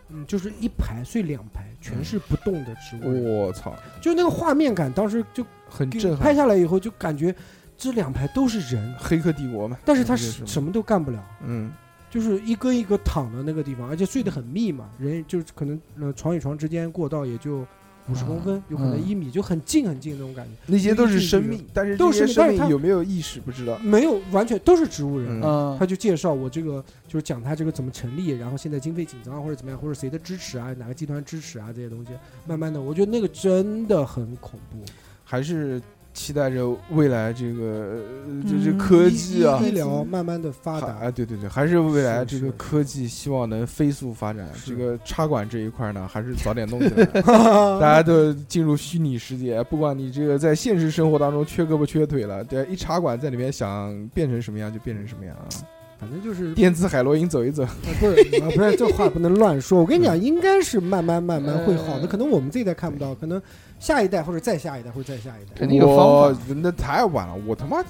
嗯，就是一排睡两排，全是不动的植物人，
我操，
就那个画面感，当时就
很
给
哦震
拍
撼！
下来以后就感觉这两排都是人，
黑客帝国嘛，
但是他
就是
什么都干不了。
嗯
就是一个一个躺的那个地方，而且睡得很密嘛，人就是可能呃床与床之间过道也就五十公
嗯
分，有可能一米，就很近很近那种感觉，
那些都是
就是
生命，但是
都
这
是
些生
但是
命
他
有没有意识不知道。
没有完全都是植物人。啊
嗯
嗯
他就介绍我这个，就是讲他这个怎么成立，然后现在经费紧张啊或者怎么样，或者谁的支持啊，哪个集团支持啊这些东西。慢慢的，我觉得那个真的很恐怖。
还是期待着未来这个呃这这
嗯
科技啊
医医，疗慢慢的发
还
达，
啊，对对对，还是未来
是
这
是
个科技希望能飞速发展。这
是
个插管这一块呢，还是早点弄起来， 大家都进入虚拟世界。不管你这个在现实生活当中缺胳膊缺腿了，对，一插管在里面想变成什么样就变成什么样啊。
反正就是
电子海洛因走一走，
啊，不是啊，不是，这话不能乱说。我跟你
嗯
讲，应该是慢慢慢慢会好的，可能我们这一代看不到，可能下一代或者再下一代或者再下一代，
肯定有方
我那太晚了，我他妈我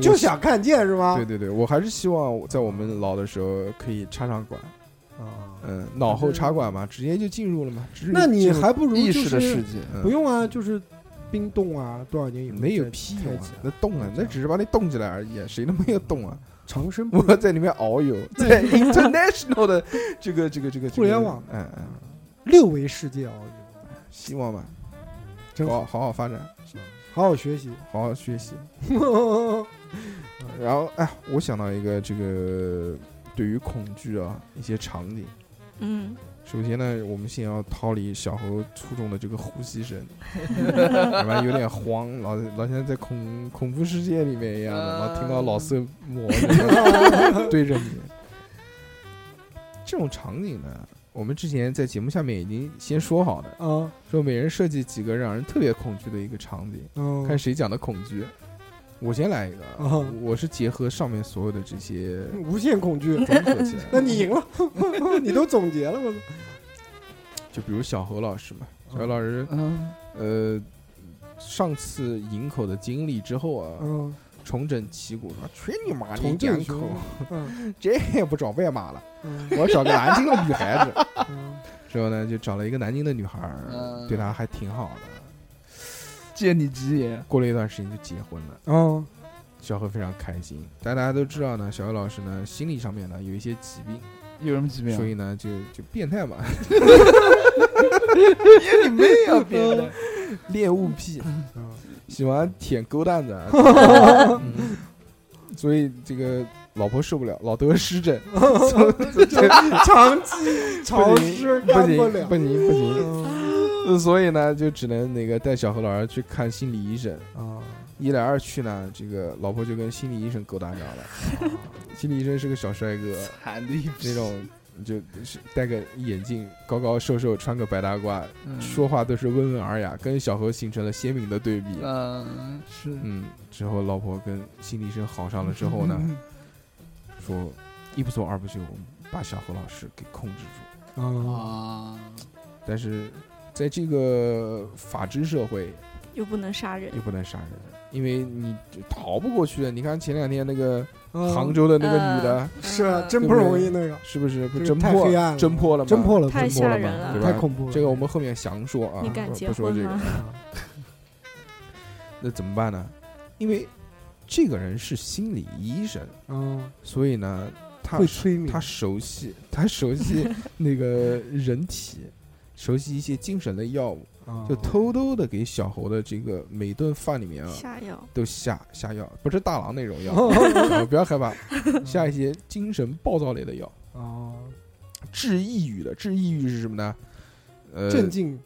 就想啊看见是吗
对？对对，我还是希望在我们老的时候可以插上管，
啊，
嗯，脑后插管嘛，直接就进入了嘛。直接
那你
进入
还不如
意
就
识的世
是
界，
嗯
不用啊，就是冰冻啊，多少年以后
没有
再
屁
开
用啊
启啊，
那动啊，那只是把你冻起来而已，谁都没有动啊。
长生不
我在里面遨 游，在 international 的这个这个这个这个
互联网
嗯嗯，
六维世界啊遨游，
希望吧，
真
好
好，
好好发展，
好好学习。
好好学习。然后哎，我想到一个这个对于恐惧啊一些场景。
嗯，
首先呢，我们先要逃离小猴出众的这个呼吸声，要不然有点慌，老老像在恐恐怖世界里面一样的，老听到老色魔对着你。这种场景呢，我们之前在节目下面已经先说好的，
啊，
说每人设计几个让人特别恐惧的一个场景，
嗯，
看谁讲的恐惧。我先来一个啊
哦，
我是结合上面所有的这些
无限恐惧。
综合起来
那你赢了， 你都总结了，我
就比如小何老师嘛，小何老师
嗯，
呃，上次营口的经历之后啊，
嗯，
重整旗鼓说：“去啊你妈！你
重振
营
雄
口
嗯
这也不找外 妈了，
嗯
我要找个南京的女孩子。
嗯。”
之后呢，就找了一个南京的女孩儿，
嗯
对她还挺好的。
借你吉言，
过了一段时间就结婚了，
哦，
小何非常开心。但大家都知道呢，小何老师呢心理上面呢有一些疾病，
有什么疾病啊？
所以呢就就变态嘛，
你妹啊，别的，
恋物癖，
嗯
喜欢舔狗蛋子 啊。嗯所以这个老婆受不了，老得湿疹，
长期潮湿
不
干
行
了
不。行不行，
嗯
呃所以呢，就只能那个带小何老师去看心理医生。
啊，
一来二去呢，这个老婆就跟心理医生勾搭上了。啊心理医生是个小帅哥，
惨的一批
那种就是戴个眼镜，高高瘦瘦，穿个白大褂，
嗯
说话都是温文尔雅，跟小何形成了鲜明的对比。
嗯是
嗯，之后老婆跟心理医生好上了之后呢，
嗯
说一不做二不休，我们把小何老师给控制住。
嗯
啊，
啊，
但是在这个法治社会，
又不能杀人
也，不能杀人，因为你就逃不过去的。你看前两天那个
嗯
啊
杭州的那个女的，
是啊
啊，
真不容易那个，
是不是被
这个
侦
太
破
黑暗了
侦破了吗？
侦破了，
太
侦破
破
吓
了
人
嘛，
了
对
太
吧？
恐怖了。
这个我们后面详说啊，
你敢
不
结
不说
婚
这个
吗，？
啊
那怎么办呢？因为这个人是心理医生，
嗯，
所以呢，他
会催眠
他，熟悉，他熟 悉那个人体，熟悉一些精神的药物，
啊
就偷偷的给小猴的这个每顿饭里面啊，
下药，
都下下药，不是大郎那 种药啊，不要害怕，
嗯
下一些精神暴躁类的药，
哦，
治抑郁的。治抑郁是什么呢？呃，
镇静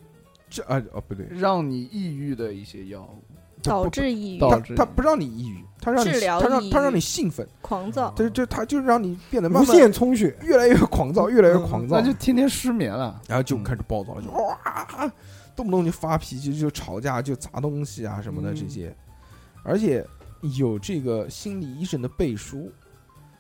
治啊哦不对，
让你抑郁的一些药物，
导致抑郁、
导
他
致
他不让你抑郁，他让你
治疗
他让
抑郁
他让你兴奋，
狂躁，
就就他就让你变得慢
啊无
慢
限嗯充血，
越来越狂躁，越来越狂躁
那，就天天失眠了。
然后就
嗯
开始暴躁了，就哇，动不动就发脾气，就吵架，就砸东西啊什么的
嗯
这些。而且有这个心理医生的背书，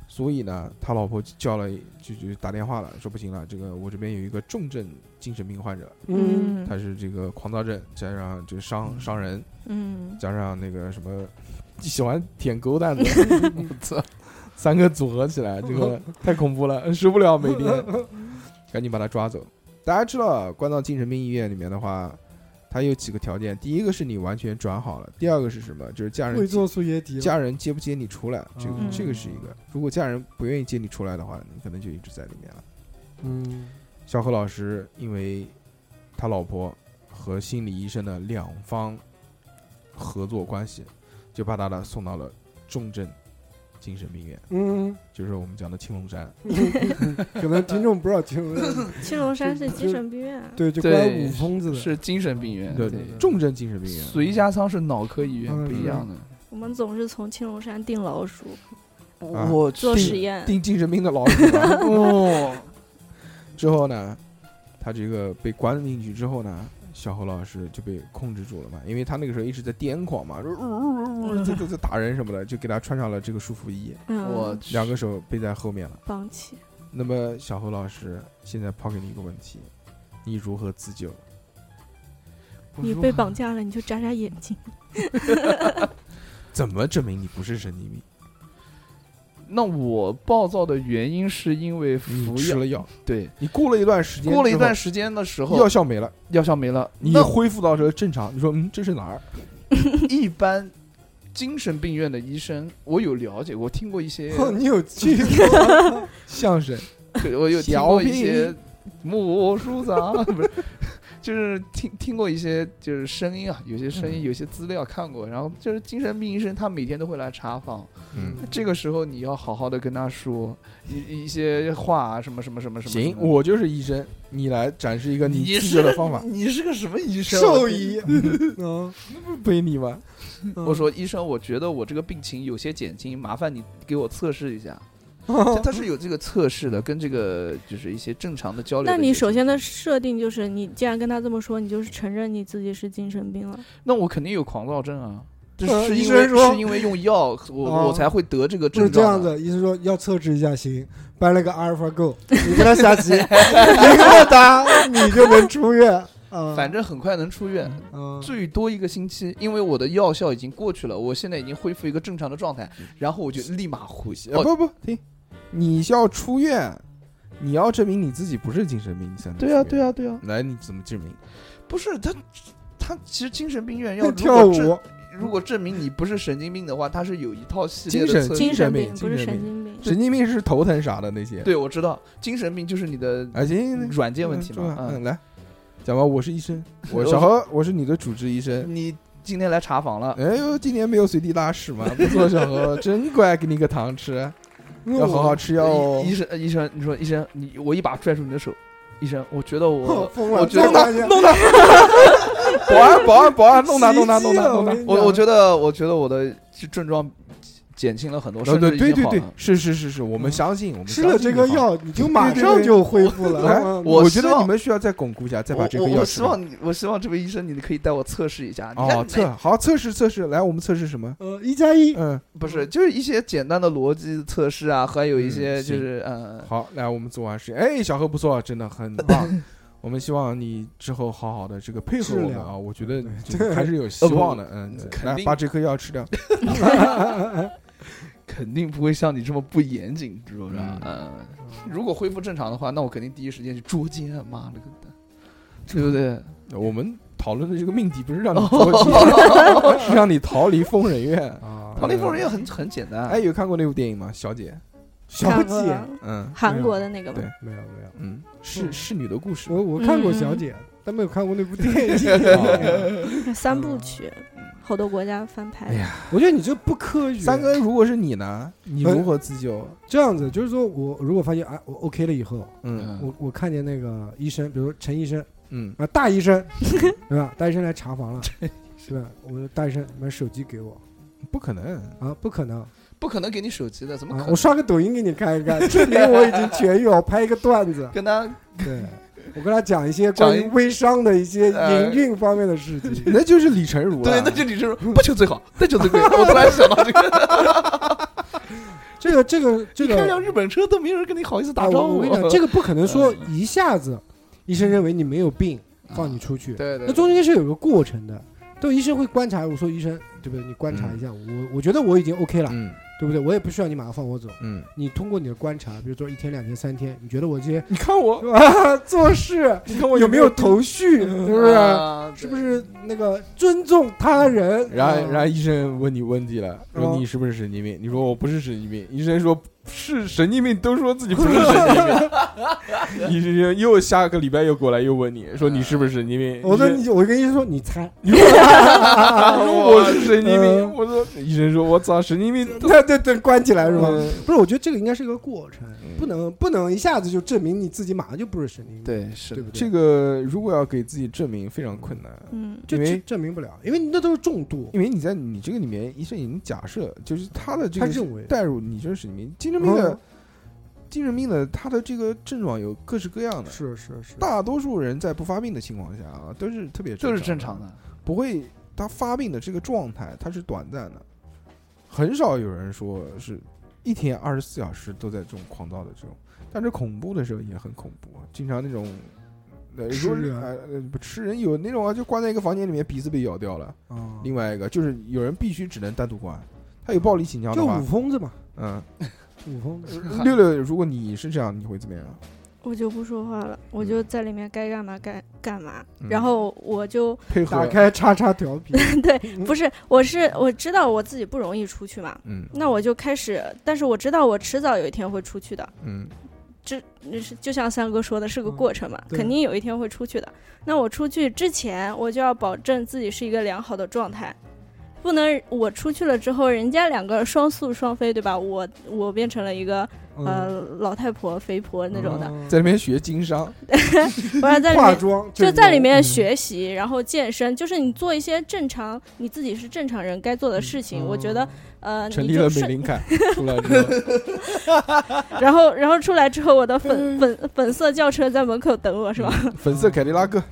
所以呢，他老婆叫了就就打电话了，说不行了，这个我这边有一个重症精神病患者，
嗯，
他是这个狂躁症，加上这伤伤人，
嗯，
加上那个什么喜欢舔狗 蛋的，我操，三个组合起来，这个太恐怖了，受不了每 天，赶紧把他抓走。大家知道啊，关到精神病医院里面的话，它有几个条件，第一个是你完全转好了，第二个是什么？就是家
会
人
做苏耶迪了，
家人接不接你出来，这个、
嗯
这个是一个。如果家人不愿意接你出来的话，你可能就一直在里面了。
嗯，
小何老师因为他老婆和心理医生的两方合作关系，就把他的送到了重症精神病院，
嗯，
就是我们讲的青龙山。
可能听众不知道听众，
青龙山是精神病院啊，
对，就
对
关五疯子的，
是精神病院，
对
对
重症精神病院。
随家仓是脑科医院，
嗯
不一样的。
我们总是从青龙山定老鼠
啊
我
做
定
实验，
定精神病的老鼠啊
哦，
之后呢，他这个被关进去之后呢，小何老师就被控制住了嘛，因为他那个时候一直在癫狂嘛，说这这这打人什么的，就给他穿上了这个束缚衣，
我
嗯，
去
两个手背在后面了。
放弃，
那么，小侯老师，现在抛给你一个问题：你如何自救？
你被绑架了，你就眨眨眼睛，
怎么证明你不是神经病？
那我暴躁的原因是因为
你
服
嗯吃
药，
了药，
对，
你过了一段时间之后，
过了一段时间的时候
药，效没了，
药效没了。
你
那
恢复到这个正常。你说，嗯，这是哪儿？
一般精神病院的医生，我有了解过，听过一些，
哦，你有去过？
相声
对我有听
小
过一
病
些魔 术啥，不是，就是听听过一些就是声音啊，有些声
嗯
音，有些资料看过，然后就是精神病医生，他每天都会来查房。
嗯，
这个时候你要好好的跟他说一一些话啊，什么什么什么什么。
行，
什么
我就是医生，你来展示一个
你
自
是
救的方法，
你是个什么医生？啊
兽医，嗯，
背你吗？
嗯
我说医生，我觉得我这个病情有些减轻，麻烦你给我测试一下。
哦
它它是有这个测试的，跟这个就是一些正常的交流的
那
一些。
你首先的设定就是，你既然跟他这么说，你就是承认你自己是精神病了。
那我肯定有狂躁症啊，这
呃
是
医
因
生
为、
说
是因为用药，我、
啊
我才会得这个
就是
症
这
状
样
的。
子，医生说要测试一下，行，搬了个阿尔法狗， 你跟他下棋，赢了他，你就能出院。啊，
反正很快能出院，
嗯，
最多一个星期，因为我的药效已经过去了，我现在已经恢复一个正常的状态，
嗯
然后我就立马回
呃
啊，
哦，
不不，停，你要出院，你要证明你自己不是精神病，你才能
对啊，
出院
对。啊，对啊，
来，你怎么证明？
不是他，他其实精神病院要
会
如
跳
果证
舞，
如果证明你不是神经病的话，它是有一套系列
精
的
神
测试
精神病，
不
精
是
神
神
病，
经病。
神经病是头疼啥的那些。
对，我知道，精神病就是你的
啊，行行，行
软件问题
嗯
嘛。
是吧
嗯，
嗯，来讲吧，我是医生，我
我
小何，我是你的主治医生。
你今天来查房了，
哎呦，今年没有随地拉屎吗？不错，小何，真乖，给你个糖 吃，要好好吃药哦
医医。生呃医生，你说医生，你我一把拽住你的手，医生，我觉得
我
我
疯了，
我觉得
弄他弄
保安，保安，保安，弄他，弄他，弄他，弄他。
我我觉得我觉得我的症状减轻了很多，
对
甚
哦对
至
对
已经
对
好
对
了，。
是是是是，我们
嗯
相信，我们
吃
相
了
信
这
你
个
好。
药，你就马
对对
上
对
就恢复
哎
了。嗯
我
我觉
希
得
望
你们需要再巩固一下，再把这个
我我
药
我
吃
希
了。
望你，我希望这位医生，你可以带我测试一下。你看
哦，
每
测好测试测试，来，我们测试什么？
呃，一 加一，
嗯，
不是就是一些简单的逻辑测试啊，还有一
嗯
些
行
就是呃，
好，来，我们做完实验。哎，小何不错，真的很 棒。我们希望你之后好好的这个配合我
治
们
疗
啊，我觉得
对
就
对
还是有希望的。嗯，
呃肯
来
定
把这颗药吃掉。
肯定不会像你这么不严谨，知不知道？
嗯
嗯、如果恢复正常的话，那我肯定第一时间去捉奸啊！妈了个蛋，对不对？
我们讨论的这个命题不是 让你脱节，是让你逃离疯人院。
啊
逃离疯人院很很简单，
哎，，有看过那部电影吗？小姐，
小
看
姐
过了
嗯
韩国的那个吧
对，
没有没有，
嗯，是侍女的故事。
呃
我我看过
嗯
小姐，但没有看过那部电影。
哦
三部曲，好多国家翻拍
哎呀
的。
我觉得你这不科学。
三 哥，如果是你呢？你如何自救？
这样子，就是说我如果发现啊，我 OK 了以后，
呃
嗯
我我看见那个医生，比如说陈医生
嗯，
啊，大医 生，对吧？大医生来查房了，是吧？我说大医生把手机给我
不可能。
啊，不可能
不可能给你手机的，怎么可
啊！
能？
我刷个抖音给你看一看，证明我已经痊愈，我拍一个段子。
跟他
对，我跟他讲一些关于微商的一些
呃
营运方面的事 情。
那就是李成儒、啊。
对，那就李成儒不求最好，那求最贵。我突然想到这个，
这个这个这
你看
个，
辆日本车都没有人跟你好意思打
啊
招
我我
呼嗯
跟你。讲，这个不可能 说一下子医生认为你没有病
啊
放你出去，
对对，
那中间是有个过程的。都医生会观察，我说医生，对不对？你观察一下，
嗯
我我觉得我已经 OK 了，
嗯
对不对？我也不需要你马上放我走。
嗯，
你通过你的观察，比如说一天、两天、三天，你觉得我这些
你看我，
啊做事
你看我
有没有头绪，是
嗯
是
不是？
啊
是不？是那个尊重他人？
然后
啊
然后医生问你问题了，说
哦
你是不是神经病？你说我不是神经病。医生说是神经病，都说自己不是神经病。医生又下个礼拜又过来又问你说你是不是神经病？
我说
医生
你，我跟医生说，你猜，
说 我是神经病。
嗯
我说医生说我操神经病。
对对对，关起来是吗？
嗯
不是，我觉得这个应该是个过程
嗯，
不能不能一下子就证明你自己马上就不是神经病，
对，是
对
的
不，对？
这个如果要给自己证明非常困难，
嗯，
就
因为
证证明不了，因为那都是重度，
因为你在你这个里面，医生已经假设就是他的这
他
个
认为
代入你就是神经病。精神病的
嗯
精神病的他的这个症状有各式各样的，
是是是，
大多数人在不发病的情况下啊，都是特别
这是
正
正常
的，
的。
不会他发病的这个状态它是短暂的，很少有人说是一天二十四小时都在这种狂躁的这种，但是恐怖的时候也很恐怖，啊经常那种。呃，
吃
说
人
呃呃不吃人有那种啊，就关在一个房间里面，鼻子被咬掉了，
啊
另外一个就是有人必须只能单独关，他有暴力倾向
就
的话
武，疯子嘛，
嗯，
武疯子，
嗯
六六，如果你是这样，你会怎么样？
我就不说话了，我就在里面该干嘛干干嘛，然
嗯
后我就
配合
打，开叉叉调皮， 嗯
对，不是，我是我知道我自己不容易出去嘛，
嗯
那我就开始，但是我知道我迟早有一天会出去的，
嗯
这是就像三哥说的，是个
嗯
过程嘛，
对
肯定有一天会出去的。那我出去之前，我就要保证自己是一个良好的状态，不能我出去了之后，人家两个双宿双飞，对吧？我我变成了一个、
嗯
呃老太婆、肥婆那种的，
嗯
在那边学经商，
我要在里
化
面
妆
就在里面
嗯
学习，然后健身，就是你做一些正常你自己是正常人该做的事情。我觉得，呃，
成
你
立
就
了美
顺，
林凯，出来之后，
然后然后出来之后，我的粉粉粉色轿车在门口等我是吧？
粉色凯迪拉克，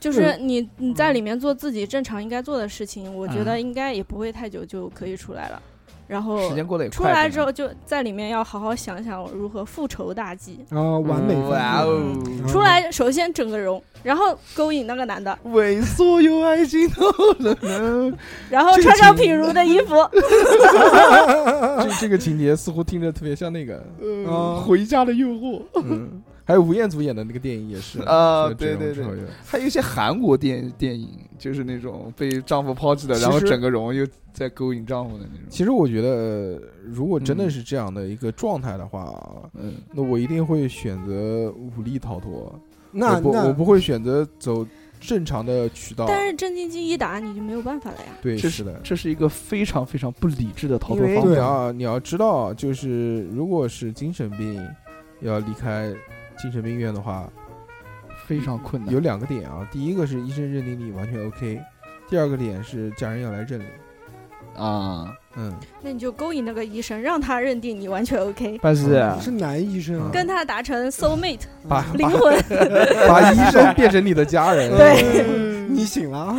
就是你你在里面做自己正常应该做的事情，我觉得
嗯
应该也不会太久就可以出来了。然后
时间过得也快。
出来之后，就在里面要好好想想我如何复仇大计。
啊，完美风
哇
格，
哦！
嗯
出来首先整个容，然后勾引那个男的，
为所有爱情都能。
然后
这个哦
穿上
情
品如的衣 服，
这这个情节似乎听着特别像那个，
呃
啊
回家的诱惑
嗯，还有吴彦祖演的那个电影也是
啊！
就
对
这种
对
之
对
后，有
还有一些韩国电电影，就是那种被丈夫抛弃的，
其
然后
实
整个容又在勾引丈夫的那种。
其实我觉得，如果真的是这样的一个状态的话，
嗯，
那我一定会选择武力逃脱，
那
我不
那
我不会选择走正常的渠道。
但是正经经一打你就没有办法了呀。
对，
这
是的，
这是一个非常非常不理智的逃
因
脱
为
方
你
对
法。
要你要知道，就是如果是精神病，要离开精神病院的话，
非常困难。
有两个点啊。第一个是医生认定你完全 OK，第二个点是家人要来认领。
啊，
嗯，
那你就勾引那个医生，让他认定你完全 OK，
但
是
是男医生啊，
跟他达成 soul mate
把
灵魂。
把医生变成你的家 人。
对
嗯你醒了啊，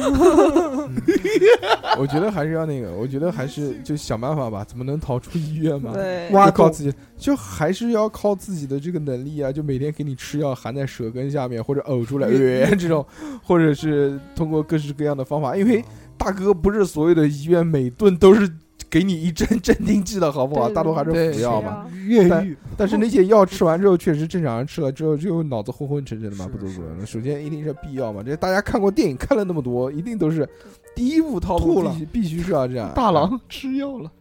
我觉得还是要那个，我觉得还是就想办法吧，怎么能逃出医院嘛？
对，
挖
就靠
洞
自己，就还是要靠自己的这个能力啊！就每天给你吃药，含在舌根下面，或者呕出来，呃 这种，或者是通过各式各样的方法。因为大哥不是所有的医院每顿都是给你一针镇定剂的，好不好？
对
大多还是
对
服
是
药
要
嘛。
啊越狱，
但是那些药吃完之后，确实正常人吃了之后，就脑子昏昏沉沉的嘛，
是
不走不
是
首先一定是必要嘛，这大家看过电影看了那么多，一定都是第一步套
吐
路
了
必须必须是要这样。
大郎吃药了。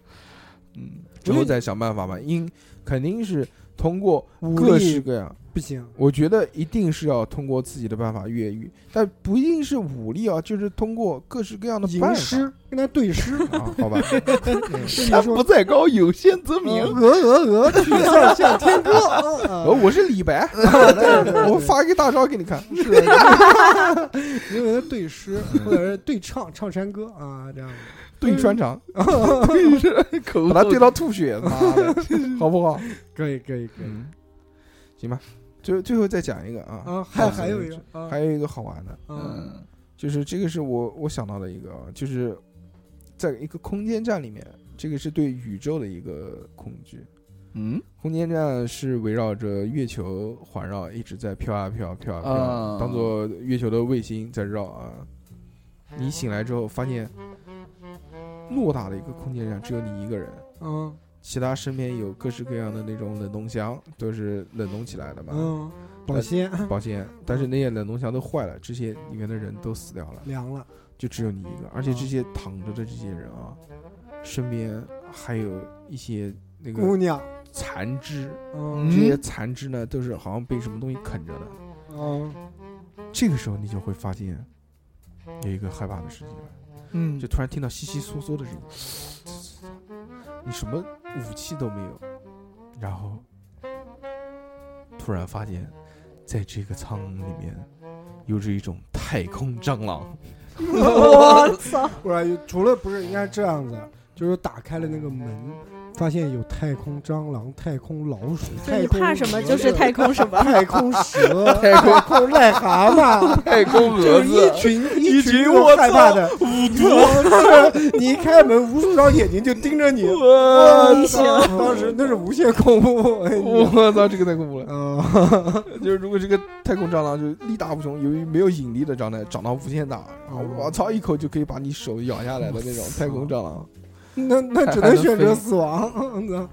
嗯，
之后再想办法吧，因肯定是通过
武
各
力
式各样。
不行，
我觉得一定是要通过自己的办法越狱，但不一定是武力啊，就是通过各式各样的办
吟
法
诗跟他对 诗，
啊，好吧？
山不在高，有仙则
呃
名。
鹅鹅鹅，曲项向天 歌，
呃，
啊
我是李白，
啊
我发一个大招给你看。
是的，因为他对诗或者是对唱唱山歌啊，这样子
对穿肠，
嗯口
把他对到吐血，妈的，好不好？
可以可以可以。
嗯，行吧。最最后再讲一个啊，
啊，还还有一个，啊
嗯还有一个好玩的，
嗯
嗯
就是这个是我我想到的一个啊，就是在一个空间站里面，这个是对宇宙的一个恐惧。
嗯，
空间站是围绕着月球环绕，一直在飘啊飘啊飘啊飘啊，
啊
当做月球的卫星在绕啊。你醒来之后发现，偌大的一个空间站只有你一个人，
嗯
其他身边有各式各样的那种冷冻箱，都是冷冻起来的嘛，
嗯，保鲜
保鲜。但是那些冷冻箱都坏了，这些里面的人都死掉了。
凉了，
就只有你一个，而且这些躺着的这些人啊，身边还有一些那
姑
个
娘，
残肢，这
嗯
嗯
些残肢呢都是好像被什么东西啃着的。
嗯
这个时候你就会发现，有一个害怕的事情了，
嗯
就突然听到窸窸窣窣的声音，你什么武器都没有，然后突然发现，在这个舱里面，有着一种太空蟑螂。
我操！
不然除了不是应该这样子，就是打开了那个门，发现有太空蟑螂、太空老鼠，
就你
太空
怕什么就是太空什么。
太空蛇、太空癞蛤 蟆，
太空
就
蛾
是
子
一，群
一群
群
我
害怕的五毒，你一开门，无数双眼睛就盯着你，
呃
我
我操当时那是无限恐怖，哎 你
我操，这个太恐怖了！
啊，
就是如果这个太空蟑螂就力大无穷，由于没有引力的状态，长到无限大，然后我操一口就可以把你手咬下来的那种太空蟑螂。
那那只能选择死亡，嗯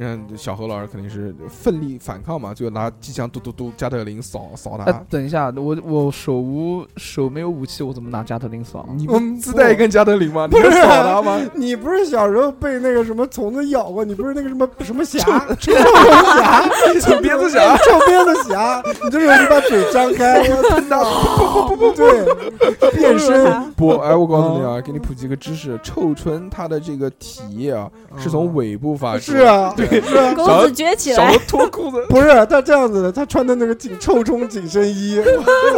嗯，小何老师肯定是奋力反抗嘛，就拿机枪嘟嘟嘟加特林扫扫
哎
他，。
等一下，我我手无手没有武器，我怎么拿加特林啊扫？
你不
嗯
自带一根加特林吗？你
不啊
就是啊扫他吗？
你不是小时候被那个什么虫子咬过？你不是那个什么什么侠，
啊
臭侠，
臭鞭子 侠，
臭鞭子侠，你这时候你把嘴张开，我操，对，变
啊
身，
不，哎，我告诉你啊，给你普及个知识，臭椿它的这个体液啊，是从尾部发出。
是，啊，
对
是啊。
公子撅起
小
来
何，脱裤子，
不是啊他这样子的，他穿的那个紧臭冲紧身衣，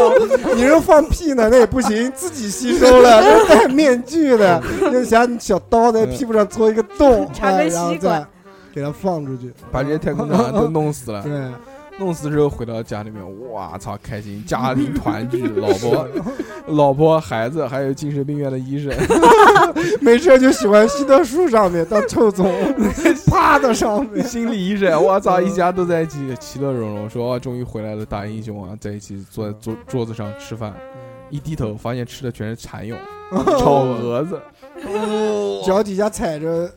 你是放屁呢，那也不行，自己吸收了，这戴面具的，就想你小刀在屁股上戳一个洞，
插
哎
根
然后
吸管
再给它放出去，
把这些太空蟑螂都弄死了。
对，
嗯弄死之后回到家里面，哇操，开心，家庭团聚，老 婆、老婆、孩子，还有精神病院的医 生，
没事就喜欢吸到树上面当臭虫，趴到上面，
心理医生，我操，一家都在一起，其乐融融，说、啊、终于回来了，大英雄啊，在一起坐在桌桌子上吃饭，一低头发现吃的全是蚕 蛹、炒蛾子、
脚底下踩 着。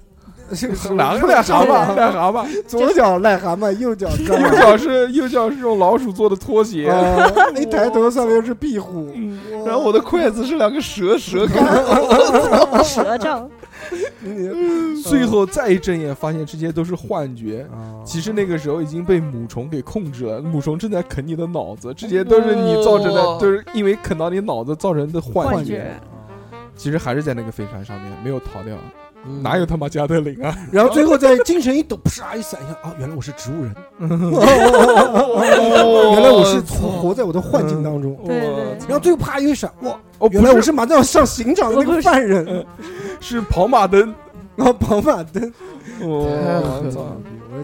是
狼癞蛤蟆、癞蛤蟆，
左脚癞蛤蟆，右脚蟑
右
螂。
脚是右脚是用老鼠做的拖鞋，
啊！一抬头，上面是壁虎。
嗯
然后我的筷子是两个蛇蛇干。
蛇杖，
嗯
你
最后再一睁眼发现这些都是幻觉，
啊
其实那个时候已经被母虫给控制了，母虫正在啃你的脑子，
哎
这些都是你造成的，
哇
都是因为啃到你脑子造成的幻
幻觉
其实还是在那个飞船上面没有逃掉，哪 有他妈加特林啊？
然后最后再精神一抖，啪一闪一下，啊，原来我是植 物人， 原来我是活活在我的幻境当中。
对
我
对
然后最后啪一闪，哇，
哦，原
原来
来
我
我是嗯
是马上要上刑场的那个犯人。
是跑马灯，
然后跑马灯，
哦
我
我
操
操！
我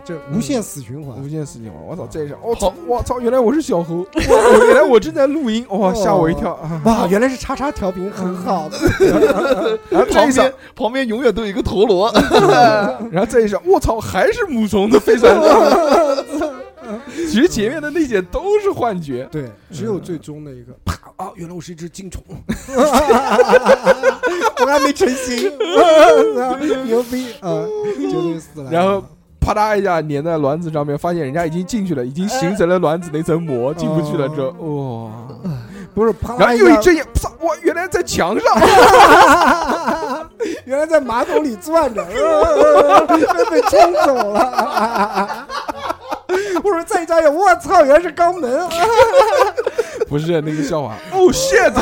这无限死循环
嗯无。限死循环！我操！这一下，我操！我操！原来我是小猴，我原来我正在录音，
哦
哇！吓我一跳！啊
哇，原来是叉叉调频很好的，
然后再
哎旁
一下
边，旁边永远都有一个陀螺，
然后再一下，我操！还是母虫的飞船。 其实前面的那些都是幻觉，
对，只有
嗯
最终的一个，啪啊，原来我是一只 金虫，我还没成 型，牛逼啊，绝对死了。
然后啪嗒一下粘在卵子上面，发现人家已经进去了，已经形成了卵子那层膜，进不去了之后，哇、
不是啪
然后
啦
又一
下，
睁眼，啪！我原来在墙上，
原来在马桶里转 着，呃被冲走了。 我说再加一下，我操，原来是肛门啊！
不是那个笑话。哦 shit！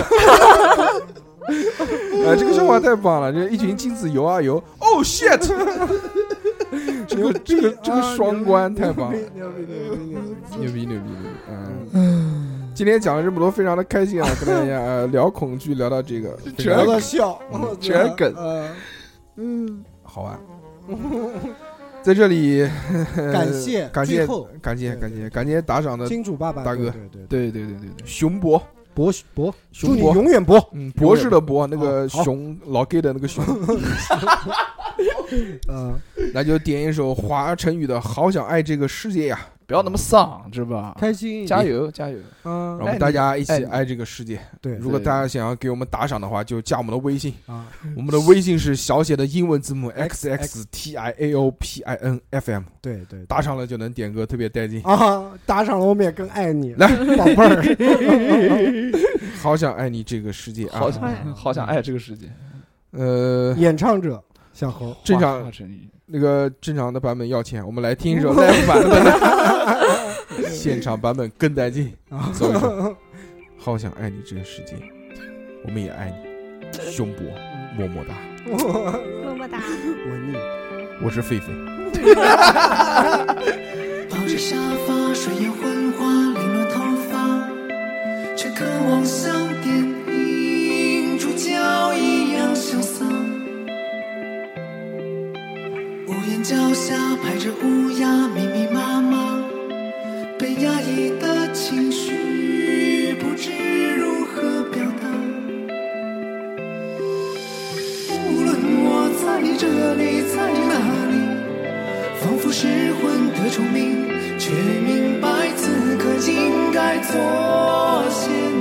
哎，这个笑话太棒了！这一群精子游啊游，哦 shit！这个这个这个双关太棒了，
啊牛逼牛逼牛
牛
逼！
逼牛逼牛逼！嗯，今天讲了这么多，非常的开心 啊！跟大家呃聊恐惧，聊到这个，非
全呃
常
都笑，
嗯
我操
全梗
嗯
好玩。 在这里
感谢
呃感
最
谢
后
感谢
对
感
对
谢感谢打赏的
金主爸爸
大哥
对
对对
对对，
对对对，
熊博，
博博，祝你
博
永远博。
嗯，博士的博，那
远
个
哦好
熊老 gay 的那 个熊，
嗯，
那就点一首华晨宇的《好想爱这个世界》呀，
不要那么丧，是吧？
开心，
加！油加油！
嗯哎
让，我们大家一起爱这个世界。
对，
如果大家想要给我们打赏的话，就加我们的微信，
啊，
我们的微信是小写的英文字母 x x t i a o p i n f m，
对对，
打赏了就能点歌，特别带劲。
啊，打赏了我们也更爱 你，
来
宝贝儿，
好想爱你这个世界啊
好！想好想爱这个世界。
呃，
演唱者小猴，
正常
华晨宇
那个正常的版本要钱，我们来听一 首 live 版的，现场版本 更带劲。走一走，好想爱你这个世界，我们也爱你，胸博，么么哒，
我
么么哒。
文艺。
我是狒狒。
抱着沙发，水烟昏花，凌乱头发，却渴望像电影主角一样潇洒。屋檐脚下排着乌鸦，密密麻麻，被压抑的情绪不知如何表达。无论我在这里，在哪里，仿佛失魂的虫鸣，却明白此刻应该做些